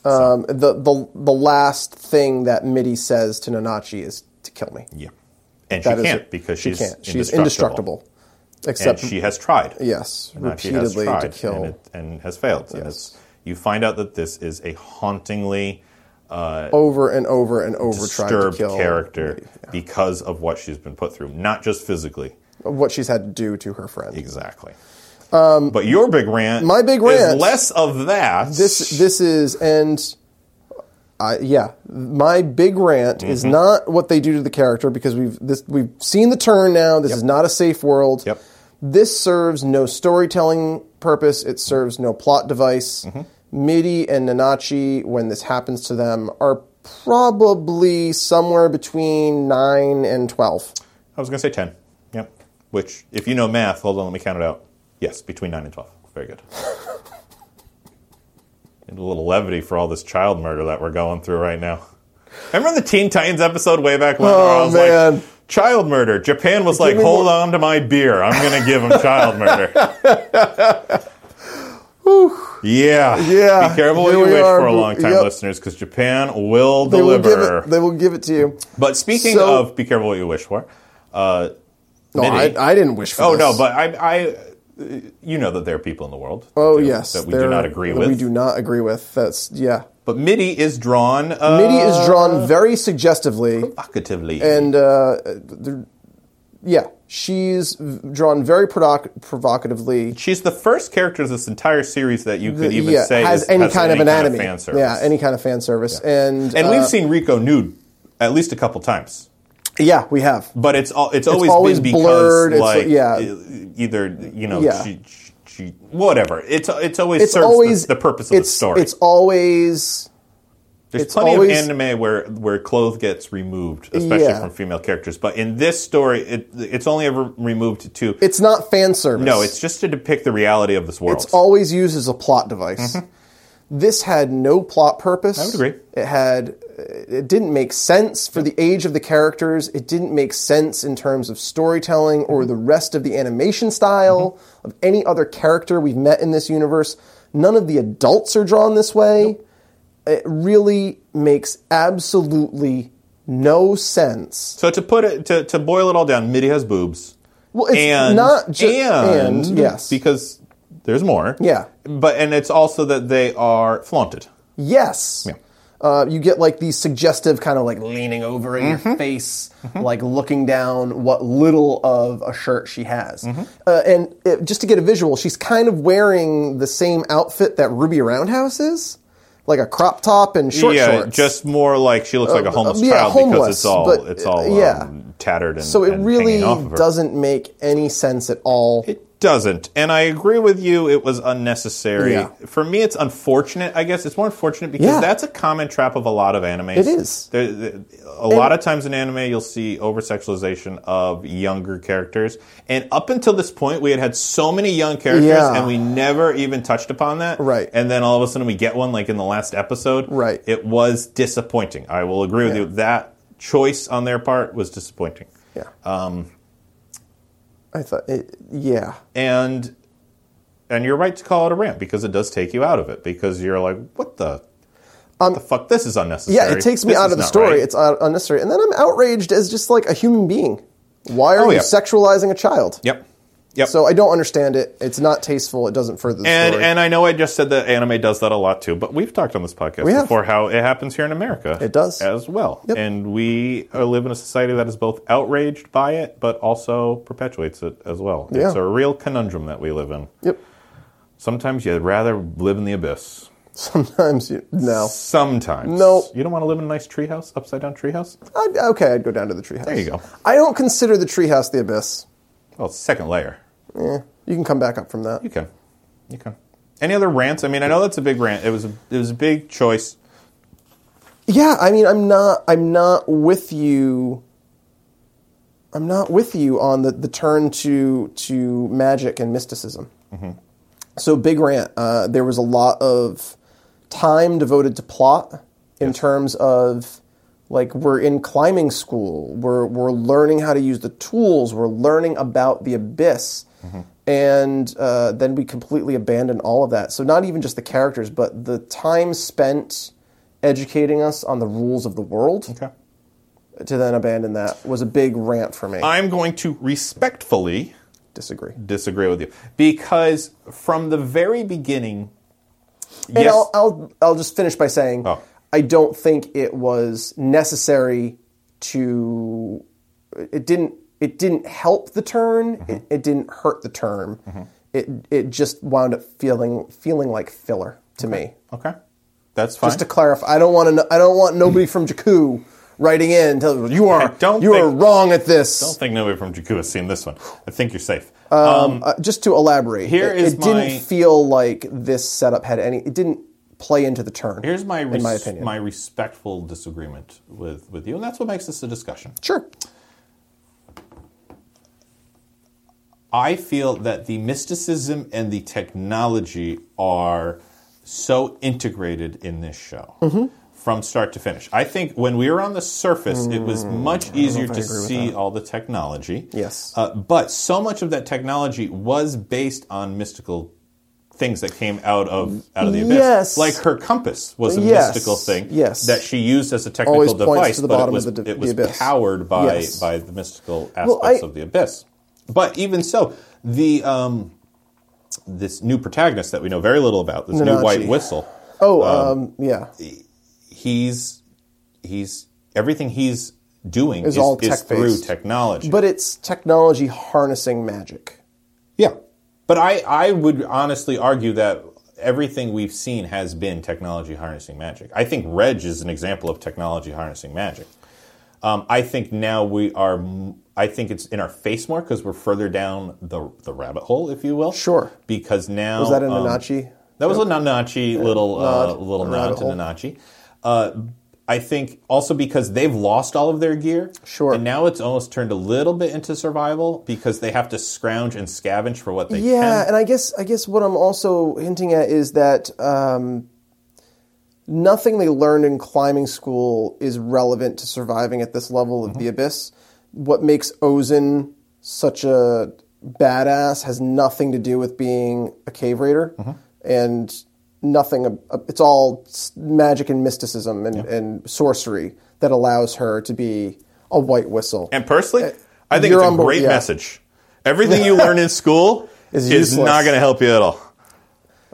[SPEAKER 4] Um, the the the last thing that Midi says to Nanachi is to kill me.
[SPEAKER 1] Yeah, and
[SPEAKER 4] That
[SPEAKER 1] she
[SPEAKER 4] is
[SPEAKER 1] can't
[SPEAKER 4] it.
[SPEAKER 1] because
[SPEAKER 4] she
[SPEAKER 1] she's
[SPEAKER 4] can't. She's
[SPEAKER 1] indestructible,
[SPEAKER 4] indestructible. Except
[SPEAKER 1] and she has tried.
[SPEAKER 4] yes,
[SPEAKER 1] Now she has
[SPEAKER 4] repeatedly
[SPEAKER 1] tried
[SPEAKER 4] to kill.
[SPEAKER 1] and, it, and has failed. And
[SPEAKER 4] Yes.
[SPEAKER 1] it's, you find out that this is a hauntingly
[SPEAKER 4] over and over and over tried to
[SPEAKER 1] disturbed
[SPEAKER 4] kill
[SPEAKER 1] character
[SPEAKER 4] Midi. Yeah.
[SPEAKER 1] because of what she's been put through, not just physically.
[SPEAKER 4] What she's had to do to her friend.
[SPEAKER 1] Exactly. but your big rant,
[SPEAKER 4] Um, my big rant-
[SPEAKER 1] is less of that.
[SPEAKER 4] This this is and I yeah, my big rant is
[SPEAKER 1] Mm-hmm.
[SPEAKER 4] not what they do to the character because we've this we've seen the turn now. This is not a safe world.
[SPEAKER 1] Yep.
[SPEAKER 4] This serves no storytelling purpose. It serves no plot device.
[SPEAKER 1] Mm-hmm.
[SPEAKER 4] Midi and Nanachi, when this happens to them, are probably somewhere between nine and twelve.
[SPEAKER 1] I was going to say ten. Yep. Which, if you know math, hold on, let me count it out. Yes, between nine and twelve. Very good. And a little levity for all this child murder that we're going through right now. Remember the Teen Titans episode way back when? where I
[SPEAKER 4] Oh,
[SPEAKER 1] was
[SPEAKER 4] man.
[SPEAKER 1] like, child murder. Japan was like,
[SPEAKER 4] me
[SPEAKER 1] hold on to my beer. I'm going to give them child murder. yeah.
[SPEAKER 4] Yeah.
[SPEAKER 1] Be careful what
[SPEAKER 4] Here
[SPEAKER 1] you
[SPEAKER 4] we
[SPEAKER 1] wish
[SPEAKER 4] are.
[SPEAKER 1] for a long time,
[SPEAKER 4] Yep.
[SPEAKER 1] listeners, because Japan will
[SPEAKER 4] They will
[SPEAKER 1] deliver.
[SPEAKER 4] give it. They will give it to you.
[SPEAKER 1] But speaking
[SPEAKER 4] So-
[SPEAKER 1] of, be careful what you wish for. Uh,
[SPEAKER 4] No, I,
[SPEAKER 1] Midi-
[SPEAKER 4] I didn't wish for.
[SPEAKER 1] oh
[SPEAKER 4] this.
[SPEAKER 1] no, but I, I, uh, you know that there are people in the world.
[SPEAKER 4] oh
[SPEAKER 1] that, do-
[SPEAKER 4] yes,
[SPEAKER 1] that we
[SPEAKER 4] there-
[SPEAKER 1] do not agree
[SPEAKER 4] that
[SPEAKER 1] with.
[SPEAKER 4] We do not agree with. That's yeah.
[SPEAKER 1] But MIDI is drawn uh,
[SPEAKER 4] Midi is drawn very suggestively.
[SPEAKER 1] provocatively.
[SPEAKER 4] and uh, the- yeah, she's v- drawn very prodoc- provocatively.
[SPEAKER 1] she's the first character of this entire series that you could even
[SPEAKER 4] yeah,
[SPEAKER 1] say
[SPEAKER 4] has
[SPEAKER 1] is,
[SPEAKER 4] any kind of anatomy.
[SPEAKER 1] fan service.
[SPEAKER 4] yeah, any kind of fan service, and
[SPEAKER 1] and
[SPEAKER 4] uh,
[SPEAKER 1] we've seen Rico nude at least a couple times.
[SPEAKER 4] yeah, we have.
[SPEAKER 1] But it's al- it's always,
[SPEAKER 4] always
[SPEAKER 1] been because,
[SPEAKER 4] blurred, it's
[SPEAKER 1] like
[SPEAKER 4] like- yeah.
[SPEAKER 1] e- either you know
[SPEAKER 4] Yeah.
[SPEAKER 1] she, she, she- whatever it's it's always
[SPEAKER 4] It's
[SPEAKER 1] serves the-
[SPEAKER 4] always
[SPEAKER 1] the, purpose of the
[SPEAKER 4] it's-
[SPEAKER 1] story.
[SPEAKER 4] It's always
[SPEAKER 1] There's
[SPEAKER 4] It's
[SPEAKER 1] plenty
[SPEAKER 4] always-
[SPEAKER 1] of anime where where clothes gets removed, especially
[SPEAKER 4] Yeah.
[SPEAKER 1] from female characters. But in this story, it, it's only ever removed to
[SPEAKER 4] it's not fan service.
[SPEAKER 1] no. It's just to depict the reality of this world.
[SPEAKER 4] it's always used as a plot device. This had no plot purpose. I
[SPEAKER 1] Mm-hmm. would agree.
[SPEAKER 4] It had it didn't make sense for the age of the characters. It didn't make sense in terms of storytelling
[SPEAKER 1] Mm-hmm.
[SPEAKER 4] or the rest of the animation style of any other character we've met in this universe. None of the adults are drawn this way. It really makes absolutely no sense.
[SPEAKER 1] So to put it to, to boil it all down, Mitty has boobs.
[SPEAKER 4] Well, it's
[SPEAKER 1] and
[SPEAKER 4] not ju-
[SPEAKER 1] and,
[SPEAKER 4] and, yes.
[SPEAKER 1] because there's more.
[SPEAKER 4] Yeah.
[SPEAKER 1] but and it's also that they are flaunted.
[SPEAKER 4] Yes. Uh, you get like these suggestive kind of like leaning over in
[SPEAKER 1] Mm-hmm.
[SPEAKER 4] your face, like looking down what little of a shirt she has.
[SPEAKER 1] Mm-hmm.
[SPEAKER 4] Uh, and it, just to get a visual, she's kind of wearing the same outfit that Ruby Roundhouse is, like a crop top and short
[SPEAKER 1] yeah,
[SPEAKER 4] shorts. Uh,
[SPEAKER 1] just more like she looks like a homeless
[SPEAKER 4] yeah,
[SPEAKER 1] child because
[SPEAKER 4] homeless,
[SPEAKER 1] it's all
[SPEAKER 4] but,
[SPEAKER 1] it's all
[SPEAKER 4] uh, yeah.
[SPEAKER 1] um, tattered and
[SPEAKER 4] so it
[SPEAKER 1] and
[SPEAKER 4] really
[SPEAKER 1] hanging off of her.
[SPEAKER 4] doesn't make any sense at all.
[SPEAKER 1] It doesn't. And I agree with you, it was unnecessary.
[SPEAKER 4] Yeah.
[SPEAKER 1] For me, it's unfortunate, I guess. It's more unfortunate because
[SPEAKER 4] Yeah.
[SPEAKER 1] that's a common trap of a lot of anime.
[SPEAKER 4] It is.
[SPEAKER 1] There, there- a lot of times in anime, you'll see over sexualization of younger characters. And up until this point, we had had so many young characters
[SPEAKER 4] Yeah.
[SPEAKER 1] and we never even touched upon that.
[SPEAKER 4] Right.
[SPEAKER 1] And then all of a sudden, we get one like in the last episode.
[SPEAKER 4] Right.
[SPEAKER 1] It was disappointing. I will agree with
[SPEAKER 4] Yeah.
[SPEAKER 1] you. That choice on their part was disappointing.
[SPEAKER 4] yeah. Um, I thought, it, yeah.
[SPEAKER 1] and and you're right to call it a rant because it does take you out of it because you're like, what the, what the fuck? This is unnecessary.
[SPEAKER 4] Um, Yeah, it takes me
[SPEAKER 1] This
[SPEAKER 4] out
[SPEAKER 1] is
[SPEAKER 4] of the
[SPEAKER 1] not
[SPEAKER 4] story.
[SPEAKER 1] right.
[SPEAKER 4] It's uh, unnecessary. And then I'm outraged as just like a human being. Why are
[SPEAKER 1] Oh,
[SPEAKER 4] you
[SPEAKER 1] yeah.
[SPEAKER 4] sexualizing a child?
[SPEAKER 1] yep, yep.
[SPEAKER 4] So I don't understand it. It's not tasteful. It doesn't further the
[SPEAKER 1] and
[SPEAKER 4] story.
[SPEAKER 1] and I know I just said that anime does that a lot too, but we've talked on this podcast
[SPEAKER 4] We have.
[SPEAKER 1] before how it happens here in America.
[SPEAKER 4] It does.
[SPEAKER 1] as well,
[SPEAKER 4] Yep.
[SPEAKER 1] and we uh, live in a society that is both outraged by it but also perpetuates it as well.
[SPEAKER 4] Yeah.
[SPEAKER 1] It's a real conundrum that we live in.
[SPEAKER 4] yep.
[SPEAKER 1] Sometimes you'd rather live in the abyss.
[SPEAKER 4] Sometimes you no.
[SPEAKER 1] Sometimes.
[SPEAKER 4] Nope.
[SPEAKER 1] You don't want to live in a nice treehouse, upside down treehouse?
[SPEAKER 4] I'd, okay, I'd go down to the treehouse. There
[SPEAKER 1] you go.
[SPEAKER 4] I don't consider the treehouse the abyss.
[SPEAKER 1] Well, it's second layer.
[SPEAKER 4] You can come back up from that.
[SPEAKER 1] You can. You can. Any other rants? I mean, I know that's a big rant. It was a, it was a big choice.
[SPEAKER 4] Yeah, I mean, I'm not, I'm not with you. I'm not with you on the, the turn to to magic and mysticism. So big rant. Uh, there was a lot of time devoted to plot in terms of like we're in climbing school. We're we're learning how to use the tools. We're learning about the abyss. And uh, then we completely abandon all of that. So not even just the characters, but the time spent educating us on the rules of the world
[SPEAKER 1] Okay.
[SPEAKER 4] to then abandon that was a big rant for me.
[SPEAKER 1] I'm going to respectfully
[SPEAKER 4] Disagree.
[SPEAKER 1] disagree with you because from the very beginning,
[SPEAKER 4] And
[SPEAKER 1] yes,
[SPEAKER 4] I'll, I'll I'll just finish by saying
[SPEAKER 1] Oh.
[SPEAKER 4] I don't think it was necessary to it didn't it didn't help the turn
[SPEAKER 1] Mm-hmm.
[SPEAKER 4] it, it didn't hurt the turn it it just wound up feeling feeling like filler to me
[SPEAKER 1] okay, that's fine.
[SPEAKER 4] uh, just to clarify I don't want to I don't want nobody from Jakku writing in telling you
[SPEAKER 1] I
[SPEAKER 4] are
[SPEAKER 1] don't
[SPEAKER 4] you are
[SPEAKER 1] think-
[SPEAKER 4] wrong at this
[SPEAKER 1] I don't think nobody from Jakku has seen this one. I think you're safe.
[SPEAKER 4] uh, just to elaborate,
[SPEAKER 1] Here
[SPEAKER 4] it,
[SPEAKER 1] is
[SPEAKER 4] it
[SPEAKER 1] my-
[SPEAKER 4] didn't feel like this setup had any. It didn't play into the turn.
[SPEAKER 1] Here's my
[SPEAKER 4] in
[SPEAKER 1] res-
[SPEAKER 4] my opinion.
[SPEAKER 1] my respectful disagreement with with you, and that's what makes this a discussion.
[SPEAKER 4] sure.
[SPEAKER 1] I feel that the mysticism and the technology are so integrated in this show
[SPEAKER 4] Mm-hmm.
[SPEAKER 1] from start to finish. I think when we were on the surface, it
[SPEAKER 4] Mm,
[SPEAKER 1] was much easier to see all the technology.
[SPEAKER 4] Yes.
[SPEAKER 1] Uh, but so much of that technology was based on mystical things that came out of out of the abyss.
[SPEAKER 4] Yes.
[SPEAKER 1] Like her compass was a
[SPEAKER 4] Yes.
[SPEAKER 1] mystical thing
[SPEAKER 4] yes.
[SPEAKER 1] that she used as a technical
[SPEAKER 4] Always points
[SPEAKER 1] device,
[SPEAKER 4] to the
[SPEAKER 1] but
[SPEAKER 4] bottom
[SPEAKER 1] it was,
[SPEAKER 4] of the d-
[SPEAKER 1] it was
[SPEAKER 4] the abyss.
[SPEAKER 1] powered by
[SPEAKER 4] Yes.
[SPEAKER 1] by the mystical aspects
[SPEAKER 4] Well, I-
[SPEAKER 1] of the abyss. But even so, the um, this new protagonist that we know very little about, this new
[SPEAKER 4] Nanachi.
[SPEAKER 1] white whistle,
[SPEAKER 4] Oh, um, yeah.
[SPEAKER 1] he's he's everything he's doing is,
[SPEAKER 4] all
[SPEAKER 1] is
[SPEAKER 4] tech-based.
[SPEAKER 1] through technology.
[SPEAKER 4] But it's technology harnessing magic.
[SPEAKER 1] yeah, but I I would honestly argue that. Everything we've seen has been technology harnessing magic. I think Reg is an example of technology harnessing magic. Um, I think now we are. m- I think it's in our face more because we're further down the the rabbit hole, if you will.
[SPEAKER 4] Sure.
[SPEAKER 1] Because now
[SPEAKER 4] Was that a
[SPEAKER 1] um,
[SPEAKER 4] Nanachi?
[SPEAKER 1] that was a Nanachi little uh,
[SPEAKER 4] nod,
[SPEAKER 1] little
[SPEAKER 4] a
[SPEAKER 1] nod
[SPEAKER 4] rabbit
[SPEAKER 1] to
[SPEAKER 4] hole.
[SPEAKER 1] Nanachi. Uh, I think also because they've lost all of their gear.
[SPEAKER 4] Sure.
[SPEAKER 1] And now it's almost turned a little bit into survival because they have to scrounge and scavenge for what they
[SPEAKER 4] yeah,
[SPEAKER 1] can.
[SPEAKER 4] and I guess I guess what I'm also hinting at is that um, nothing they learned in climbing school is relevant to surviving at this level of
[SPEAKER 1] Mm-hmm.
[SPEAKER 4] the abyss. What makes Ozen such
[SPEAKER 1] Mm-hmm.
[SPEAKER 4] a badass has nothing to do with being a cave raider and nothing. ab- ab- It's all s- magic and mysticism and, and sorcery that allows her to be a white whistle.
[SPEAKER 1] And personally, I think
[SPEAKER 4] uh, you're
[SPEAKER 1] it's a
[SPEAKER 4] on board-
[SPEAKER 1] great
[SPEAKER 4] yeah.
[SPEAKER 1] message. Everything you learn in school
[SPEAKER 4] Is
[SPEAKER 1] is,
[SPEAKER 4] useless.
[SPEAKER 1] not going to help you at all.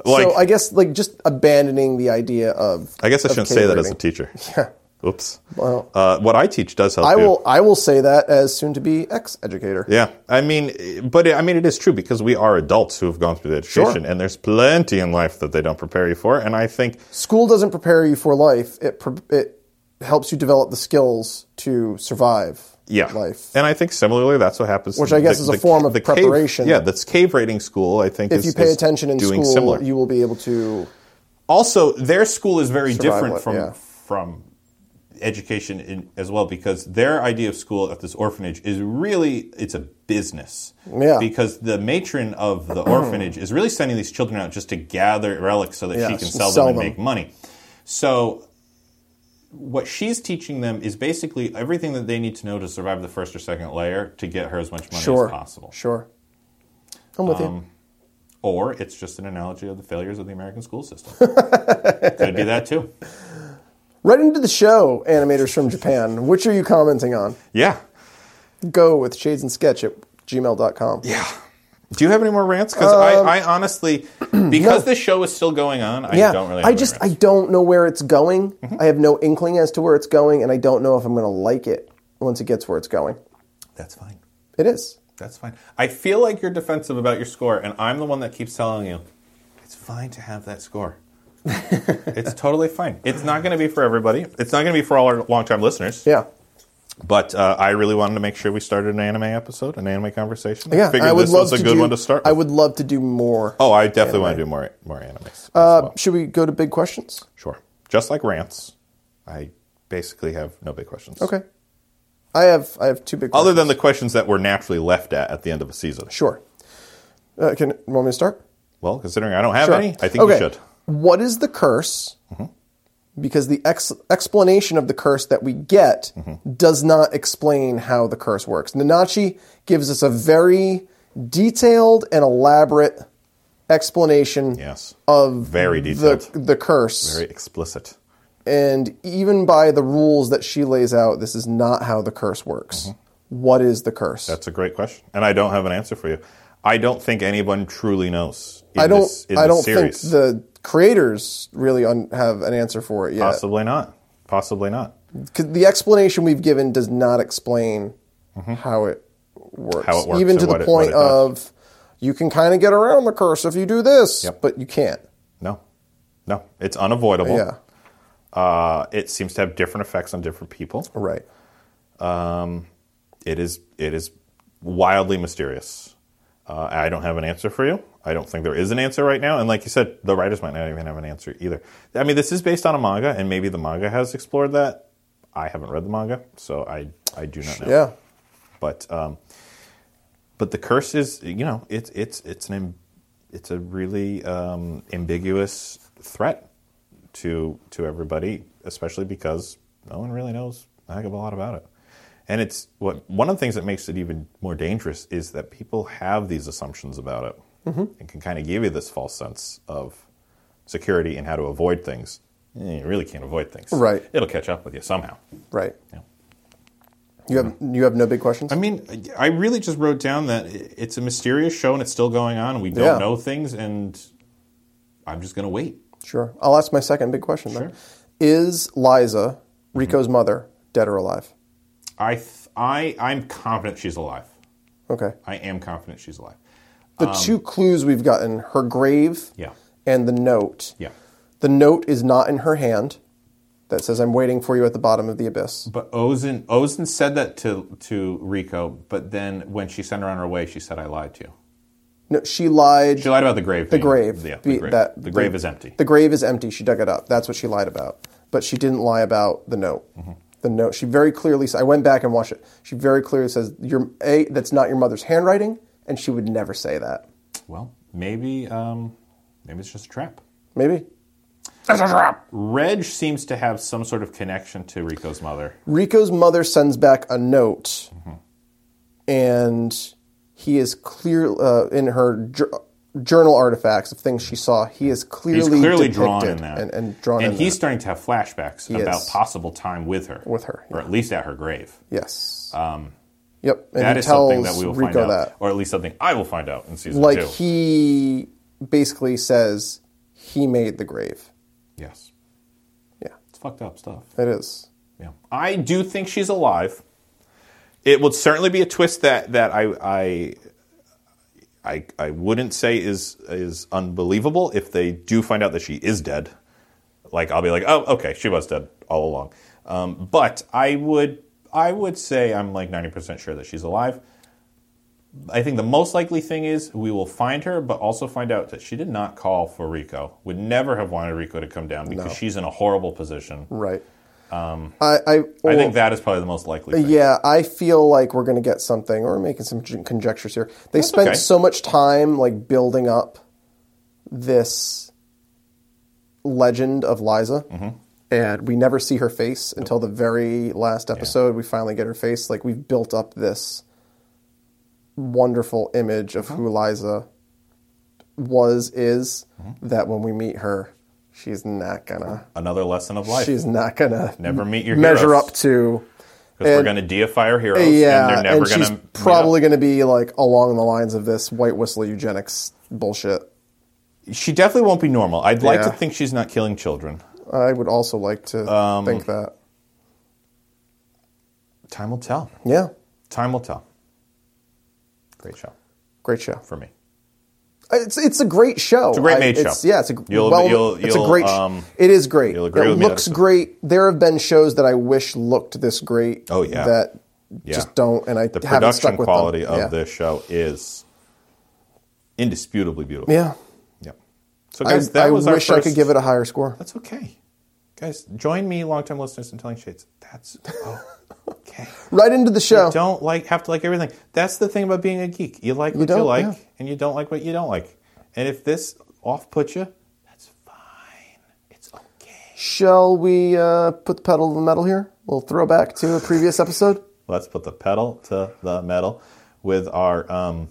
[SPEAKER 1] Like,
[SPEAKER 4] so I guess like just abandoning the idea of.
[SPEAKER 1] I guess I
[SPEAKER 4] of
[SPEAKER 1] shouldn't
[SPEAKER 4] cave
[SPEAKER 1] say that as
[SPEAKER 4] reading.
[SPEAKER 1] a teacher. Yeah. Oops. Well, uh, what I teach does help
[SPEAKER 4] I
[SPEAKER 1] you.
[SPEAKER 4] will. I will say that as soon to be ex educator.
[SPEAKER 1] Yeah, I mean, but I mean, it is true because we are adults who have gone through the education, and there's plenty in life that they don't prepare you for. And I think
[SPEAKER 4] School doesn't prepare you for life. It pre- it helps you develop the skills to survive.
[SPEAKER 1] yeah,
[SPEAKER 4] life.
[SPEAKER 1] And I think similarly, that's what happens.
[SPEAKER 4] Which I guess is a form of
[SPEAKER 1] cave-
[SPEAKER 4] preparation.
[SPEAKER 1] yeah, that's cave rating school. I think
[SPEAKER 4] If
[SPEAKER 1] is-
[SPEAKER 4] you pay
[SPEAKER 1] is
[SPEAKER 4] attention in
[SPEAKER 1] doing
[SPEAKER 4] school,
[SPEAKER 1] similar.
[SPEAKER 4] you will be able to.
[SPEAKER 1] also their school is very different
[SPEAKER 4] it,
[SPEAKER 1] from
[SPEAKER 4] yeah.
[SPEAKER 1] from education in, as well because their idea of school at this orphanage is really it's a business
[SPEAKER 4] Yeah.
[SPEAKER 1] because the matron of the orphanage is really sending these children out just to gather relics so that
[SPEAKER 4] Yeah,
[SPEAKER 1] she can
[SPEAKER 4] s-
[SPEAKER 1] sell,
[SPEAKER 4] sell
[SPEAKER 1] them and
[SPEAKER 4] them.
[SPEAKER 1] make money so what she's teaching them is basically everything that they need to know to survive the first or second layer to get her as much money
[SPEAKER 4] Sure.
[SPEAKER 1] as possible Um,
[SPEAKER 4] Sure. I'm with you.
[SPEAKER 1] or it's just an analogy of the failures of the american school system could be that too
[SPEAKER 4] Right into the show, animators from Japan. Which are you commenting on?
[SPEAKER 1] yeah
[SPEAKER 4] Go with shades and sketch at gmail.com. Yeah. Um,
[SPEAKER 1] Do you have any more rants? Because I, I honestly, because this show is still going on, I
[SPEAKER 4] yeah.
[SPEAKER 1] don't really. Have
[SPEAKER 4] I just I
[SPEAKER 1] any Mm-hmm.
[SPEAKER 4] don't know where it's going. I have no inkling as to where it's going, and I don't know if I'm going to like it once it gets where it's going.
[SPEAKER 1] that's fine.
[SPEAKER 4] It is.
[SPEAKER 1] That's fine. I feel like you're defensive about your score, and I'm the one that keeps telling you it's fine to have that score. it's totally fine. It's not going to be for everybody. It's not going to be for all our longtime listeners.
[SPEAKER 4] Yeah.
[SPEAKER 1] But uh, I really wanted to make sure we started an anime episode, an anime conversation.
[SPEAKER 4] Yeah.
[SPEAKER 1] I figured this was a good
[SPEAKER 4] do,
[SPEAKER 1] one to start. With.
[SPEAKER 4] I would love to do more.
[SPEAKER 1] oh, I definitely want to do more more animes. as
[SPEAKER 4] Uh,
[SPEAKER 1] well.
[SPEAKER 4] Should we go to big questions?
[SPEAKER 1] Sure. Just like rants, I basically have no big questions.
[SPEAKER 4] Okay. I have I have two big
[SPEAKER 1] Other
[SPEAKER 4] questions.
[SPEAKER 1] than the questions that we're naturally left at at the end of a season.
[SPEAKER 4] Sure. Uh, can want me to start?
[SPEAKER 1] Well, considering I don't have
[SPEAKER 4] Sure.
[SPEAKER 1] any, I think we should. Mm-hmm.
[SPEAKER 4] What is the curse? Because the ex- explanation of the curse that we get
[SPEAKER 1] Mm-hmm.
[SPEAKER 4] does not explain how the curse works. Nanachi gives us a very detailed and elaborate explanation
[SPEAKER 1] Yes.
[SPEAKER 4] of
[SPEAKER 1] Very
[SPEAKER 4] the,
[SPEAKER 1] detailed.
[SPEAKER 4] the curse.
[SPEAKER 1] Very explicit.
[SPEAKER 4] And even by the rules that she lays out, this is not how the curse works. What is the curse?
[SPEAKER 1] Mm-hmm. That's a great question, and I don't have an answer for you. I don't think anyone truly knows. In
[SPEAKER 4] I don't.
[SPEAKER 1] This, in
[SPEAKER 4] I
[SPEAKER 1] this
[SPEAKER 4] don't
[SPEAKER 1] series.
[SPEAKER 4] think the creators really un- have an answer for it yet.
[SPEAKER 1] Possibly not. Possibly not.
[SPEAKER 4] 'Cause the explanation we've given does not explain how it works.
[SPEAKER 1] Mm-hmm. How it works
[SPEAKER 4] even to
[SPEAKER 1] and
[SPEAKER 4] the
[SPEAKER 1] what it- what
[SPEAKER 4] point
[SPEAKER 1] it does.
[SPEAKER 4] of you can kind of get around the curse if you do this,
[SPEAKER 1] Yep.
[SPEAKER 4] but you can't.
[SPEAKER 1] No. No. It's unavoidable.
[SPEAKER 4] Yeah,
[SPEAKER 1] Uh, it seems to have different effects on different people.
[SPEAKER 4] right.
[SPEAKER 1] It is. It is wildly mysterious. Uh, I don't have an answer for you. I don't think there is an answer right now. And like you said, the writers might not even have an answer either. I mean, this is based on a manga, and maybe the manga has explored that. I haven't read the manga, so I I do not know.
[SPEAKER 4] Yeah,
[SPEAKER 1] But um, but the curse is you know it's it's it's an am- it's a really um, ambiguous threat to to everybody, especially because no one really knows a heck of a lot about it. And it's what one of the things that makes it even more dangerous is that people have these assumptions about it and can kind of give you this false sense of security and how to avoid things. Eh, You really can't avoid things.
[SPEAKER 4] Right.
[SPEAKER 1] It'll catch up with you somehow.
[SPEAKER 4] right.
[SPEAKER 1] Yeah.
[SPEAKER 4] You have you have no big questions.
[SPEAKER 1] I mean, I really just wrote down that it's a mysterious show and it's still going on. And we don't
[SPEAKER 4] Yeah.
[SPEAKER 1] know things, and I'm just going to wait.
[SPEAKER 4] sure. I'll ask my second big question then. Is Liza
[SPEAKER 1] Mm-hmm.
[SPEAKER 4] Rico's mother dead or alive?
[SPEAKER 1] I, th- I, I'm confident she's alive.
[SPEAKER 4] Okay.
[SPEAKER 1] I am confident she's alive.
[SPEAKER 4] The two clues we've gotten: her grave,
[SPEAKER 1] Um, Yeah.
[SPEAKER 4] and the note.
[SPEAKER 1] Yeah.
[SPEAKER 4] The note is not in her hand. That says, "I'm waiting for you at the bottom of the abyss."
[SPEAKER 1] But Ozen, Ozen said that to to Rico, but then when she sent her on her way, she said, "I lied to you."
[SPEAKER 4] No, she lied.
[SPEAKER 1] She lied about the grave.
[SPEAKER 4] the grave.
[SPEAKER 1] Yeah, the
[SPEAKER 4] Be-
[SPEAKER 1] grave.
[SPEAKER 4] that-
[SPEAKER 1] the grave is empty.
[SPEAKER 4] The grave is empty. She dug it up. That's what she lied about. But she didn't lie about the note.
[SPEAKER 1] Mm-hmm.
[SPEAKER 4] The note. She very clearly. s- I went back and watched it. She very clearly says, "Your a that's not your mother's handwriting," and she would never say that.
[SPEAKER 1] well, maybe um, maybe it's just a trap.
[SPEAKER 4] Maybe
[SPEAKER 1] Reg seems to have some sort of connection to Rico's mother.
[SPEAKER 4] Rico's mother sends back a note, and he is clear uh, in her. jour- journal artifacts of things she saw. He is clearly,
[SPEAKER 1] He's clearly
[SPEAKER 4] depicted
[SPEAKER 1] drawn in that,
[SPEAKER 4] and, and drawn in
[SPEAKER 1] he's
[SPEAKER 4] that.
[SPEAKER 1] starting to have flashbacks about
[SPEAKER 4] is.
[SPEAKER 1] possible time with her,
[SPEAKER 4] With her,
[SPEAKER 1] or at least at her grave.
[SPEAKER 4] yes. yep. And
[SPEAKER 1] um, that
[SPEAKER 4] he
[SPEAKER 1] is
[SPEAKER 4] tells
[SPEAKER 1] something that we will
[SPEAKER 4] Rico
[SPEAKER 1] find out,
[SPEAKER 4] that.
[SPEAKER 1] or at least something I will find out in season
[SPEAKER 4] Like
[SPEAKER 1] two.
[SPEAKER 4] he basically says he made the grave.
[SPEAKER 1] yes,
[SPEAKER 4] Yeah,
[SPEAKER 1] it's fucked up stuff.
[SPEAKER 4] it is.
[SPEAKER 1] Yeah. I do think she's alive. It would certainly be a twist that that I I I, I wouldn't say is is unbelievable if they do find out that she is dead. Like I'll be like, oh, okay, she was dead all along. Um, but I would I would say I'm like 90% sure that she's alive. I think the most likely thing is we will find her, but also find out that she did not call for Rico. Would never have wanted Rico to come down because she's in a horrible position.
[SPEAKER 4] Right. I I,
[SPEAKER 1] Um, I
[SPEAKER 4] well, uh,
[SPEAKER 1] think that is probably the most likely thing.
[SPEAKER 4] Yeah, I feel like we're going to get something, or making some con- conjectures here. They spent
[SPEAKER 1] okay.
[SPEAKER 4] so much time like building up this legend of Liza,
[SPEAKER 1] Mm-hmm.
[SPEAKER 4] and we never see her face until the very last episode. We finally get her face. Like we've built up this wonderful image
[SPEAKER 1] Mm-hmm.
[SPEAKER 4] of who Liza was, is
[SPEAKER 1] Mm-hmm.
[SPEAKER 4] that when we meet her, she's not gonna.
[SPEAKER 1] Another lesson of life.
[SPEAKER 4] She's not gonna
[SPEAKER 1] never meet your
[SPEAKER 4] measure
[SPEAKER 1] heroes.
[SPEAKER 4] up to
[SPEAKER 1] Because we're
[SPEAKER 4] and-
[SPEAKER 1] going to deify our heroes,
[SPEAKER 4] yeah,
[SPEAKER 1] and they're never
[SPEAKER 4] and
[SPEAKER 1] going
[SPEAKER 4] she's
[SPEAKER 1] to.
[SPEAKER 4] probably going to be like along the lines of this white whistle eugenics bullshit.
[SPEAKER 1] She definitely won't be normal. I'd like to
[SPEAKER 4] Yeah.
[SPEAKER 1] think she's not killing children.
[SPEAKER 4] I would also like to
[SPEAKER 1] Um,
[SPEAKER 4] think that.
[SPEAKER 1] Time will tell.
[SPEAKER 4] Yeah,
[SPEAKER 1] Time will tell. Great show
[SPEAKER 4] great show.
[SPEAKER 1] for me.
[SPEAKER 4] It's it's a great show. It's
[SPEAKER 1] a great made
[SPEAKER 4] it's,
[SPEAKER 1] show.
[SPEAKER 4] Yeah, it's a
[SPEAKER 1] You'll-
[SPEAKER 4] well,
[SPEAKER 1] you'll-
[SPEAKER 4] it's a
[SPEAKER 1] you'll,
[SPEAKER 4] great. sh-
[SPEAKER 1] um,
[SPEAKER 4] it is great.
[SPEAKER 1] you'll agree
[SPEAKER 4] it
[SPEAKER 1] with me that
[SPEAKER 4] looks
[SPEAKER 1] it's a-
[SPEAKER 4] great. There have been shows that I wish looked this great.
[SPEAKER 1] Oh, yeah.
[SPEAKER 4] that
[SPEAKER 1] Yeah.
[SPEAKER 4] just don't, and I
[SPEAKER 1] The
[SPEAKER 4] haven't stuck
[SPEAKER 1] production
[SPEAKER 4] with
[SPEAKER 1] quality
[SPEAKER 4] them.
[SPEAKER 1] of
[SPEAKER 4] yeah.
[SPEAKER 1] this show is indisputably beautiful.
[SPEAKER 4] Yeah,
[SPEAKER 1] Yep. So,
[SPEAKER 4] I,
[SPEAKER 1] guys, that
[SPEAKER 4] I
[SPEAKER 1] was our
[SPEAKER 4] wish I could
[SPEAKER 1] first-
[SPEAKER 4] give it a higher score.
[SPEAKER 1] That's okay. Guys, join me, longtime listeners, in telling shades. That's okay.
[SPEAKER 4] Right into the show.
[SPEAKER 1] You don't like have to like everything. That's the thing about being a geek. You like what you,
[SPEAKER 4] don't,
[SPEAKER 1] like,
[SPEAKER 4] yeah.
[SPEAKER 1] and you don't like what you don't like. And if this off puts you, that's fine. It's okay.
[SPEAKER 4] Shall we uh, put the pedal to the metal here? A little throwback to a previous episode.
[SPEAKER 1] Let's put the pedal to the metal with our um,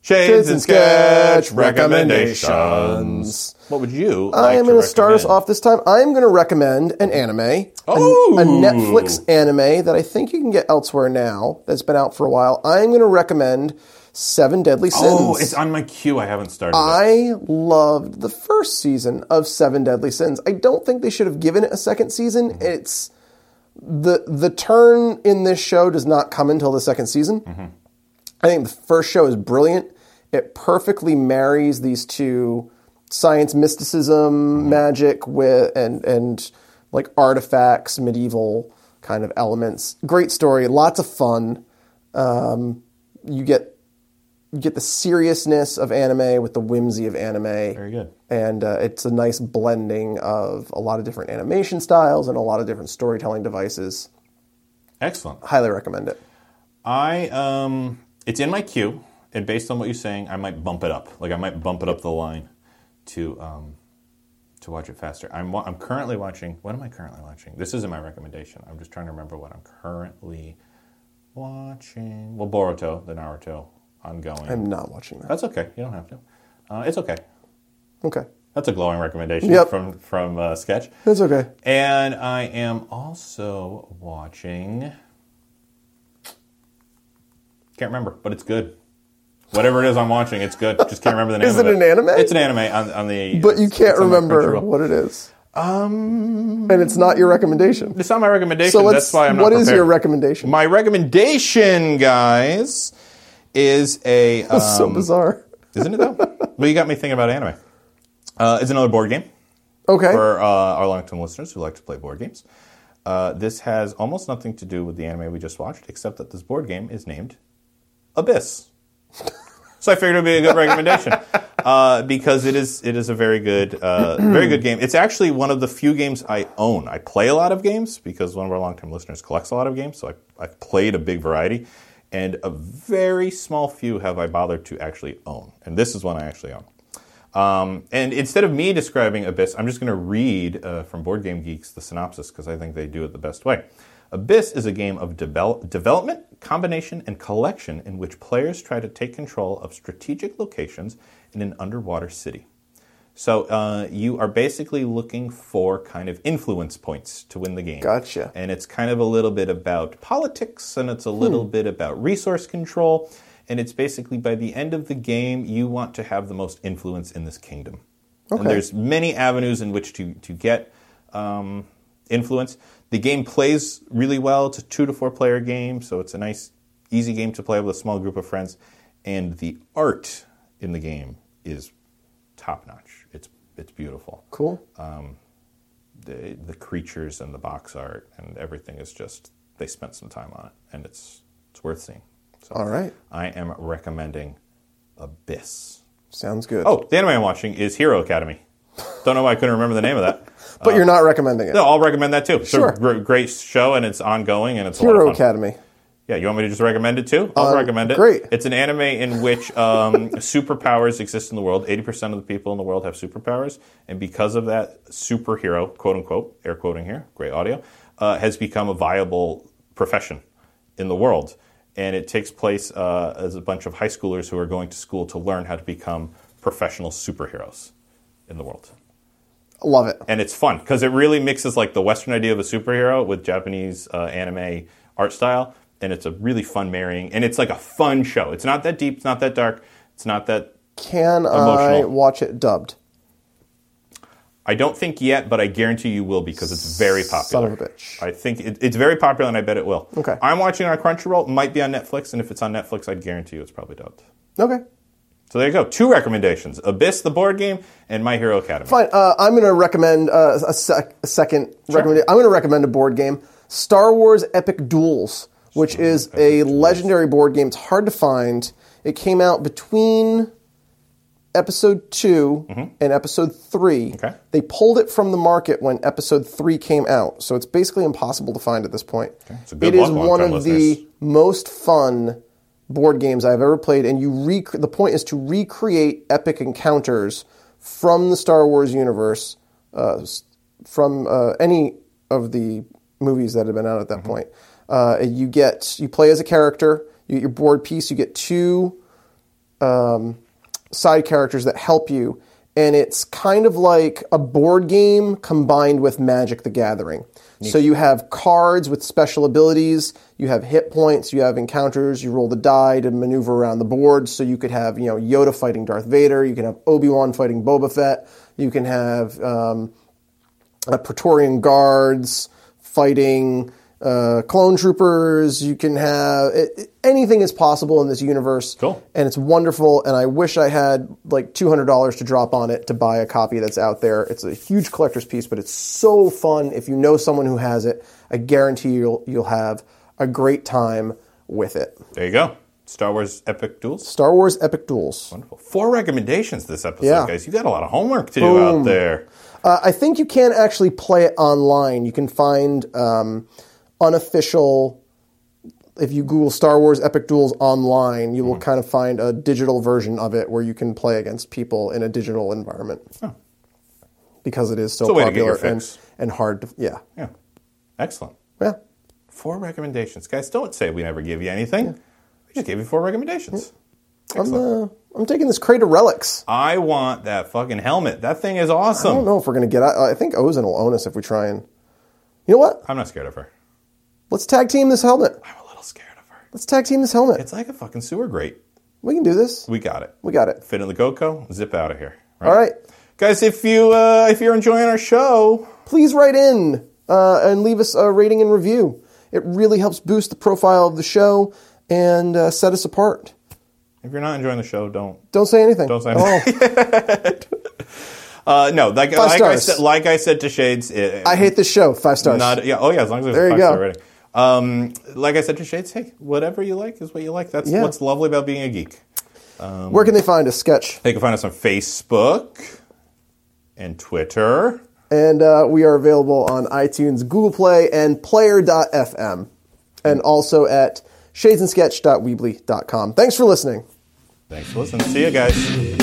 [SPEAKER 1] shades,
[SPEAKER 4] Shades
[SPEAKER 1] and
[SPEAKER 4] and
[SPEAKER 1] sketch
[SPEAKER 4] sketch
[SPEAKER 1] recommendations.
[SPEAKER 4] recommendations.
[SPEAKER 1] What would you?
[SPEAKER 4] I
[SPEAKER 1] like
[SPEAKER 4] am
[SPEAKER 1] to
[SPEAKER 4] going to start us
[SPEAKER 1] recommend?
[SPEAKER 4] off this time. I'm going to recommend an anime, a-
[SPEAKER 1] Ooh.
[SPEAKER 4] a, Netflix anime that I think you can get elsewhere now. That's been out for a while. I'm going to recommend Seven Deadly Sins.
[SPEAKER 1] Oh, it's on my queue. I haven't started. it.
[SPEAKER 4] I loved the first season of Seven Deadly Sins. I don't think they should have given it a second season. It's the the turn in this show does not come until the second season. I think the first show is brilliant. It perfectly marries these two science mysticism, magic with and and like artifacts, medieval kind of elements. Great story, lots of fun. Um, you get you get the seriousness of anime with the whimsy of anime. Very
[SPEAKER 1] good.
[SPEAKER 4] And uh, it's a nice blending of a lot of different animation styles and a lot of different storytelling devices.
[SPEAKER 1] Excellent.
[SPEAKER 4] Highly recommend it.
[SPEAKER 1] I um, it's in my queue, and based on what you're saying, I might bump it up. Like I might bump it up the line to um, to watch it faster. I'm wa- I'm currently watching. What am I currently watching? This isn't my recommendation. I'm just trying to remember what I'm currently watching. Well, Boruto, the Naruto ongoing.
[SPEAKER 4] I'm not watching that.
[SPEAKER 1] That's okay. You don't have to. Uh, it's okay.
[SPEAKER 4] Okay.
[SPEAKER 1] That's a glowing recommendation
[SPEAKER 4] Yep.
[SPEAKER 1] from from uh, Sketch.
[SPEAKER 4] That's okay.
[SPEAKER 1] And I am also watching. Can't remember, but it's good. Whatever it is I'm watching, it's good. Just can't remember the name.
[SPEAKER 4] Is
[SPEAKER 1] of
[SPEAKER 4] it an anime?
[SPEAKER 1] It's an anime on, on the.
[SPEAKER 4] But you
[SPEAKER 1] it's-
[SPEAKER 4] can't
[SPEAKER 1] it's on my
[SPEAKER 4] remember
[SPEAKER 1] Crunchyroll.
[SPEAKER 4] what it is. Um, and it's not your recommendation.
[SPEAKER 1] It's not my recommendation.
[SPEAKER 4] So let's.
[SPEAKER 1] that's why I'm not
[SPEAKER 4] what is your
[SPEAKER 1] prepared.
[SPEAKER 4] recommendation?
[SPEAKER 1] My recommendation, guys, is a. Um,
[SPEAKER 4] That's so bizarre.
[SPEAKER 1] isn't it though? well, you got me thinking about anime. Uh, it's another board game.
[SPEAKER 4] Okay.
[SPEAKER 1] for uh, our long-term listeners who like to play board games. Uh, this has almost nothing to do with the anime we just watched, except that this board game is named Abyss. so I figured it would be a good recommendation uh, because it is it is a very good uh, very good game. It's actually one of the few games I own. I play a lot of games because one of our long-term listeners collects a lot of games, so I, I've played a big variety. And a very small few have I bothered to actually own. And this is one I actually own. Um, and instead of me describing Abyss, I'm just going to read uh, from Board Game Geeks the synopsis because I think they do it the best way. Abyss is a game of devel- development, combination, and collection in which players try to take control of strategic locations in an underwater city. So uh, you are basically looking for kind of influence points to win the game.
[SPEAKER 4] Gotcha. Hmm.
[SPEAKER 1] And it's kind of a little bit about politics, and it's a little bit about resource control, and it's basically by the end of the game, you want to have the most influence in this kingdom.
[SPEAKER 4] Okay.
[SPEAKER 1] And there's many avenues in which to to get um, influence. The game plays really well. It's a two to four player game, so it's a nice, easy game to play with a small group of friends. And the art in the game is top notch. It's it's beautiful.
[SPEAKER 4] Cool.
[SPEAKER 1] The the creatures and the box art and everything is just they spent some time on it, and it's it's worth seeing. So
[SPEAKER 4] All right.
[SPEAKER 1] I am recommending Abyss.
[SPEAKER 4] Sounds good.
[SPEAKER 1] Oh, the anime I'm watching is Hero Academy. Don't know why I couldn't remember the name of that.
[SPEAKER 4] but you're not recommending it.
[SPEAKER 1] uh, No, I'll recommend that too. It's
[SPEAKER 4] Sure.
[SPEAKER 1] a gr- great show and it's ongoing and it's a lot
[SPEAKER 4] Hero
[SPEAKER 1] of fun.
[SPEAKER 4] Academy.
[SPEAKER 1] Yeah, you want me to just recommend it too? I'll recommend it.
[SPEAKER 4] great.
[SPEAKER 1] It's an anime in which um, superpowers exist in the world. 80% of the people in the world have superpowers. And because of that, superhero, quote unquote, air quoting here, great audio, uh, has become a viable profession in the world. And it takes place uh, as a bunch of high schoolers who are going to school to learn how to become professional superheroes in the world
[SPEAKER 4] Love it.
[SPEAKER 1] and it's fun because it really mixes like the Western idea of a superhero with Japanese uh, anime art style, and it's a really fun marrying. And it's like a fun show. It's not that deep. It's not that dark. It's not that.
[SPEAKER 4] Can I
[SPEAKER 1] Emotional.
[SPEAKER 4] watch it dubbed?
[SPEAKER 1] I don't think yet, but I guarantee you will because it's very popular.
[SPEAKER 4] Son of a bitch.
[SPEAKER 1] I think it, it's very popular, and I bet it will.
[SPEAKER 4] Okay.
[SPEAKER 1] I'm watching it on Crunchyroll. It might be on Netflix, and if it's on Netflix, I guarantee you it's probably dubbed.
[SPEAKER 4] Okay.
[SPEAKER 1] So there you go. Two recommendations: Abyss, the board game, and My Hero Academy.
[SPEAKER 4] Fine. Uh, I'm going to recommend uh, a, sec- a second recommendation. I'm going to recommend a board game, Star Wars Epic Duels, which is a legendary board game. It's hard to find. It came out between episode 2 and episode three.
[SPEAKER 1] Mm-hmm. Okay.
[SPEAKER 4] They pulled it from the market when episode three came out, so it's basically impossible to find at this point.
[SPEAKER 1] It's a good
[SPEAKER 4] It
[SPEAKER 1] luck,
[SPEAKER 4] is
[SPEAKER 1] long-time
[SPEAKER 4] one of
[SPEAKER 1] listeners.
[SPEAKER 4] the most fun board games I've ever played, and you rec- the point is to recreate epic encounters from the Star Wars universe, uh, s- from uh, any of the movies that have been out at that
[SPEAKER 1] Mm-hmm.
[SPEAKER 4] point. Uh, you get you play as a character, you get your board piece, you get two side characters that help you. And it's kind of like a board game combined with Magic the Gathering. So you have cards with special abilities, you have hit points, you have encounters, you roll the die to maneuver around the board. So you could have, you know, Yoda fighting Darth Vader, you can have Obi-Wan fighting Boba Fett, you can have um, uh, Praetorian guards fighting uh, clone troopers. You can have it, it- anything is possible in this universe.
[SPEAKER 1] Cool.
[SPEAKER 4] and it's wonderful. And I wish I had like two hundred dollars to drop on it to buy a copy that's out there. It's a huge collector's piece, but it's so fun. If you know someone who has it, I guarantee you'll you'll have a great time with it.
[SPEAKER 1] There you go. Star Wars Epic Duels.
[SPEAKER 4] Star Wars Epic Duels.
[SPEAKER 1] Wonderful. Four recommendations this episode,
[SPEAKER 4] Yeah.
[SPEAKER 1] guys. You got a lot of homework to do out there.
[SPEAKER 4] Uh, I think you can actually play it online. You can find um, unofficial. If you Google Star Wars Epic Duels online, you will
[SPEAKER 1] Hmm.
[SPEAKER 4] kind of find a digital version of it where you can play against people in a digital environment. Because it is so
[SPEAKER 1] Oh. It's a way to get
[SPEAKER 4] popular
[SPEAKER 1] your
[SPEAKER 4] and,
[SPEAKER 1] fix.
[SPEAKER 4] and hard to. Yeah.
[SPEAKER 1] Yeah. Excellent.
[SPEAKER 4] Yeah.
[SPEAKER 1] Four recommendations. Guys, don't say we never give you anything. We just gave you four recommendations.
[SPEAKER 4] I'm,
[SPEAKER 1] Excellent.
[SPEAKER 4] uh, I'm taking this crate of relics.
[SPEAKER 1] I want that fucking helmet. That thing is awesome.
[SPEAKER 4] I don't know if we're going to get I I think Ozen will own us if we try and. You know what?
[SPEAKER 1] I'm not scared of her.
[SPEAKER 4] Let's tag team this helmet.
[SPEAKER 1] I'm a little scared of her.
[SPEAKER 4] Let's tag team this helmet.
[SPEAKER 1] It's like a fucking sewer grate.
[SPEAKER 4] We can do this.
[SPEAKER 1] We got it.
[SPEAKER 4] We got it.
[SPEAKER 1] Fit in the GoCo, zip out of here.
[SPEAKER 4] All right.
[SPEAKER 1] Guys, if you uh, if you're enjoying our show,
[SPEAKER 4] please write in uh, and leave us a rating and review. It really helps boost the profile of the show and uh, set us apart.
[SPEAKER 1] if you're not enjoying the show, don't
[SPEAKER 4] Don't say anything. Oh,
[SPEAKER 1] Don't say
[SPEAKER 4] at all.
[SPEAKER 1] uh, no, like, like I
[SPEAKER 4] stars.
[SPEAKER 1] said like I said to Shades, it,
[SPEAKER 4] I hate this show. Five stars.
[SPEAKER 1] Not, yeah. Oh yeah. As long as there's
[SPEAKER 4] There
[SPEAKER 1] a
[SPEAKER 4] you
[SPEAKER 1] five star
[SPEAKER 4] go.
[SPEAKER 1] rating. Um, like I said to Shades, hey, whatever you like is what you like. That's
[SPEAKER 4] Yeah.
[SPEAKER 1] what's lovely about being a geek.
[SPEAKER 4] Where can they find us? Sketch.
[SPEAKER 1] They can find us on Facebook and Twitter.
[SPEAKER 4] And uh, we are available on iTunes, Google Play, and Player.fm. And also at shadesandsketch.weebly.com. Thanks for listening.
[SPEAKER 1] Thanks for listening. See you guys.